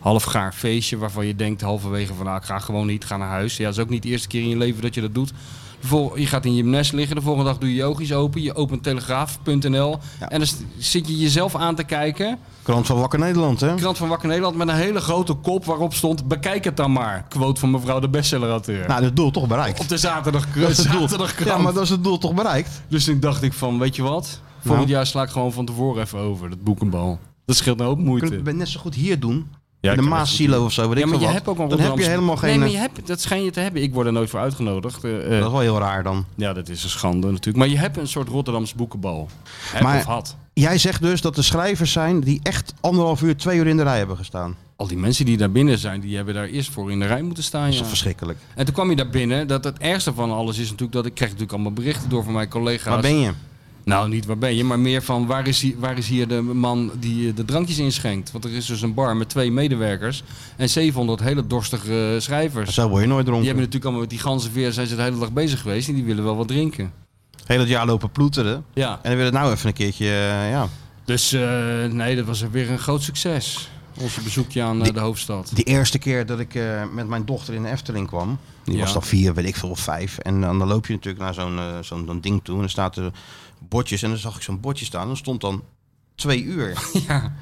C: halfgaar feestje waarvan je denkt halverwege van, nou, ik ga gewoon niet, ga naar huis. Ja, dat is ook niet de eerste keer in je leven dat je dat doet. De vol- Je gaat in je nest liggen, de volgende dag doe je je oogjes open, je opent telegraaf.nl
B: Ja.
C: en dan s- zit je jezelf aan te kijken.
B: Krant van Wakker Nederland, hè?
C: Krant van Wakker Nederland met een hele grote kop waarop stond, bekijk het dan maar. Quote van mevrouw de bestsellerauteur.
B: Nou, dat doel toch bereikt.
C: Op de zaterdag,
B: Dat is het doel.
C: zaterdagkrant.
B: Ja, maar dat is het doel toch bereikt.
C: Dus toen dacht ik van, weet je wat? Volgend
B: Nou.
C: jaar sla ik gewoon van tevoren even over, dat boekenbal. Dat scheelt nou ook
B: Je
C: moeite.
B: kunt het net zo goed hier doen.
C: Ja, ik
B: de
C: kan het goed
B: Maas-silo of zo, weet ik
C: ja, maar
B: veel
C: je
B: wat.
C: hebt ook een
B: Dan heb je
C: Rotterdamse-
B: helemaal geen...
C: Nee, maar
B: eh,
C: je hebt, dat schijn je te hebben. Ik word er nooit voor uitgenodigd. eh, eh,
B: Dat is wel heel raar dan.
C: ja, dat is een schande natuurlijk. Maar je hebt een soort Rotterdams boekenbal. Heb
B: Maar-
C: of had.
B: Jij zegt dus dat er schrijvers zijn die echt anderhalf uur, twee uur in de rij hebben gestaan.
C: Al die mensen die daar binnen zijn, die hebben daar eerst voor in de rij moeten staan.
B: Dat is
C: ja.
B: toch verschrikkelijk.
C: En toen kwam je daar binnen. Dat het ergste van alles is natuurlijk dat ik kreeg natuurlijk allemaal berichten door van mijn collega's.
B: Waar ben je?
C: Nou, niet waar ben je, maar meer van waar is, hier, waar is hier de man die eh, de drankjes inschenkt? Want er is dus een bar met twee medewerkers en 700 hele dorstige eh, schrijvers.
B: Zo word je nooit
C: Die
B: dronken.
C: hebben natuurlijk allemaal met die ganzenveer zijn ze de hele dag bezig geweest en die willen wel wat drinken.
B: Heel het jaar lopen ploeteren.
C: Ja,
B: En dan wil het nou even een keertje... eh, ja.
C: dus eh, nee, dat was weer een groot succes. Onze bezoekje aan eh, de hoofdstad.
B: De eerste keer dat ik eh, met mijn dochter in de Efteling kwam, die
C: Ja.
B: was dan vier, weet ik veel, of vijf. En dan, dan loop je natuurlijk naar zo'n eh, zo'n zo'n ding toe en dan staat er bordjes. En dan zag ik zo'n bordje staan en dan stond dan twee uur.
C: Ja.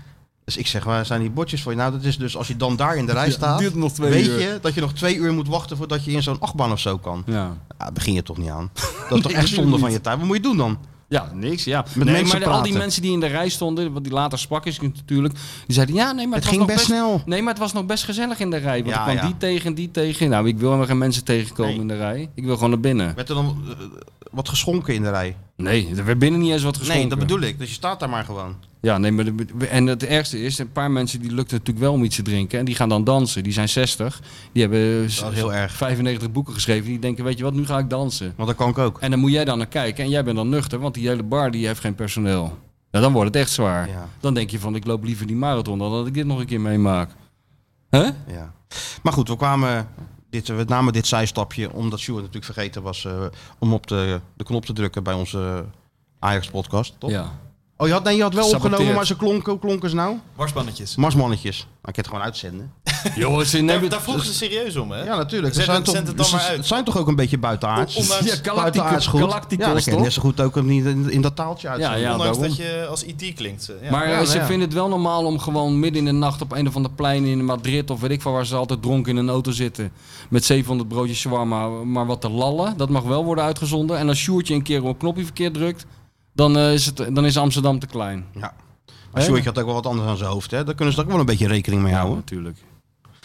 B: Dus ik zeg, waar zijn die bordjes voor je? Nou, dat is dus als je dan daar in de rij
C: Ja,
B: staat,
C: duurt nog twee
B: weet
C: uur.
B: je dat je nog twee uur moet wachten voordat je in zo'n achtbaan of zo kan.
C: Ja.
B: Ja, daar begin je toch niet aan. Dat is toch
C: natuurlijk
B: echt zonde van
C: niet.
B: je tijd. Wat moet je doen dan?
C: Ja, niks. Ja.
B: Met
C: nee,
B: mensen
C: maar de- al die
B: praten.
C: mensen die in de rij stonden, wat die later sprak is natuurlijk, die zeiden ja, nee, maar
B: Het
C: het, was
B: ging
C: nog
B: best snel.
C: Nee, maar het was nog best gezellig in de rij. Want
B: Ja,
C: er kwam
B: ja.
C: die tegen en die tegen. Nou, ik wil helemaal geen mensen tegenkomen
B: Nee.
C: in de rij. Ik wil gewoon naar binnen.
B: Werd er dan eh, wat geschonken in de rij?
C: Nee, er werd binnen niet eens wat geschonken.
B: Nee, dat bedoel ik. Dus je staat daar maar gewoon.
C: Ja, nee, maar de- en het ergste is, een paar mensen die lukt het natuurlijk wel om iets te drinken. En die gaan dan dansen. Die zijn 60. Die hebben eh,
B: Dat is heel erg.
C: 95 boeken geschreven. Die denken, weet je wat, nu ga ik dansen.
B: Want dat kan ik ook.
C: En dan moet jij dan naar kijken. En jij bent dan nuchter, want die hele bar die heeft geen personeel. Ja, dan wordt het echt zwaar.
B: Ja.
C: Dan denk je van, ik loop liever die marathon dan dat ik dit nog een keer meemaak. Hè?
B: Ja. Maar goed, we kwamen. Dit, we namen dit zijstapje omdat Sjoerd natuurlijk vergeten was eh, om op de, de knop te drukken bij onze Ajax-podcast, toch?
C: Ja.
B: Oh, je had, nee, je had wel
C: Saboteerd.
B: opgenomen, maar ze klonken, hoe klonken ze nou?
D: Marsbannetjes.
B: Marsmannetjes. Maar ik kan het gewoon uitzenden.
C: Jongens, in
D: Daar, daar vroegen ze serieus om, hè?
B: dus- Ja, natuurlijk.
D: Zet
B: Ze zijn
D: het-
B: toch, dus
D: zet het dan
B: ze-
D: maar uit.
B: ze zijn toch ook een beetje buitenaards?
D: O- ondanks-
C: Ja,
B: Buitenaards
C: Galactico-
B: goed.
C: Galacticos,
B: ja, dan kan je net
C: toch?
B: zo goed ook hem niet in, in dat taaltje
C: Ja,
B: uitzenden.
C: ja,
D: Ondanks
C: daarom.
D: dat je als IT klinkt. eh, Ja.
C: maar eh,
B: ja,
C: ze
B: ja.
C: vinden het wel normaal om gewoon midden in de nacht op een of ander plein in Madrid of weet ik van waar ze altijd dronken in een auto zitten. Met 700 broodjes shawarma, maar wat te lallen. Dat mag wel worden uitgezonden. En als Sjoertje een keer op een knopje verkeerd drukt, dan, eh, is, het, dan is Amsterdam te klein.
B: Ja. Maar Sjoerd had ook wel wat anders aan zijn hoofd, hè? Daar kunnen ze ook wel een beetje rekening mee houden.
C: natuurlijk.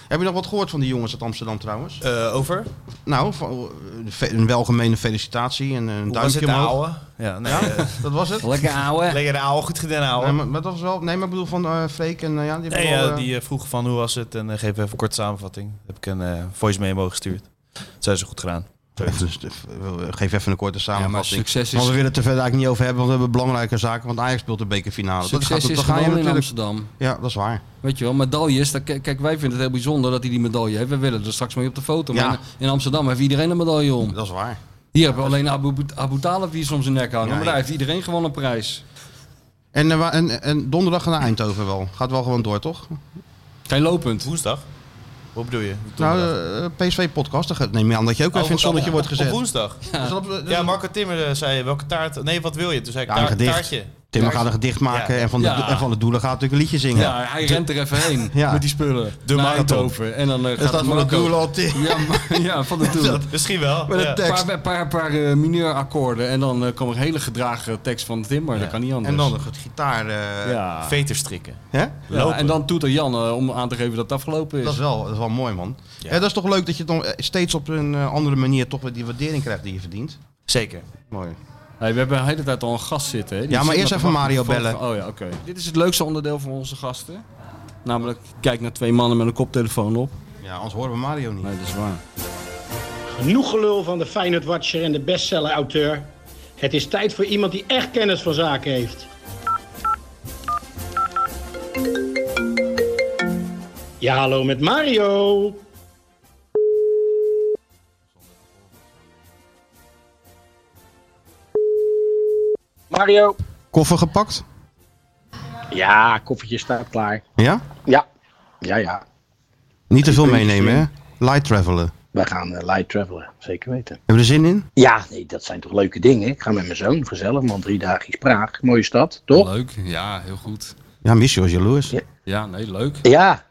B: Heb je nog wat gehoord van die jongens uit Amsterdam trouwens?
D: Eh, over?
B: Nou, van- fe- een welgemene felicitatie en eh, een
D: Hoe was het
B: duimpje
D: de
B: omhoog.
D: ouwe? Ja, nee. eh,
B: Dat was het?
C: Lekker ouwe.
D: Lekker de ouwe, goed gedaan ouwe.
B: Nee, maar, maar dat was wel. Nee, maar ik bedoel van eh Freek en eh, ja, die
D: Nee,
B: hebben wel,
D: eh,
B: eh,
D: die eh, vroegen van hoe was het en eh, geef even een korte samenvatting. Heb ik een eh, voice memo gestuurd. Dat zijn ze goed gedaan.
B: Even, eh, geef even een korte
C: Ja, maar
B: samenvatting.
C: succes
B: Want we
C: is,
B: willen het er verder eigenlijk niet over hebben, want we hebben belangrijke zaken. Want Ajax speelt de bekerfinale. dat
C: succes
B: gaat,
C: is
B: dat ga je
C: gewoon in
B: natuurlijk.
C: Amsterdam.
B: Ja, dat is waar.
C: Weet je wel, medailles. daar- kijk, kijk, wij vinden het heel bijzonder dat hij die medaille heeft. We willen er straks mee op de foto.
B: Ja.
C: Maar in, in Amsterdam heeft iedereen een medaille om.
B: Dat is waar.
C: Hier hebben we alleen Abu, Abu Talib die soms zijn nek hangen.
B: Ja,
C: maar daar heeft iedereen gewoon een prijs.
B: En, eh, wa- en, en donderdag naar Eindhoven wel. Gaat wel gewoon door, toch?
C: Geen lopend.
D: Woensdag? Wat bedoel je?
B: Nou,
D: Donderdag.
B: eh, PSV podcast. dan gaat- Neem je aan dat je ook
D: Oh,
B: even in het zonnetje
D: op-
B: wordt gezet.
D: Op woensdag?
B: Dus dat- dat-
D: Ja, Marco Timmer eh, zei welke taart... Nee, wat wil je? Toen zei ik
B: Ja, een
D: taart-
B: gedicht.
D: taartje.
B: Tim gaat een gedicht maken
D: Ja.
B: en, van de,
C: Ja.
B: en van de doelen gaat natuurlijk een liedje zingen.
C: Ja, hij rent er even heen
B: Ja.
C: met die spullen.
D: De
C: Naar
D: marathon.
C: Eindhoven. En dan eh,
B: Er
C: gaat
B: staat
C: het
B: van de
C: Marco.
B: doelen al Tim.
C: Ja, maar- ja, van de doelen.
D: Misschien wel.
B: Met een
D: ja.
B: tekst.
C: Een paar, paar, paar eh, mineurakkoorden en dan eh, komt er een hele gedragen tekst van Timmer. Dat kan niet anders.
B: En dan het gitaar. eh,
C: ja.
D: Veter strikken.
B: hè?
C: Ja,
D: lopen.
C: en dan toeter Jan eh, om aan te geven dat het afgelopen is.
B: Dat is, wel, dat is wel mooi, man. Hè, dat is toch leuk dat je dan eh, steeds op een eh, andere manier toch weer die waardering krijgt die je verdient.
D: Zeker.
B: Mooi.
C: Hey, we hebben de hele tijd al een gast zitten. Hè? Die
B: Ja, maar
C: zit
B: eerst
C: met
B: even
C: de
B: Mario
C: microfoon.
B: bellen.
C: Oh ja, oké. Dit is het leukste onderdeel van onze gasten. Namelijk, kijk naar twee mannen met een koptelefoon op.
B: Ja, anders horen we Mario niet.
C: Nee, dat is waar.
F: Genoeg gelul van de Feyenoord Watcher en de bestseller-auteur. Het is tijd voor iemand die echt kennis van zaken heeft. Ja, hallo met Mario.
G: Mario.
B: Koffer gepakt?
G: Ja, koffertje staat klaar.
B: Ja?
G: Ja, ja, ja.
B: Niet te veel meenemen, hè? Light travelen.
G: Wij gaan eh, light travelen, zeker weten.
B: Hebben we er zin in?
G: Ja, nee, dat zijn toch leuke dingen. Ik ga met mijn zoon, gezellig man, drie dagen is Praag. Mooie stad, toch?
C: Leuk. Ja, heel goed.
B: Ja, Missy was jaloers.
G: Ja.
C: Ja, nee, leuk.
G: Ja,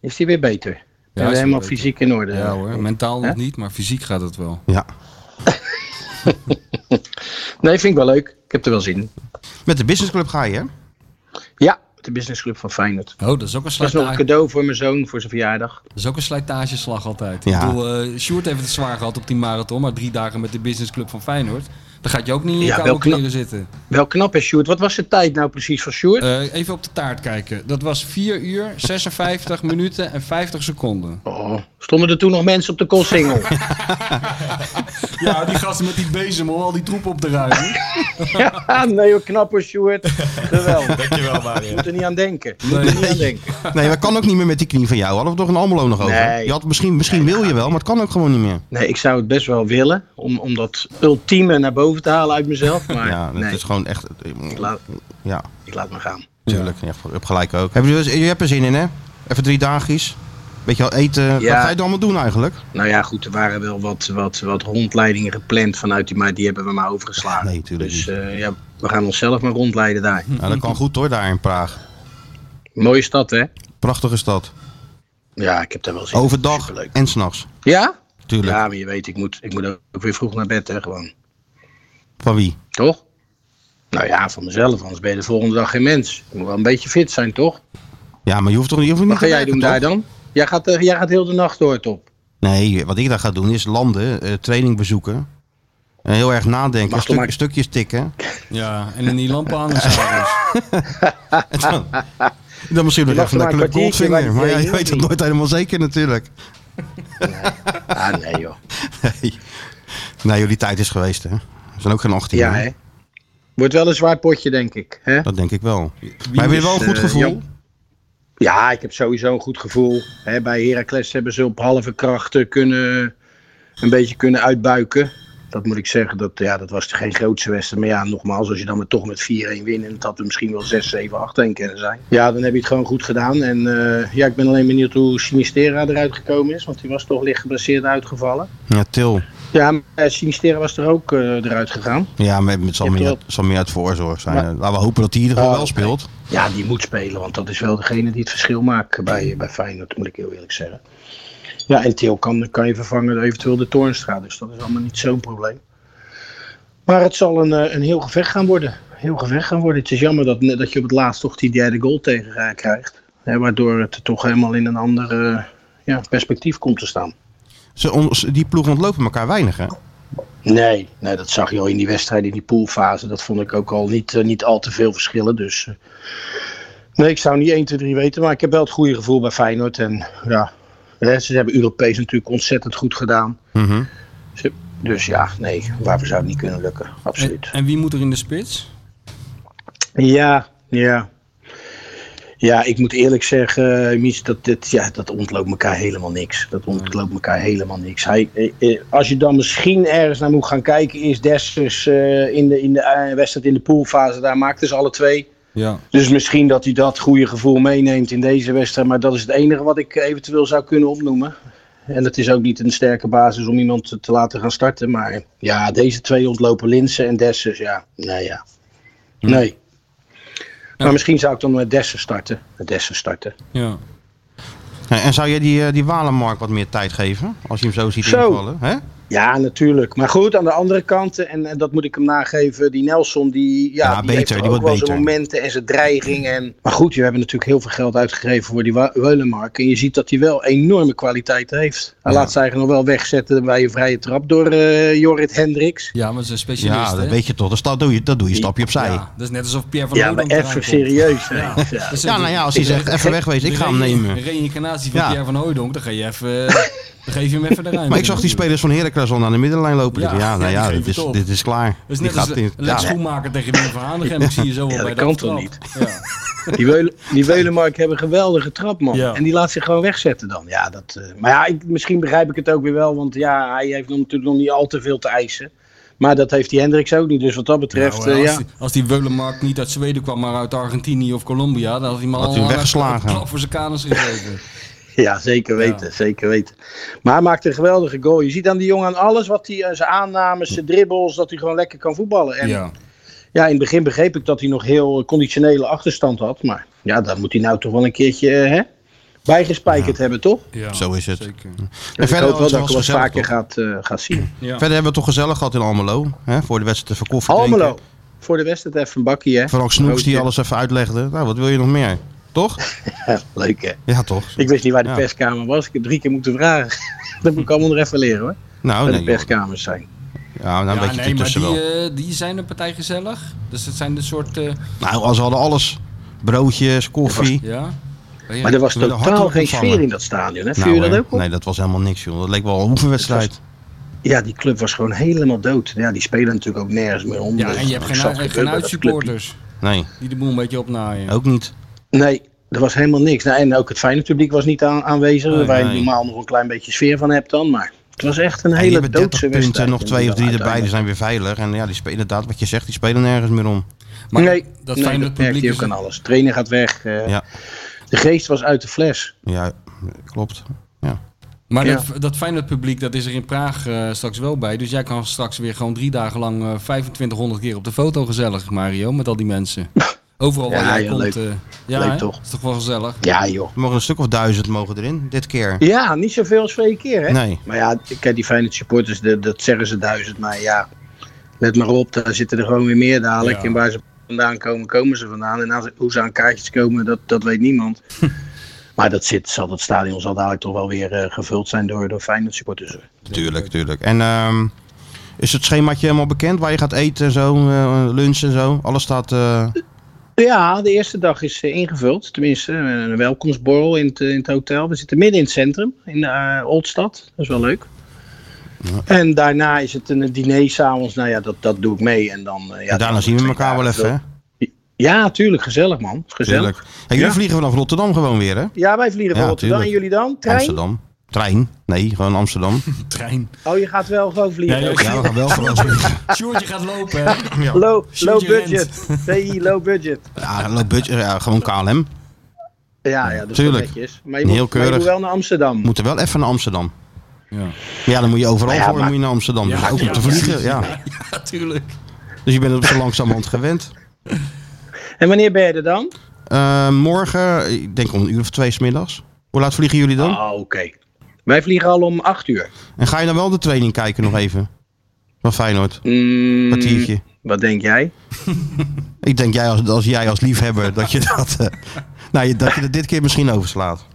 G: is die weer beter? Ja,
C: is die
G: helemaal
C: beter.
G: fysiek in orde.
C: Ja hoor, mentaal nog
G: Hè?
C: niet, maar fysiek gaat het wel.
B: Ja.
G: Nee, vind ik wel leuk. Ik heb er wel zin in.
B: Met de businessclub ga je, hè?
G: Ja, met de businessclub van Feyenoord.
C: Oh, dat is ook een,
G: Dat is nog een
C: slijtage,
G: cadeau voor mijn zoon voor zijn verjaardag.
C: dat is ook een slijtageslag altijd.
B: Ja.
C: Ik bedoel, eh Sjoerd heeft het zwaar gehad op die marathon, maar drie dagen met de businessclub van Feyenoord. Dan gaat je ook niet in je
G: Ja,
C: koude
G: wel knap.
C: kleren zitten.
G: Wel knap hè, Sjoerd. Wat was de tijd nou precies van Sjoerd?
C: Eh, even op de taart kijken. Dat was 4 uur, 56 minuten en 50 seconden.
G: Oh, stonden er toen nog mensen op de koolsingel?
C: Ja, die gasten met die bezem om al die troep op te ruimen.
G: ja, nee hoor, knap hoor, Sjoerd. Geweldig.
D: Dankjewel, Mario.
G: moet er niet aan denken.
C: Nee.
G: Moet er niet aan denken.
B: Nee, dat kan ook niet meer met die knie van jou. Hadden we toch een Almelo nog over?
G: Nee.
B: Je had misschien misschien wil je wel, maar het kan ook gewoon niet meer.
G: Nee, ik zou het best wel willen om, om dat ultieme naar boven te halen uit mezelf. Maar
B: Ja, dat
G: nee,
B: is gewoon echt... eh,
G: ik, laat,
B: Ja.
G: ik laat me gaan.
B: Tuurlijk, ja. voor- je hebt gelijk ook. Heb je, dus- je hebt er zin in, hè? Even drie dagjes. Beetje al eten. Wat ga je dan allemaal doen eigenlijk?
G: Nou ja, goed, er waren wel wat, wat, wat rondleidingen gepland vanuit die, maar die hebben we maar overgeslagen.
B: Nee, tuurlijk
G: Dus eh, ja, we gaan onszelf maar rondleiden daar.
B: Nou, dat kan goed hoor, daar in Praag.
G: Mooie stad, hè?
B: Prachtige stad.
G: Ja, ik heb daar wel zin in.
B: Overdag
G: Superleuk.
B: en s'nachts.
G: Ja?
B: Tuurlijk.
G: Ja, maar je weet, ik moet, ik moet ook weer vroeg naar bed, hè, gewoon.
B: Van wie?
G: Toch? Nou ja, van mezelf, anders ben je de volgende dag geen mens. Je moet wel een beetje fit zijn, toch?
B: Ja, maar je hoeft toch je hoeft niet
G: Wat ga
B: te
G: jij
B: werken,
G: doen
B: toch?
G: daar dan? Jij gaat, eh, jij gaat heel de nacht door, Top.
B: Nee, wat ik daar ga doen is landen, eh, training bezoeken. En heel erg nadenken,
G: Mag
B: stuk-
G: toch maar-
B: stukjes tikken.
C: Ja, en in die lampen aan de s'avonds.
B: En dan, dan misschien nog
G: mag
B: even
G: maar
B: naar Club
G: een kwartiertje
B: Goldfinger.
G: bij die
B: Maar ja, je
G: training,
B: weet het
G: niet?
B: nooit helemaal zeker natuurlijk.
G: Ah, nee, joh.
B: Nee. Nou, jullie tijd is geweest, hè? Er zijn ook geen 18
G: Ja,
B: hè?
G: hè? Wordt wel een zwaar potje, denk ik. Hè?
B: Dat denk ik wel. maar hebben jullie wel een goed
G: eh,
B: gevoel?
G: Jan? Ja, ik heb sowieso een goed gevoel. Hè, bij Heracles hebben ze op halve krachten kunnen, een beetje kunnen uitbuiken. Dat moet ik zeggen, dat, ja, dat was geen grootste wedstrijd. Maar ja, nogmaals, als je dan maar toch met 4-1 wint... en het had er misschien wel 6, 7, 8 1 kunnen zijn. Ja, dan heb je het gewoon goed gedaan. En eh, ja, ik ben alleen benieuwd hoe Sinistera eruit gekomen is. Want die was toch licht geblesseerd uitgevallen.
B: Ja, Til.
G: Ja, maar eh, Sinistera was er ook eh, eruit gegaan.
B: Ja, maar het zal
G: Ja,
B: meer,
G: Til.
B: het zal meer uit voorzorg zijn.
G: Maar-
B: hè. Laten we hopen dat hij in ieder geval
G: Oh,
B: wel
G: oké.
B: speelt.
G: Ja, die moet spelen, want dat is wel degene die het verschil maakt bij, bij Feyenoord, moet ik heel eerlijk zeggen. Ja, en Til kan, kan je vervangen door eventueel de Toornstra, dus dat is allemaal niet zo'n probleem. Maar het zal een, eh, een heel gevecht gaan worden. Heel gevecht gaan worden. Het is jammer dat, dat je op het laatst toch die derde goal tegen eh, krijgt. Hè, waardoor het toch helemaal in een ander eh, ja, perspectief komt te staan.
B: Ze, ons- die ploegen ontlopen elkaar weinig, hè?
G: Nee, nee, dat zag je al in die wedstrijd, in die poolfase. Dat vond ik ook al niet, eh, niet al te veel verschillen. Dus eh, nee, ik zou niet 1, 2, 3 weten. Maar ik heb wel het goede gevoel bij Feyenoord. En ja, hè, ze hebben Europees natuurlijk ontzettend goed gedaan.
B: Mhm.
G: Ze- Dus ja, nee, waarvoor zou het niet kunnen lukken?
C: En,
G: Absoluut.
C: en wie moet er in de spits?
G: Ja, ja. Ja, ik moet eerlijk zeggen, eh, Mies, dat, dit, ja, dat ontloopt elkaar helemaal niks. Dat ontloopt elkaar helemaal niks. Hij, eh, eh, als je dan misschien ergens naar moet gaan kijken, is Dessers eh, in de, in de eh, wedstrijd in de poolfase, daar maakten ze alle twee.
C: Ja.
G: Dus misschien dat hij dat goede gevoel meeneemt in deze wedstrijd. Maar dat is het enige wat ik eventueel zou kunnen opnoemen. En het is ook niet een sterke basis om iemand te laten gaan starten. Maar ja, deze twee ontlopen Linsen en Dessers, ja. Nou ja. Nee. Maar misschien zou ik dan met Dessen starten. Met Dessen starten.
C: Ja.
B: Ja, En zou jij die, eh, die Walenmark wat meer tijd geven? Als je hem zo ziet
G: Zo.
B: invallen, hè?
G: Ja, natuurlijk. Maar goed, aan de andere kant, en, en dat moet ik hem nageven, die Nelson, die, ja,
B: Ja,
G: die
B: beter,
G: heeft
B: die
G: ook
B: wordt
G: wel zijn
B: beter.
G: momenten en zijn dreiging. En... Maar goed, we hebben natuurlijk heel veel geld uitgegeven voor die Wa- Weulenmark. En je ziet dat hij wel enorme kwaliteiten heeft. Hij laat ze eigenlijk nog wel wegzetten bij een vrije trap door eh, Jorrit Hendricks.
C: Ja, maar ze is specialist,
B: Ja, dat
C: hè?
B: weet je toch. Dat, sta- doe je, dat doe je stapje opzij.
C: Ja, dat is net alsof Pierre van
G: Ja, maar
C: Hooydonk eraan
G: even
C: komt.
G: serieus. hè. Ja.
C: Dat is
B: Ja,
C: echt
B: nou
C: de-
B: ja, als hij zegt even wegwezen, Dus ik
C: de
B: ga hem
C: re-
B: nemen.
C: reïncarnatie van
B: Ja.
C: Pierre van Hooydonk, dan ga je even... eh, dan geef je hem even de ruimte.
B: Maar ik zag die spelers van Heracles al naar de middenlijn lopen.
C: Ja,
B: Ja, ja, nou
C: ja,
B: ja,
C: die
B: dit
C: geven
B: is,
C: het op.
B: dit is klaar.
C: Dat is
B: Die
C: net als eh,
B: gaat in-
C: Le- Lex
B: ja.
C: Schoenmaker tegen Wim van Hanegem. Ik zie je zo wel
G: Ja,
C: bij
G: dat kan
C: de
G: toch
C: aftrap. Ja.
G: Die, Weulen, die Weulenmark hebben een geweldige trap, man.
C: Ja.
G: En die laat zich gewoon wegzetten dan. Ja, dat, eh, maar ja, ik, misschien begrijp ik het ook weer wel. Want ja, hij heeft nog natuurlijk nog niet al te veel te eisen. Maar dat heeft die Hendricks ook niet. Dus wat dat betreft,
C: Nou,
G: eh,
C: als,
G: ja.
C: die, als die Weulenmark niet uit Zweden kwam, maar uit Argentinië of Colombia, dan had hij maar
B: Had hij hem weggeslagen.
C: klap voor zijn kanus gegeven.
G: ja, zeker weten. Zeker weten. Maar hij maakt een geweldige goal. Je ziet aan die jongen aan alles wat hij, eh, zijn aannames, zijn dribbles, dat hij gewoon lekker kan voetballen. En ja.
C: ja.
G: in het begin begreep ik dat hij nog heel eh, conditionele achterstand had. Maar ja, daar moet hij nou toch wel een keertje eh, hè, bijgespijkerd hebben, toch?
C: ja,
B: Zo is het.
C: zeker.
B: En
G: Dus ik hoop
B: verder, was
G: wel dat ik
B: het
G: hem wat
B: gezellig,
G: vaker
B: toch?
G: gaat, eh, gaat zien.
C: Ja.
B: verder hebben we het toch gezellig gehad in Almelo. Hè, voor de wedstrijd te verkofferen.
G: Almelo. Voor de wedstrijd even een bakkie, hè?
B: Vooral Snoeks die
G: Broodje.
B: alles even uitlegde. Nou, wat wil je nog meer? Toch?
G: Ja, leuk, hè?
B: Ja, toch?
G: Ik wist niet waar de
B: Ja.
G: perskamer was. Ik heb drie keer moeten vragen. dat moet ik allemaal nog even leren, hoor.
B: Nou,
G: waar
B: nee,
G: de
B: joh.
G: perskamers zijn.
B: ja, nou, een
C: Ja,
B: beetje
C: nee, maar
B: ertussen
C: die,
B: wel.
C: eh, die zijn een partij gezellig. Dus het zijn de soort... eh,
B: Nou, als ze hadden alles. Broodjes, koffie.
C: ja.
G: Maar er was
B: we willen hard
G: totaal
B: op
G: geen
B: ontvangen.
G: sfeer in dat stadion, hè? Viel
B: Nou,
G: je dat
B: hè.
G: ook op?
B: Nee, dat was helemaal niks, joh. Dat leek wel een oefenwedstrijd.
G: Ja, die club was gewoon helemaal dood. Ja, die spelen natuurlijk ook nergens meer om.
C: Ja,
G: Dat
C: en
G: is
C: je hebt
G: gewoon
C: geen,
G: zat
C: geen,
G: gebeuren bij dat clubje.
C: uitsupporters
B: Nee,
C: die de boel een beetje opnaaien.
B: ook niet.
G: Nee, er was helemaal niks. Nou, en ook het fijne publiek was niet aan- aanwezig.
B: Nee,
G: waar je
B: nee.
G: normaal nog een klein beetje sfeer van hebt dan. Maar Het was echt een
B: En die
G: hele
B: hebben 30
G: doodse
B: punten,
G: wedstrijd.
B: nog twee of drie
G: inderdaad,
B: erbij, dus die zijn weer veilig. En ja, die spelen inderdaad, wat je zegt, die spelen nergens meer om.
C: Maar
G: nee,
C: dat
G: nee,
C: fijne
G: dat merk
C: publiek
G: je
C: is
G: ook aan alles. Trainer gaat weg. eh,
B: Ja.
G: De geest was uit de fles.
B: Ja, klopt. Ja.
C: Maar
G: Ja.
C: dat, dat Feyenoord publiek, dat is er in Praag eh, straks wel bij. Dus jij kan straks weer gewoon drie dagen lang eh 2500 keer op de foto gezellig, Mario, met al die mensen. Overal waar
G: Ja,
C: jij
G: ja,
C: komt.
G: leuk.
C: eh, ja,
G: Leuk
C: hè?
G: toch?
C: Is toch wel gezellig?
G: Ja, joh.
B: Er mogen een stuk of duizend mogen erin, dit keer.
G: Ja, niet zoveel als twee keer, hè?
B: Nee.
G: Maar ja, kijk, die Feyenoord supporters, de- dat zeggen ze duizend. Maar ja, let maar op, daar zitten er gewoon weer meer dadelijk.
C: Ja.
G: En waar ze vandaan komen, komen ze vandaan. En als- hoe ze aan kaartjes komen, dat, dat weet niemand. maar dat zit, zal, dat stadion zal dadelijk toch wel weer eh, gevuld zijn door, door Feyenoord supporters. hoor.
B: Tuurlijk, tuurlijk. En ehm, is het schemaatje helemaal bekend? Waar je gaat eten en zo, eh, lunch en zo? Alles staat... eh,
G: Ja, de eerste dag is eh, ingevuld. Tenminste, eh, een welkomstborrel in het, eh, in het hotel. We zitten midden in het centrum, in de eh, Oldstad. Dat is wel leuk. En daarna is het een eh, diner s'avonds. Nou ja, dat, dat doe ik mee. En dan, eh, ja,
B: en daarna
G: dan-
B: zien we elkaar wel
G: ja,
B: even, hè?
G: Ja, tuurlijk. Gezellig, man. Gezellig.
B: Tuurlijk. Hey, jullie
G: Ja.
B: vliegen vanaf Rotterdam gewoon weer, hè?
G: Ja, wij vliegen van
B: Ja,
G: Rotterdam.
B: tuurlijk.
G: En jullie dan? Trein?
B: Amsterdam. Trein? Nee, gewoon Amsterdam.
C: Trein.
G: Oh, je gaat wel gewoon vliegen.
C: Ja, ja,
G: Oké.
B: Ja, we gaan wel gewoon vliegen.
C: Sjoerd, je gaat lopen, hè?
G: Low, low
C: Shoot je
G: budget. TI, low budget.
B: Ja, low budget, ja, gewoon KLM.
G: Ja, ja, dat is wel
B: Tuurlijk.
G: netjes. Maar je, moet,
B: Heel
G: maar je
B: keurig.
G: moet wel naar Amsterdam.
B: We moeten wel even naar Amsterdam.
C: Ja.
B: Ja, dan moet je overal
G: Nou ja,
B: voor, dan
G: maar-
B: moet je naar Amsterdam. dus
C: Ja,
B: ook om
C: ja,
B: te vliegen, ja.
C: Ja, tuurlijk.
B: Dus je bent het op zo langzamerhand gewend.
G: En wanneer ben je er dan?
B: Eh, morgen, ik denk om een uur of twee 's middags. Hoe laat vliegen jullie dan?
G: Ah, oké. Wij vliegen al om 8 uur.
B: En ga je dan wel de training kijken nog even? Van Feyenoord,
G: Mm,
B: kwartiertje.
G: Wat denk jij?
B: Ik denk jij als, als jij als liefhebber dat je dat, eh, nou, je- dat je dat dit keer misschien overslaat.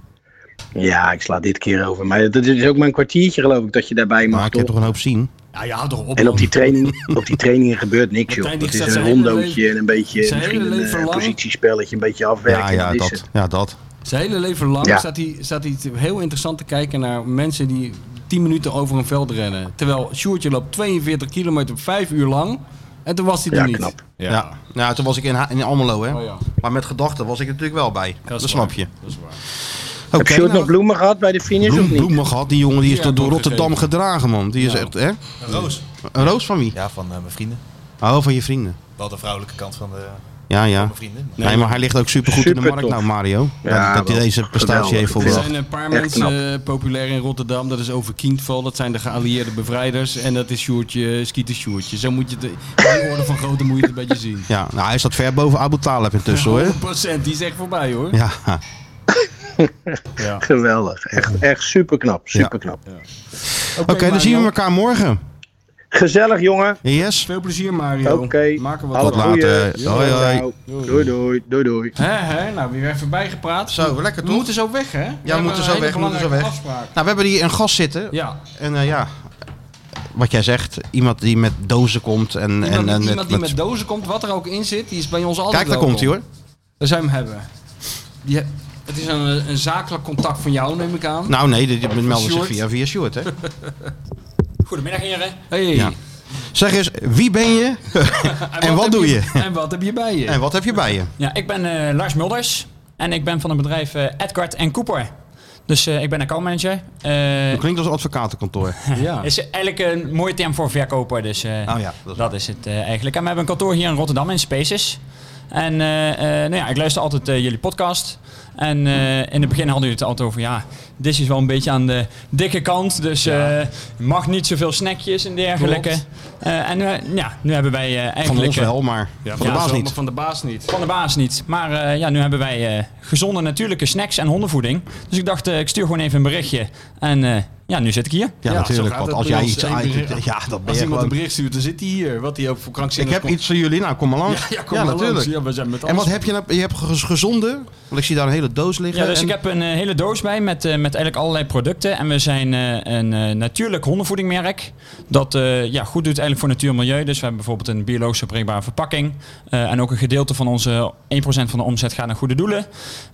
G: Ja, ik sla dit keer over. Maar dat is ook maar een kwartiertje geloof ik dat je daarbij mag.
B: Maar ik heb
G: toch?
B: toch een hoop zien.
C: Ja, ja, toch op.
G: En op die,
C: man.
G: training, op die trainingen gebeurt niks, joh.
C: Martijn, die
G: Dat is
C: zegt
G: een
C: zijn hele
G: rondootje
C: leven-
G: en een beetje
C: zijn
G: misschien
C: hele
G: een
C: leven
G: eh,
C: lang.
G: positiespelletje, een beetje afwerken.
B: Ja, ja,
G: dat is
B: dat.
G: het.
B: Ja, dat.
C: Zijn hele leven lang
G: Ja.
C: staat, hij, staat hij heel interessant te kijken naar mensen die 10 minuten over een veld rennen. Terwijl Sjoerdje loopt 42 kilometer 5 uur lang. En toen was hij er
G: Ja,
C: niet.
G: knap.
B: Ja. Nou, toen was ik in, Ha- in Almelo, hè.
C: Oh ja,
B: Maar met gedachten was ik er natuurlijk wel bij. Dat,
C: is
B: snap
C: waar.
B: je.
C: dat is waar.
B: Oké,
G: Heb je ook
B: nou,
G: nog bloemen gehad bij de finish
B: bloem-
G: of niet?
B: bloemen gehad. Die jongen die is
C: Ja,
B: tot door
C: bloem
B: Rotterdam
C: gegeven.
B: gedragen, man. Die is
C: Ja.
B: echt, hè?
D: Een roos.
B: Een roos van wie?
D: Ja, van eh, mijn vrienden.
B: Oh, van je vrienden.
D: Wel de vrouwelijke kant van, de,
B: Ja, ja.
D: van mijn
B: Nee,
D: vrienden. maar-
B: maar hij ligt ook supergoed in de
G: Super
B: markt
G: tof.
B: nou, Mario.
G: Ja,
B: dat hij
G: wel.
B: deze prestatie
G: Geweldig.
B: heeft
G: Het
C: Er
G: is
B: volbracht.
C: zijn een paar
G: Echt
C: mensen
G: knap.
C: eh, populair in Rotterdam. Dat is over Kindval. Dat zijn de geallieerde bevrijders. En dat is Sjoerdje, Schieten Sjoerdje. Zo moet je het in die orde van grootte moet je het een beetje zien.
B: Ja, nou, hij staat ver boven Abu Talib intussen, hoor.
C: 100% die is echt voorbij hoor.
B: Ja,
G: Geweldig. Echt, echt super knap. Super knap.
B: oké, dan zien we
C: Mario.
B: elkaar morgen.
G: Gezellig, jongen.
B: Yes.
C: Veel plezier Mario.
G: Oké.
C: Maken we
G: Alle
C: wat
B: Tot
C: van.
B: later.
G: goeie.
B: Hoi, hoi.
G: Ciao. Doei, doei. Doei, doei.
C: Hè, hè? Nou, weer even bijgepraat.
B: Zo, lekker
C: We
B: toch?
C: moeten zo weg hè?
B: Ja, we moeten zo weg, we moeten zo weg.
C: Afspraak.
B: Nou, we hebben hier een gast zitten.
C: Ja,
B: En eh, ja, wat jij zegt, iemand die met dozen komt. En, en,
C: iemand,
B: en
C: iemand die met, dozen komt, wat er ook in zit, die is bij ons altijd
B: Kijk, daar
C: welkom.
B: komt hij hoor.
C: Daar zijn we hem hebben. Die, he- het is een, een zakelijk contact van jou, neem ik aan.
B: Nou nee, dit dit meldde zich
C: Sjoerd.
B: via, via Sjoerd hè.
C: Goedemiddag heren. Hey.
B: Ja. Zeg eens, wie ben je en wat
H: heb
B: doe je?
C: En wat heb je bij je?
B: En wat heb je bij je?
H: Ja, ik ben eh, Lars Mulders en ik ben van het bedrijf eh Edgard en Cooper. Dus eh, ik ben accountmanager. Eh
B: Dat klinkt als een advocatenkantoor.
C: Ja.
H: is eigenlijk een mooie term voor verkoper, dus eh,
B: Oh ja, dat
H: dat,
B: is-
H: is het eh, eigenlijk. En we hebben een kantoor hier in Rotterdam in Spaces. En eh, eh, nou ja, ik luister altijd eh, jullie podcast. En eh, in het begin hadden jullie het altijd over, ja, dit is wel een beetje aan de dikke kant. Dus eh, mag niet zoveel snackjes en dergelijke.
C: Klopt.
H: Eh, en eh, ja, nu hebben wij eh, eigenlijk...
B: Van ons
H: eh,
B: wel, maar van de
H: ja,
B: baas
C: Zo,
B: niet.
C: maar Van de baas niet.
H: Van de baas niet. Maar eh, ja, nu hebben wij eh, gezonde natuurlijke snacks en hondenvoeding. Dus ik dacht, eh, ik stuur gewoon even een berichtje. En eh, ja, nu zit ik hier.
B: Ja,
C: Ja, zo
B: natuurlijk,
C: gaat
B: want
C: het
B: als
C: bij
B: jij
C: ons.
B: iets
C: Eén
B: uit...
C: bericht.
B: Ja, dat ben
C: Als
B: je
C: iemand een
B: gewoon...
C: bericht stuurt, dan zit hij hier. Wat hij ook voor
B: Ik
C: krankzinnig
B: heb iets voor jullie, nou kom maar langs.
C: Ja, kom maar
B: natuurlijk.
C: langs. Ja, we zijn met
B: En wat
C: alles-
B: heb je nou? Je hebt gez- gezonde, want ik zie daar een hele doos liggen.
H: Ja, dus
B: en-
H: ik heb een eh, hele doos bij met, eh, met eigenlijk allerlei producten. En we zijn eh, een eh, natuurlijk hondenvoedingmerk. Dat eh, ja, goed doet eigenlijk voor natuur en milieu. Dus we hebben bijvoorbeeld een biologische breekbare verpakking. Eh, en ook een gedeelte van onze 1% van de omzet gaat naar goede doelen.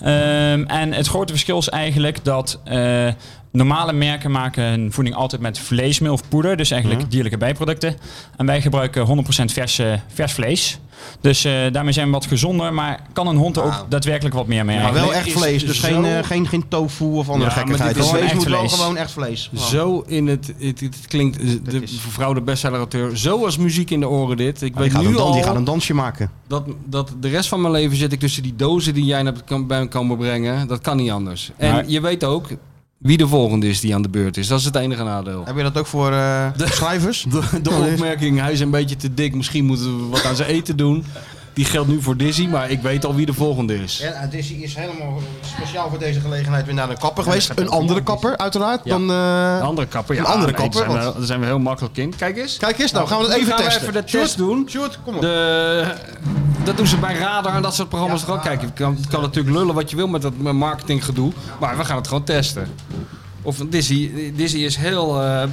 H: Ehm, en het grote verschil is eigenlijk dat... eh, normale merken maken hun voeding altijd met vleesmeel of poeder. Dus eigenlijk
B: Mhm.
H: dierlijke bijproducten. En wij gebruiken 100% vers, eh, vers vlees. Dus eh, daarmee zijn we wat gezonder. Maar kan een hond er ook daadwerkelijk wat meer mee?
B: Maar
H: eigenlijk?
B: wel echt
C: is
B: vlees, dus
C: zo-
B: geen, eh, geen, geen tofu of andere
C: Ja, maar
B: gekkigheid.
C: dit is
B: vlees
H: echt
B: moet wel
H: vlees.
B: gewoon echt vlees. Gewoon.
C: Zo in het, het, het klinkt, eh, de
B: is- Ah,
C: vervrouwde bestsellerauteur, zo als muziek in de oren dit. Ik
B: Die
C: weet
B: gaat, een
C: nu
B: dan,
C: al
B: die gaat een dansje maken.
C: dat, dat de rest van mijn leven zit ik tussen die dozen die jij naar kan- bij me komen brengen. Dat kan niet anders. En
H: Maar-
C: je weet ook wie de volgende is die aan de beurt is. Dat is het enige nadeel.
B: Heb je dat ook voor eh, schrijvers?
C: De, de opmerking, hij is een beetje te dik, misschien moeten we wat aan zijn eten doen. Die geldt nu voor Dizzy, maar ik weet al wie de volgende is.
B: Ja, nou, Dizzy is helemaal speciaal voor deze gelegenheid weer naar een kapper geweest. Een andere kapper, uiteraard. Dan, eh,
C: Een andere kapper, ja.
B: Een andere
C: nee, daar
B: kapper,
C: zijn we-
B: want-
C: daar zijn we heel makkelijk in. Kijk eens.
B: Kijk eens, nou gaan we dat
C: Nu
B: even
C: gaan we
B: testen.
C: even de
B: Sjoerd,
C: test doen.
B: Sjoerd, kom op.
C: De, dat doen ze bij Radar en dat soort programma's
B: Ja,
C: toch ook. Kijk, je kan, kan natuurlijk lullen wat je wil met dat marketinggedoe, maar we gaan het gewoon testen. Of Dizzy, Dizzy is heel eh,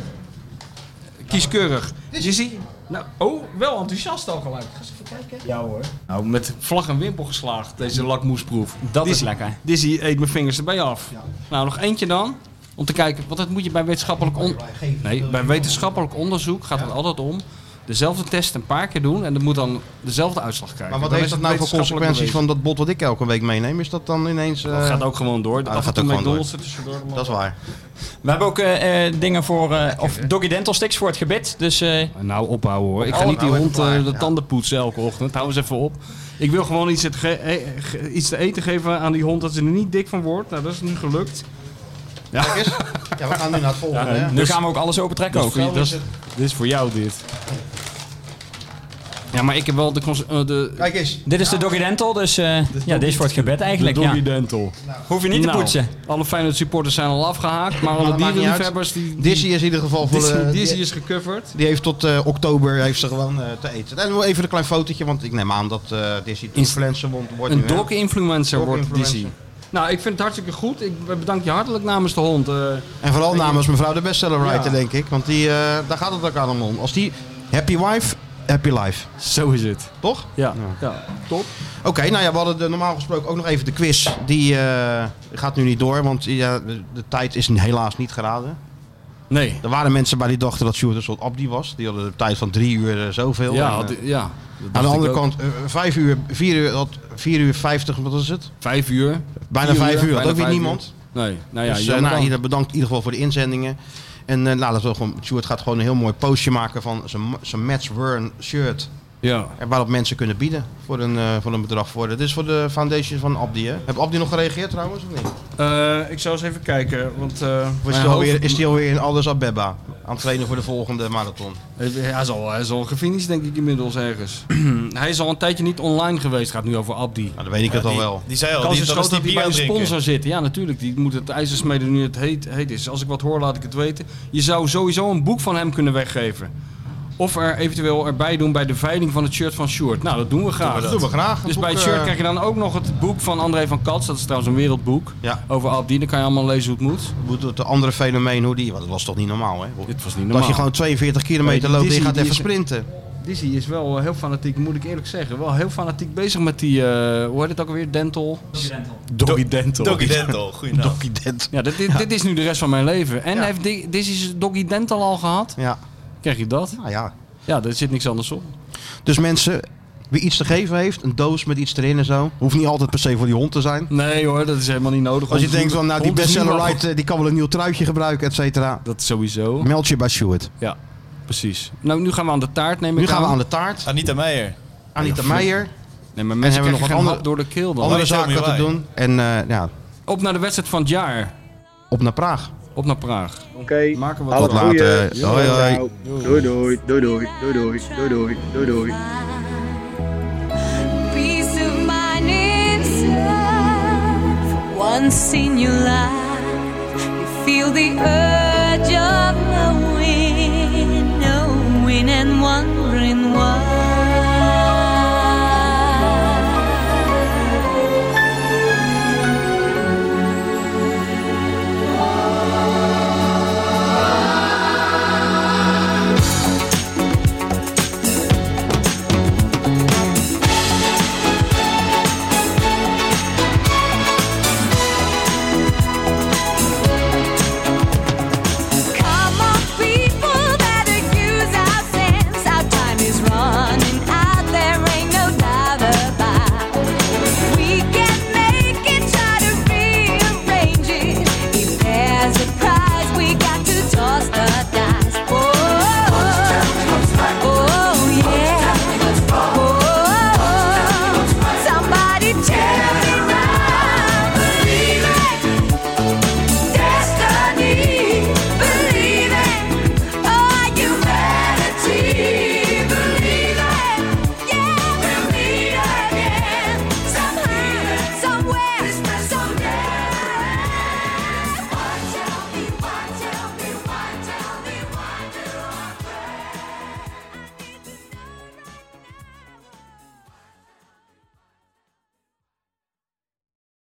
C: kieskeurig. Dizzy? Nou, oh, wel enthousiast al gelijk. Ga eens even kijken. Ja hoor. Nou, met vlag en wimpel geslaagd, deze lakmoesproef.
H: Dat is
C: Dizzy-
H: lekker.
C: Dizzy eet mijn vingers erbij af. Nou, nog eentje dan. Om te kijken, want dat moet je bij wetenschappelijk
B: Oh,
C: onderzoek. Nee, bij wetenschappelijk onderzoek gaat het altijd om. Dezelfde test een paar keer doen en dat moet dan dezelfde uitslag krijgen.
B: Maar wat
C: Dan
B: heeft
C: is
B: dat
C: het
B: nou voor
C: wetenschappelijk
B: consequenties van dat bot wat ik elke week meeneem? Is dat dan ineens... eh,
C: bewezen. Dat gaat ook gewoon door.
B: dat
C: Af en
B: gaat
C: toe
B: ook gewoon
C: McDonald's er tussendoor.
B: dat is waar.
H: We hebben ook eh, eh, dingen voor, eh, of doggy dental sticks voor het gebit. Dus eh,
C: Nou, ophouden hoor. Ik ga
B: Oh,
C: niet die
B: nou,
C: hond
B: even klaar.
C: eh, de
B: Ja.
C: tanden poetsen elke ochtend. Hou eens even op. Ik wil gewoon iets, het ge- eh, ge- iets te eten geven aan die hond dat ze er niet dik van wordt. Nou, dat is nu gelukt.
B: Kijk eens. Ja, we gaan nu naar het volgende. hè.
H: nu gaan we ook alles opentrekken
C: Dus- Dat
H: ook.
C: is voor- dat is- dit is voor jou dit. Ja, maar ik heb wel de, cons- eh, de
B: Kijk eens.
H: Dit is de doggy dental, dus eh, ja, dit is voor het gebed eigenlijk.
C: De
H: Ja.
C: Doggy Dental.
H: Hoef je niet te
C: Nou,
H: poetsen.
C: Alle Feyenoord supporters zijn al afgehaakt, maar alle
B: dat maakt niet uit.
C: dierenliefhebbers die... die
B: Dizzy is in ieder geval voor...
C: Dizzy,
B: eh,
C: Dizzy
B: die-
C: is gecoverd.
B: Die heeft tot eh, oktober heeft ze gewoon eh, te eten. En even een klein fotootje, want ik neem aan dat eh Dizzy de influencer wordt wordt
C: Een
B: nu. hè?
C: dog-influencer wordt
B: Dog-influencer.
C: Dizzy. Nou, ik vind het hartstikke goed. Ik bedank je hartelijk namens de hond. eh.
B: En vooral namens mevrouw de bestseller writer,
C: Ja.
B: denk ik. Want die, eh, daar gaat het ook aan om. Als die happy wife, happy life.
C: zo is het.
B: Toch?
C: Ja, ja. top.
B: Oké, nou ja, we hadden de, normaal gesproken ook nog even de quiz. Die eh, gaat nu niet door, want ja, de, de tijd is helaas niet geraden.
C: Nee.
B: Er waren mensen bij die dachten dat Sjoerd een soort abdi was. Die hadden de tijd van drie uur eh, zoveel.
C: Ja,
B: En,
C: had-
B: eh,
C: ja. Dat
B: aan
C: dacht
B: de
C: ik
B: andere
C: ook.
B: kant, eh, vijf uur, vier uur, had vier uur vijftig, wat is het?
C: Vijf uur.
B: Bijna
C: Vier
B: vijf uur, had
C: bijna
B: ook weer
C: vijf
B: niemand.
C: uur. Nee, nou ja,
B: Dus, eh,
C: jammer
B: nou,
C: dan.
B: ieder bedankt in ieder geval voor de inzendingen. En eh nou, dat we gewoon, Stuart gaat gewoon een heel mooi postje maken van zijn- zijn match worn shirt.
C: Ja.
B: En waarop mensen kunnen bieden voor een, eh, voor een bedrag. Voor de, dit is voor de foundation van Abdi. Hè? Heb Abdi nog gereageerd trouwens of niet?
C: Eh, ik zal eens even kijken, want... eh,
B: Of is
C: mijn
B: hij alweer,
C: hoofd-
B: is die alweer in Addis Abeba aan het trainen voor de volgende marathon? Nou,
C: Hij is, al, hij is al gefinished, denk ik, inmiddels ergens. hij is al een tijdje niet online geweest. Gaat nu over Abdi.
B: Nou, dan weet ik het al
D: die,
B: wel.
D: Die zei al,
C: Kans
D: die,
C: is
D: dat is
C: groot
D: die
C: dat hij bij
D: bier
C: een
D: drinken.
C: sponsor zit. Ja, natuurlijk. Die moet het ijzer smeden nu het heet, heet is. Als ik wat hoor, laat ik het weten. Je zou sowieso een boek van hem kunnen weggeven. Of er eventueel erbij doen bij de veiling van het shirt van Sjoerd. Nou, dat doen we graag.
B: Dat doen we graag.
C: Dus
B: Een
C: bij het
B: boek,
C: shirt
B: eh,
C: krijg je dan ook nog het boek van André van Kats. Dat is trouwens een wereldboek.
B: Ja.
C: Over Abdi. Dan kan je allemaal lezen hoe het moet.
B: moet het andere fenomeen, hoe die... want Dat was toch niet normaal, hè?
C: Dit was niet
B: Als
C: normaal.
B: je gewoon 42 kilometer loopt
C: Nee,
B: en je
C: Disney,
B: gaat
C: die
B: even
C: is-
B: sprinten.
C: Dizzy is wel eh, heel fanatiek, moet ik eerlijk zeggen. Wel heel fanatiek bezig met die, eh, hoe heet het ook alweer? Dental. Doggy Dental.
D: Doggy Dental, goeie naam.
C: Ja, dit, dit, dit is nu de rest van mijn leven. En heeft Di- Dizzy zijn Doggy Dental al gehad?
B: Ja,
C: Krijg je dat?
B: nou ja.
C: Ja, daar zit niks anders op.
B: Dus mensen, wie iets te geven heeft, een doos met iets erin en zo, hoeft niet altijd per se voor die hond te zijn.
C: Nee hoor, dat is helemaal niet nodig.
B: Als je
C: Hond is
B: denkt
C: niet-
B: van, nou die
C: hond is niet
B: bestseller
C: wel-
B: right, eh, die kan wel een nieuw truitje gebruiken, et cetera.
C: Dat sowieso.
B: Meld je bij Stuart.
C: Ja, precies. Nou, nu gaan we aan de taart nemen.
B: Nu gaan we aan de taart.
D: Anita Meijer.
B: Anita Meijer,
C: Nee, maar mensen
B: En hebben we nog
C: hebben nog
B: wat
C: geen
B: andere-
C: hap door de keel dan.
B: andere
D: tell
B: zaken
D: me
B: te
D: why.
B: doen. En eh, ja,
C: Op naar de wedstrijd van het jaar.
B: op naar Praag.
C: Op naar Praag.
G: Oké,
C: Maken we
G: al
C: wat
G: het
B: Tot
G: goede.
B: later. Hoi, hoi.
G: Doei, doei, doei, doei, doei, doei, doei, doei, doei, doei.
I: Peace of mind inside. Once in your life, you feel the urge of
H: Oh, Oh,